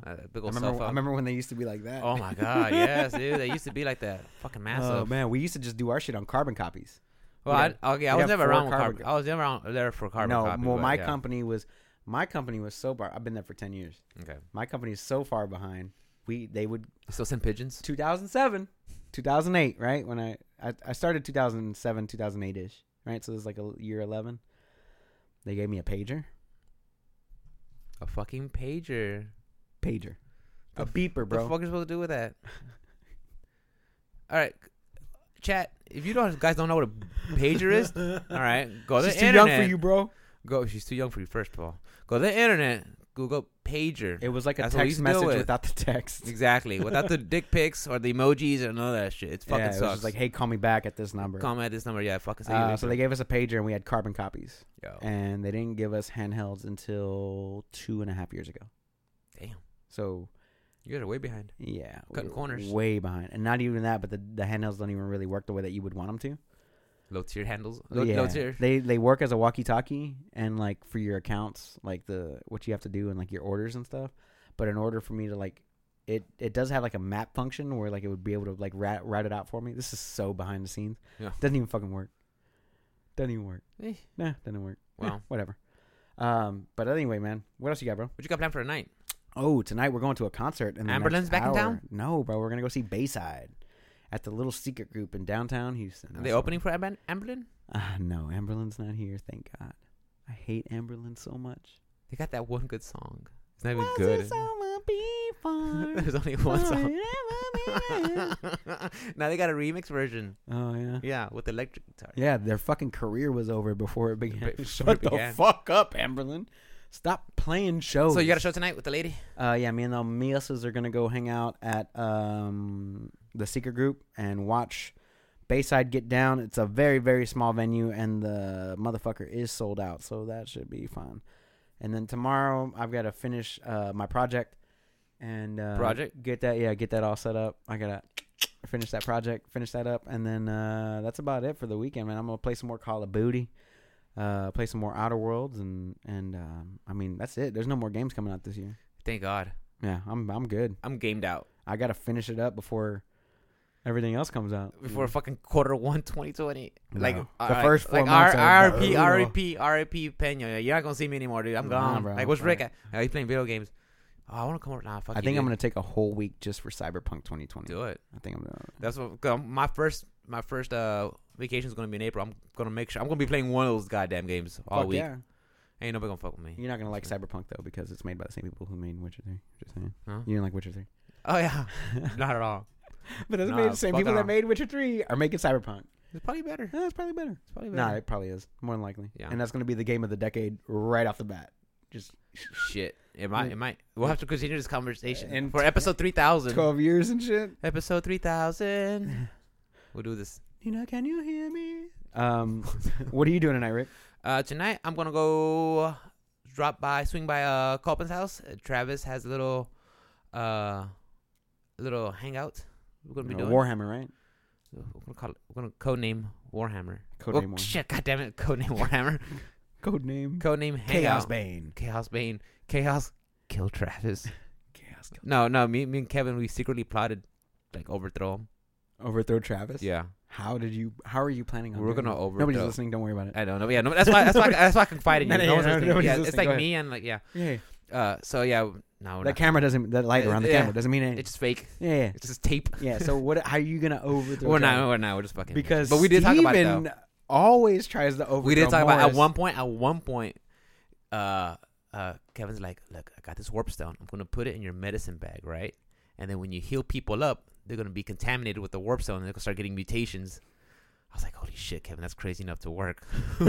[SPEAKER 2] chingadera.
[SPEAKER 1] uh, big
[SPEAKER 2] I
[SPEAKER 1] old
[SPEAKER 2] remember,
[SPEAKER 1] cell
[SPEAKER 2] I
[SPEAKER 1] phone.
[SPEAKER 2] remember when they used to be like that.
[SPEAKER 1] Oh my god, yes, dude. They used to be like that, fucking massive.
[SPEAKER 2] Oh man, we used to just do our shit on carbon copies.
[SPEAKER 1] well,
[SPEAKER 2] we
[SPEAKER 1] I, okay, I
[SPEAKER 2] we
[SPEAKER 1] was
[SPEAKER 2] got
[SPEAKER 1] never
[SPEAKER 2] four
[SPEAKER 1] around with
[SPEAKER 2] carbon
[SPEAKER 1] carbon. I was never around there for carbon.
[SPEAKER 2] no,
[SPEAKER 1] copy,
[SPEAKER 2] well,
[SPEAKER 1] but
[SPEAKER 2] my
[SPEAKER 1] yeah.
[SPEAKER 2] company was my company was so far. I've been there for 10 years.
[SPEAKER 1] Okay,
[SPEAKER 2] My company is so far behind. We they would
[SPEAKER 1] You still send pigeons.
[SPEAKER 2] 2007, 2008, right? When I, I, I started 2007, 2008 ish, right? So it was like a year 11. They gave me a pager.
[SPEAKER 1] A fucking pager.
[SPEAKER 2] Pager.
[SPEAKER 1] The
[SPEAKER 2] a
[SPEAKER 1] f-
[SPEAKER 2] beeper,
[SPEAKER 1] What
[SPEAKER 2] bro.
[SPEAKER 1] the fuck are you supposed to do with that? All right, chat. If you don't guys don't know what a pager is, all right, go to
[SPEAKER 2] She's
[SPEAKER 1] the
[SPEAKER 2] too
[SPEAKER 1] internet.
[SPEAKER 2] young for you, bro.
[SPEAKER 1] Go. She's too young for you. First of all, go to the internet. Google pager.
[SPEAKER 2] It was like a
[SPEAKER 1] That's what we used to
[SPEAKER 2] text
[SPEAKER 1] deal
[SPEAKER 2] message
[SPEAKER 1] with.
[SPEAKER 2] without the text.
[SPEAKER 1] exactly. Without the dick pics or the emojis or none of that shit. It's fucking
[SPEAKER 2] yeah, it was
[SPEAKER 1] sucks.
[SPEAKER 2] just like, hey, call me back at this number.
[SPEAKER 1] Comment this number. Yeah, fucking.
[SPEAKER 2] Uh, so they gave us a pager and we had carbon copies.
[SPEAKER 1] Yo.
[SPEAKER 2] And they didn't give us handhelds until two and a half years ago.
[SPEAKER 1] Damn.
[SPEAKER 2] So
[SPEAKER 1] You guys are way behind.
[SPEAKER 2] Yeah, we
[SPEAKER 1] Cutting
[SPEAKER 2] were
[SPEAKER 1] corners.
[SPEAKER 2] way behind, and not even that. But the, the handhelds don't even really work the way that you would want them to.
[SPEAKER 1] Low tier handles. Low,
[SPEAKER 2] yeah,
[SPEAKER 1] low tier.
[SPEAKER 2] they they work as a walkie-talkie, and like for your accounts, like the what you have to do and like your orders and stuff. But in order for me to like, it it does have like a map function where like it would be able to like rat, route it out for me. This is so behind the scenes.
[SPEAKER 1] Yeah.
[SPEAKER 2] doesn't even fucking work. Doesn't even work.
[SPEAKER 1] Eh.
[SPEAKER 2] Nah, doesn't work. Eh,
[SPEAKER 1] Wow.
[SPEAKER 2] whatever. Um, but anyway, man, what else you got, bro?
[SPEAKER 1] What you got planned for tonight?
[SPEAKER 2] Oh, tonight we're going to a concert. In the
[SPEAKER 1] Amber
[SPEAKER 2] next
[SPEAKER 1] Lynn's back in
[SPEAKER 2] hour.
[SPEAKER 1] town?
[SPEAKER 2] No, bro. We're gonna go see Bayside at the little secret group in downtown Houston.
[SPEAKER 1] Are
[SPEAKER 2] That's
[SPEAKER 1] they
[SPEAKER 2] all.
[SPEAKER 1] opening for Amber- Amberlin?
[SPEAKER 2] Ah, no, Amberlin's not here. Thank God. I hate Amberlin so much.
[SPEAKER 1] They got that one good song. It's not even
[SPEAKER 2] Was
[SPEAKER 1] good.
[SPEAKER 2] it summer before?
[SPEAKER 1] There's only one
[SPEAKER 2] Oh,
[SPEAKER 1] song.
[SPEAKER 2] it ever been?
[SPEAKER 1] now they got a remix version.
[SPEAKER 2] oh yeah.
[SPEAKER 1] Yeah, with electric guitar.
[SPEAKER 2] Yeah, their fucking career was over before it began.
[SPEAKER 1] Before it
[SPEAKER 2] Shut
[SPEAKER 1] began.
[SPEAKER 2] the fuck up, Amberlin. Stop playing shows.
[SPEAKER 1] So you got a show tonight with the lady?
[SPEAKER 2] Uh, yeah, me and the Miases are gonna go hang out at um, the Secret Group and watch Bayside get down. It's a very very small venue, and the motherfucker is sold out, so that should be fun. And then tomorrow I've got to finish uh, my project and uh,
[SPEAKER 1] Project?
[SPEAKER 2] get that yeah get that all set up. I gotta finish that project, finish that up, and then uh, that's about it for the weekend, man. I'm gonna play some more Call of Booty. Uh, play some more Outer Worlds and and um, I mean that's it. There's no more games coming out this year.
[SPEAKER 1] Thank God.
[SPEAKER 2] Yeah, I'm I'm good.
[SPEAKER 1] I'm gamed out.
[SPEAKER 2] I gotta finish it up before everything else comes out.
[SPEAKER 1] Before fucking quarter one 2020. Like,
[SPEAKER 2] No.
[SPEAKER 1] all
[SPEAKER 2] Mm. The first four
[SPEAKER 1] like,
[SPEAKER 2] months
[SPEAKER 1] R-
[SPEAKER 2] are
[SPEAKER 1] RIP, RIP,
[SPEAKER 2] brutal.
[SPEAKER 1] RIP, Pena. Yeah, You're not going to see me anymore, dude. I'm
[SPEAKER 2] Nah,
[SPEAKER 1] gone.
[SPEAKER 2] bro,
[SPEAKER 1] like, what's
[SPEAKER 2] fuck.
[SPEAKER 1] Rick at? Yeah, he's playing video games. Oh, I want to come over. Nah, fuck
[SPEAKER 2] I
[SPEAKER 1] you,
[SPEAKER 2] think I'm
[SPEAKER 1] dude.
[SPEAKER 2] gonna take a whole week just for Cyberpunk 2020.
[SPEAKER 1] do it.
[SPEAKER 2] I think I'm gonna.
[SPEAKER 1] That's what 'cause I'm- my first my first uh vacation is gonna be in April. I'm gonna make sure I'm gonna be playing one of those goddamn games all
[SPEAKER 2] Fuck
[SPEAKER 1] week.
[SPEAKER 2] yeah.
[SPEAKER 1] Ain't nobody gonna fuck with me.
[SPEAKER 2] You're not gonna like Cyberpunk though because it's made by the same people who made Witcher 3. Just saying.
[SPEAKER 1] Huh?
[SPEAKER 2] You didn't like Witcher 3,
[SPEAKER 1] Oh yeah, not at all.
[SPEAKER 2] but it's
[SPEAKER 1] Nah,
[SPEAKER 2] made the same
[SPEAKER 1] fuck
[SPEAKER 2] people
[SPEAKER 1] off.
[SPEAKER 2] that made Witcher 3 are making Cyberpunk.
[SPEAKER 1] It's probably better.
[SPEAKER 2] That's probably better.
[SPEAKER 1] It's probably
[SPEAKER 2] Nah,
[SPEAKER 1] better.
[SPEAKER 2] it probably is more than likely.
[SPEAKER 1] Yeah.
[SPEAKER 2] And that's gonna be the game of the decade right off the bat. Just
[SPEAKER 1] Shit, it might. It might. We'll have to continue this conversation
[SPEAKER 2] In
[SPEAKER 1] for
[SPEAKER 2] t-
[SPEAKER 1] episode three thousand.
[SPEAKER 2] 12 years and shit.
[SPEAKER 1] Episode three thousand. We'll do this.
[SPEAKER 2] You know, can you hear me? Um, what are you doing tonight, Rick?
[SPEAKER 1] Uh, tonight I'm gonna go drop by, swing by uh Copen's house. Uh, Travis has a little uh little hangout. We're gonna be
[SPEAKER 2] Uh,
[SPEAKER 1] doing.
[SPEAKER 2] Warhammer, right?
[SPEAKER 1] We're gonna call it, we're gonna codename Warhammer.
[SPEAKER 2] Codename
[SPEAKER 1] Well,
[SPEAKER 2] Warhammer.
[SPEAKER 1] Shit, goddamn it, codename Warhammer.
[SPEAKER 2] Code name.
[SPEAKER 1] codename
[SPEAKER 2] Chaos
[SPEAKER 1] Hangout.
[SPEAKER 2] Bane.
[SPEAKER 1] Chaos Bane. Chaos kill Travis.
[SPEAKER 2] Chaos
[SPEAKER 1] No, no, me, me and Kevin, we secretly plotted like overthrow him.
[SPEAKER 2] Overthrow Travis.
[SPEAKER 1] Yeah,
[SPEAKER 2] How did you? How are you planning on?
[SPEAKER 1] We're
[SPEAKER 2] doing
[SPEAKER 1] gonna
[SPEAKER 2] it?
[SPEAKER 1] over-
[SPEAKER 2] Nobody's
[SPEAKER 1] no.
[SPEAKER 2] listening. Don't worry about it.
[SPEAKER 1] I don't know. Yeah, no, that's why. That's why. That's why I confide in you.
[SPEAKER 2] No, no,
[SPEAKER 1] No one's
[SPEAKER 2] yeah, no,
[SPEAKER 1] listening.
[SPEAKER 2] nobody's
[SPEAKER 1] yeah, it's
[SPEAKER 2] listening.
[SPEAKER 1] like
[SPEAKER 2] Go
[SPEAKER 1] me and like yeah.
[SPEAKER 2] Yeah.
[SPEAKER 1] Uh, so yeah, no, no.
[SPEAKER 2] That camera doesn't. That light
[SPEAKER 1] Uh,
[SPEAKER 2] around the
[SPEAKER 1] yeah.
[SPEAKER 2] camera doesn't mean anything.
[SPEAKER 1] it's just fake.
[SPEAKER 2] yeah. Yeah.
[SPEAKER 1] It's just tape.
[SPEAKER 2] yeah. So what? How are you gonna overthrow?
[SPEAKER 1] we're
[SPEAKER 2] John?
[SPEAKER 1] not. We're not. We're just fucking.
[SPEAKER 2] Because
[SPEAKER 1] but we did talk about it. Though.
[SPEAKER 2] Steven Always tries to overthrow.
[SPEAKER 1] We did talk
[SPEAKER 2] Morris.
[SPEAKER 1] about at one point. At one point, uh, uh, Kevin's like, "Look, I got this warp stone. I'm gonna put it in your medicine bag, right? And then when you heal people up, they're gonna be contaminated with the warp stone, and they're gonna start getting mutations." I was like, "Holy shit, Kevin, that's crazy enough to work."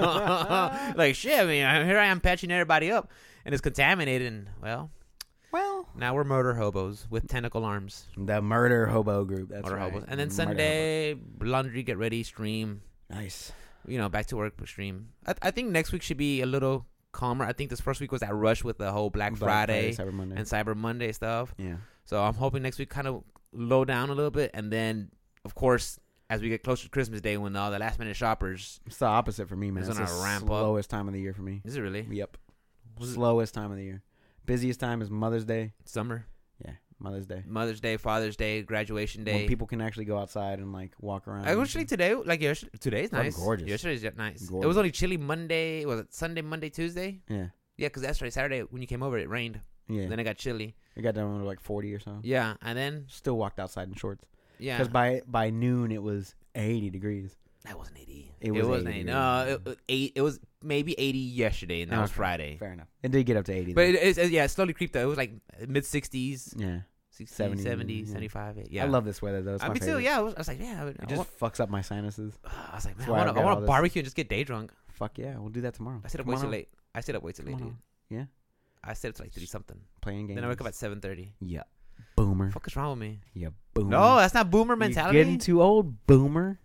[SPEAKER 1] like, shit. I mean, I- here I am patching everybody up, and it's contaminated, and well,
[SPEAKER 2] Well,
[SPEAKER 1] now we're murder hobos with tentacle arms.
[SPEAKER 2] the murder hobo group. That's
[SPEAKER 1] Murder
[SPEAKER 2] right.
[SPEAKER 1] hobos. And then
[SPEAKER 2] Murder
[SPEAKER 1] Sunday, laundry, get ready, stream.
[SPEAKER 2] hobos. Nice.
[SPEAKER 1] You know, back to work, stream. I, I think next week should be a little calmer. I think this first week was that rush with the whole Black, Friday,
[SPEAKER 2] Cyber Monday.
[SPEAKER 1] and Cyber Monday stuff.
[SPEAKER 2] yeah.
[SPEAKER 1] So I'm hoping next week kind of low down a little bit. And then, of course, as we get closer to Christmas Day, when all the last minute shoppers.
[SPEAKER 2] It's the opposite for me, man.
[SPEAKER 1] It's
[SPEAKER 2] It's,
[SPEAKER 1] on
[SPEAKER 2] the
[SPEAKER 1] a ramp up.
[SPEAKER 2] slowest time of the year for me.
[SPEAKER 1] Is it really?
[SPEAKER 2] Yep.
[SPEAKER 1] Was it-
[SPEAKER 2] slowest time of the year. Busiest time is Mother's Day.
[SPEAKER 1] Summer.
[SPEAKER 2] Yeah, Mother's Day.
[SPEAKER 1] Mother's Day, Father's Day, graduation day.
[SPEAKER 2] When people can actually go outside and like walk around.
[SPEAKER 1] Actually, today, like yesterday, today's
[SPEAKER 2] Fucking
[SPEAKER 1] nice.
[SPEAKER 2] gorgeous.
[SPEAKER 1] Yesterday's nice. It was
[SPEAKER 2] Gorgeous.
[SPEAKER 1] only chilly Monday. Was it Sunday, Monday, Tuesday?
[SPEAKER 2] yeah,
[SPEAKER 1] Yeah, because that's right. Saturday when you came over, it rained.
[SPEAKER 2] yeah.
[SPEAKER 1] Then it got chilly.
[SPEAKER 2] it got down to like forty or so.
[SPEAKER 1] Yeah, and then
[SPEAKER 2] Still walked outside in shorts
[SPEAKER 1] yeah,
[SPEAKER 2] because by by noon it was eighty degrees.
[SPEAKER 1] that wasn't eighty.
[SPEAKER 2] It was
[SPEAKER 1] wasn't
[SPEAKER 2] 80,
[SPEAKER 1] No,
[SPEAKER 2] yeah.
[SPEAKER 1] it, it- eight. It was maybe eighty yesterday, and that was
[SPEAKER 2] Okay,
[SPEAKER 1] Friday.
[SPEAKER 2] Fair enough. It did get up to eighty.
[SPEAKER 1] But
[SPEAKER 2] though.
[SPEAKER 1] it, it's it, yeah, it slowly creeped up. It was like mid sixties,
[SPEAKER 2] yeah,
[SPEAKER 1] 70,
[SPEAKER 2] 70,
[SPEAKER 1] 70
[SPEAKER 2] yeah.
[SPEAKER 1] 75. Yeah,
[SPEAKER 2] I love this weather though. It's
[SPEAKER 1] I
[SPEAKER 2] my
[SPEAKER 1] me too.
[SPEAKER 2] favorite.
[SPEAKER 1] Yeah, I was, I was like, yeah, I, would- I
[SPEAKER 2] It just
[SPEAKER 1] want-
[SPEAKER 2] fucks up my sinuses.
[SPEAKER 1] I was like, man,
[SPEAKER 2] That's
[SPEAKER 1] I
[SPEAKER 2] why I've
[SPEAKER 1] want to
[SPEAKER 2] got
[SPEAKER 1] I
[SPEAKER 2] all
[SPEAKER 1] want to
[SPEAKER 2] this.
[SPEAKER 1] barbecue and just get day drunk.
[SPEAKER 2] Fuck yeah, we'll do that tomorrow.
[SPEAKER 1] I stayed up
[SPEAKER 2] Come
[SPEAKER 1] way
[SPEAKER 2] on
[SPEAKER 1] too
[SPEAKER 2] out.
[SPEAKER 1] late. I stayed up way too late.
[SPEAKER 2] Come on
[SPEAKER 1] Dude.
[SPEAKER 2] Yeah.
[SPEAKER 1] I stayed up to like three something.
[SPEAKER 2] Playing games.
[SPEAKER 1] Then I wake up at seven thirty.
[SPEAKER 2] yeah, boomer.
[SPEAKER 1] Fuck is wrong with me?
[SPEAKER 2] Yeah, boomer.
[SPEAKER 1] No, that's not boomer
[SPEAKER 2] You're
[SPEAKER 1] mentality.
[SPEAKER 2] Getting too old, boomer.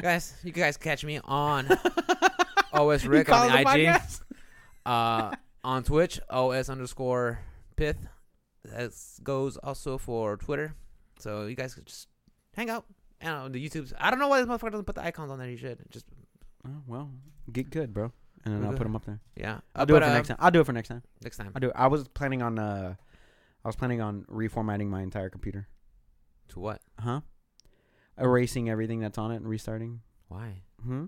[SPEAKER 1] guys, you guys catch me on OS Rick
[SPEAKER 2] call
[SPEAKER 1] on
[SPEAKER 2] it a
[SPEAKER 1] the IG.
[SPEAKER 2] podcast?
[SPEAKER 1] Uh, on Twitch, OS underscore Pith. That goes also for Twitter. So you guys could just hang out. And on the YouTube's. I don't know why this motherfucker doesn't put the icons on there. You should just
[SPEAKER 2] Oh, well, get good, bro. And then
[SPEAKER 1] We're
[SPEAKER 2] I'll
[SPEAKER 1] good.
[SPEAKER 2] put them up there.
[SPEAKER 1] yeah.
[SPEAKER 2] I'll
[SPEAKER 1] Uh,
[SPEAKER 2] do
[SPEAKER 1] but,
[SPEAKER 2] it for
[SPEAKER 1] uh,
[SPEAKER 2] next time. I'll do it for next time.
[SPEAKER 1] Next time.
[SPEAKER 2] I'll do. It. I was planning on. Uh, I was planning on reformatting my entire computer.
[SPEAKER 1] To what?
[SPEAKER 2] Huh? Erasing everything that's on it and restarting.
[SPEAKER 1] Why?
[SPEAKER 2] Hmm.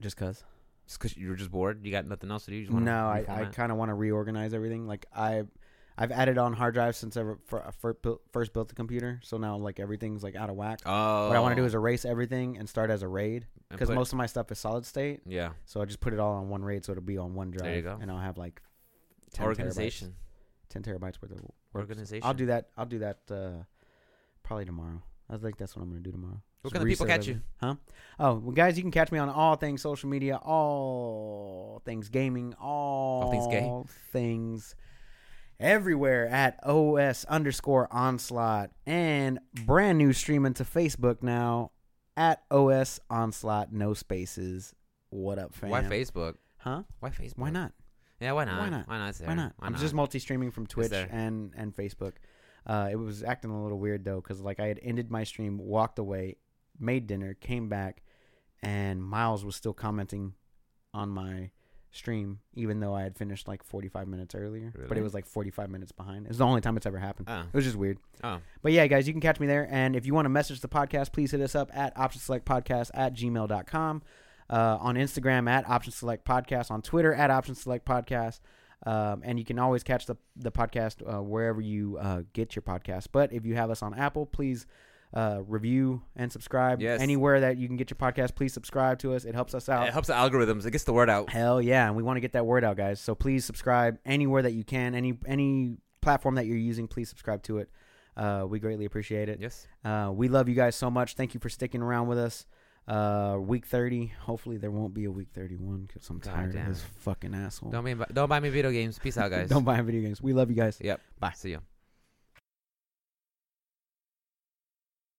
[SPEAKER 2] Just cause.
[SPEAKER 1] Just because you're just bored. You got nothing else to do. You just wanna
[SPEAKER 2] No, I, I
[SPEAKER 1] reformat?
[SPEAKER 2] kind of want to reorganize everything. Like I, I've added on hard drives since I first built, first built the computer. So now like everything's like out of whack.
[SPEAKER 1] Oh.
[SPEAKER 2] What I want to do is erase everything and start as a raid
[SPEAKER 1] and
[SPEAKER 2] because
[SPEAKER 1] put-
[SPEAKER 2] most of my stuff is solid state.
[SPEAKER 1] Yeah.
[SPEAKER 2] So I just put it all on one raid, so it'll be on one drive.
[SPEAKER 1] There you go.
[SPEAKER 2] And I'll have like 10 terabytes-
[SPEAKER 1] Organization.
[SPEAKER 2] ten terabytes worth of. work.
[SPEAKER 1] Organization.
[SPEAKER 2] I'll do that. I'll do that uh, probably tomorrow. I think that's what I'm gonna do tomorrow.
[SPEAKER 1] Where
[SPEAKER 2] Just
[SPEAKER 1] can the people
[SPEAKER 2] reset
[SPEAKER 1] catch you?
[SPEAKER 2] everything. Huh? Oh, well, guys, you can catch me on all things social media, all things gaming, all,
[SPEAKER 1] things gay.
[SPEAKER 2] things everywhere at os underscore onslaught and brand new streaming to Facebook now at os onslaught no spaces. What up, fam?
[SPEAKER 1] Why Facebook?
[SPEAKER 2] Huh?
[SPEAKER 1] Why Facebook?
[SPEAKER 2] Why not?
[SPEAKER 1] Yeah, why not?
[SPEAKER 2] Why not?
[SPEAKER 1] Why not? It's
[SPEAKER 2] Why
[SPEAKER 1] there.
[SPEAKER 2] not? I'm just multi-streaming from Twitch
[SPEAKER 1] there.
[SPEAKER 2] and and Facebook. Uh, it was acting a little weird though, because like I had ended my stream, walked away, made dinner, came back, and Miles was still commenting on my stream, even though I had finished like 45 minutes earlier. But
[SPEAKER 1] Really?
[SPEAKER 2] it was like 45 minutes behind. It's the only time it's ever happened.
[SPEAKER 1] Oh.
[SPEAKER 2] It was just weird.
[SPEAKER 1] Oh.
[SPEAKER 2] But yeah, guys, you can catch me there. And if you want to message the podcast, please hit us up at option select podcast at gmail.com. Uh, on Instagram at option select podcast, on Twitter at option select podcast. Um, and you can always catch the, the podcast uh, wherever you uh, get your podcast. But if you have us on Apple, please uh, review and subscribe.
[SPEAKER 1] Yes.
[SPEAKER 2] Anywhere that you can get your podcast, please subscribe to us. It helps us out.
[SPEAKER 1] It helps the algorithms. It gets the word out.
[SPEAKER 2] Hell yeah, and we want to get that word out, guys. So please subscribe anywhere that you can, any any platform that you're using. Please subscribe to it. Uh, we greatly appreciate it.
[SPEAKER 1] Yes.
[SPEAKER 2] Uh, we love you guys so much. Thank you for sticking around with us. Uh, week thirty. Hopefully there won't be a week thirty-one because I'm
[SPEAKER 1] God
[SPEAKER 2] tired
[SPEAKER 1] damn
[SPEAKER 2] of this
[SPEAKER 1] it.
[SPEAKER 2] fucking asshole.
[SPEAKER 1] Don't, be, don't buy me video games. Peace out, guys.
[SPEAKER 2] Don't buy video games. We love you guys.
[SPEAKER 1] Yep.
[SPEAKER 2] Bye.
[SPEAKER 1] See ya.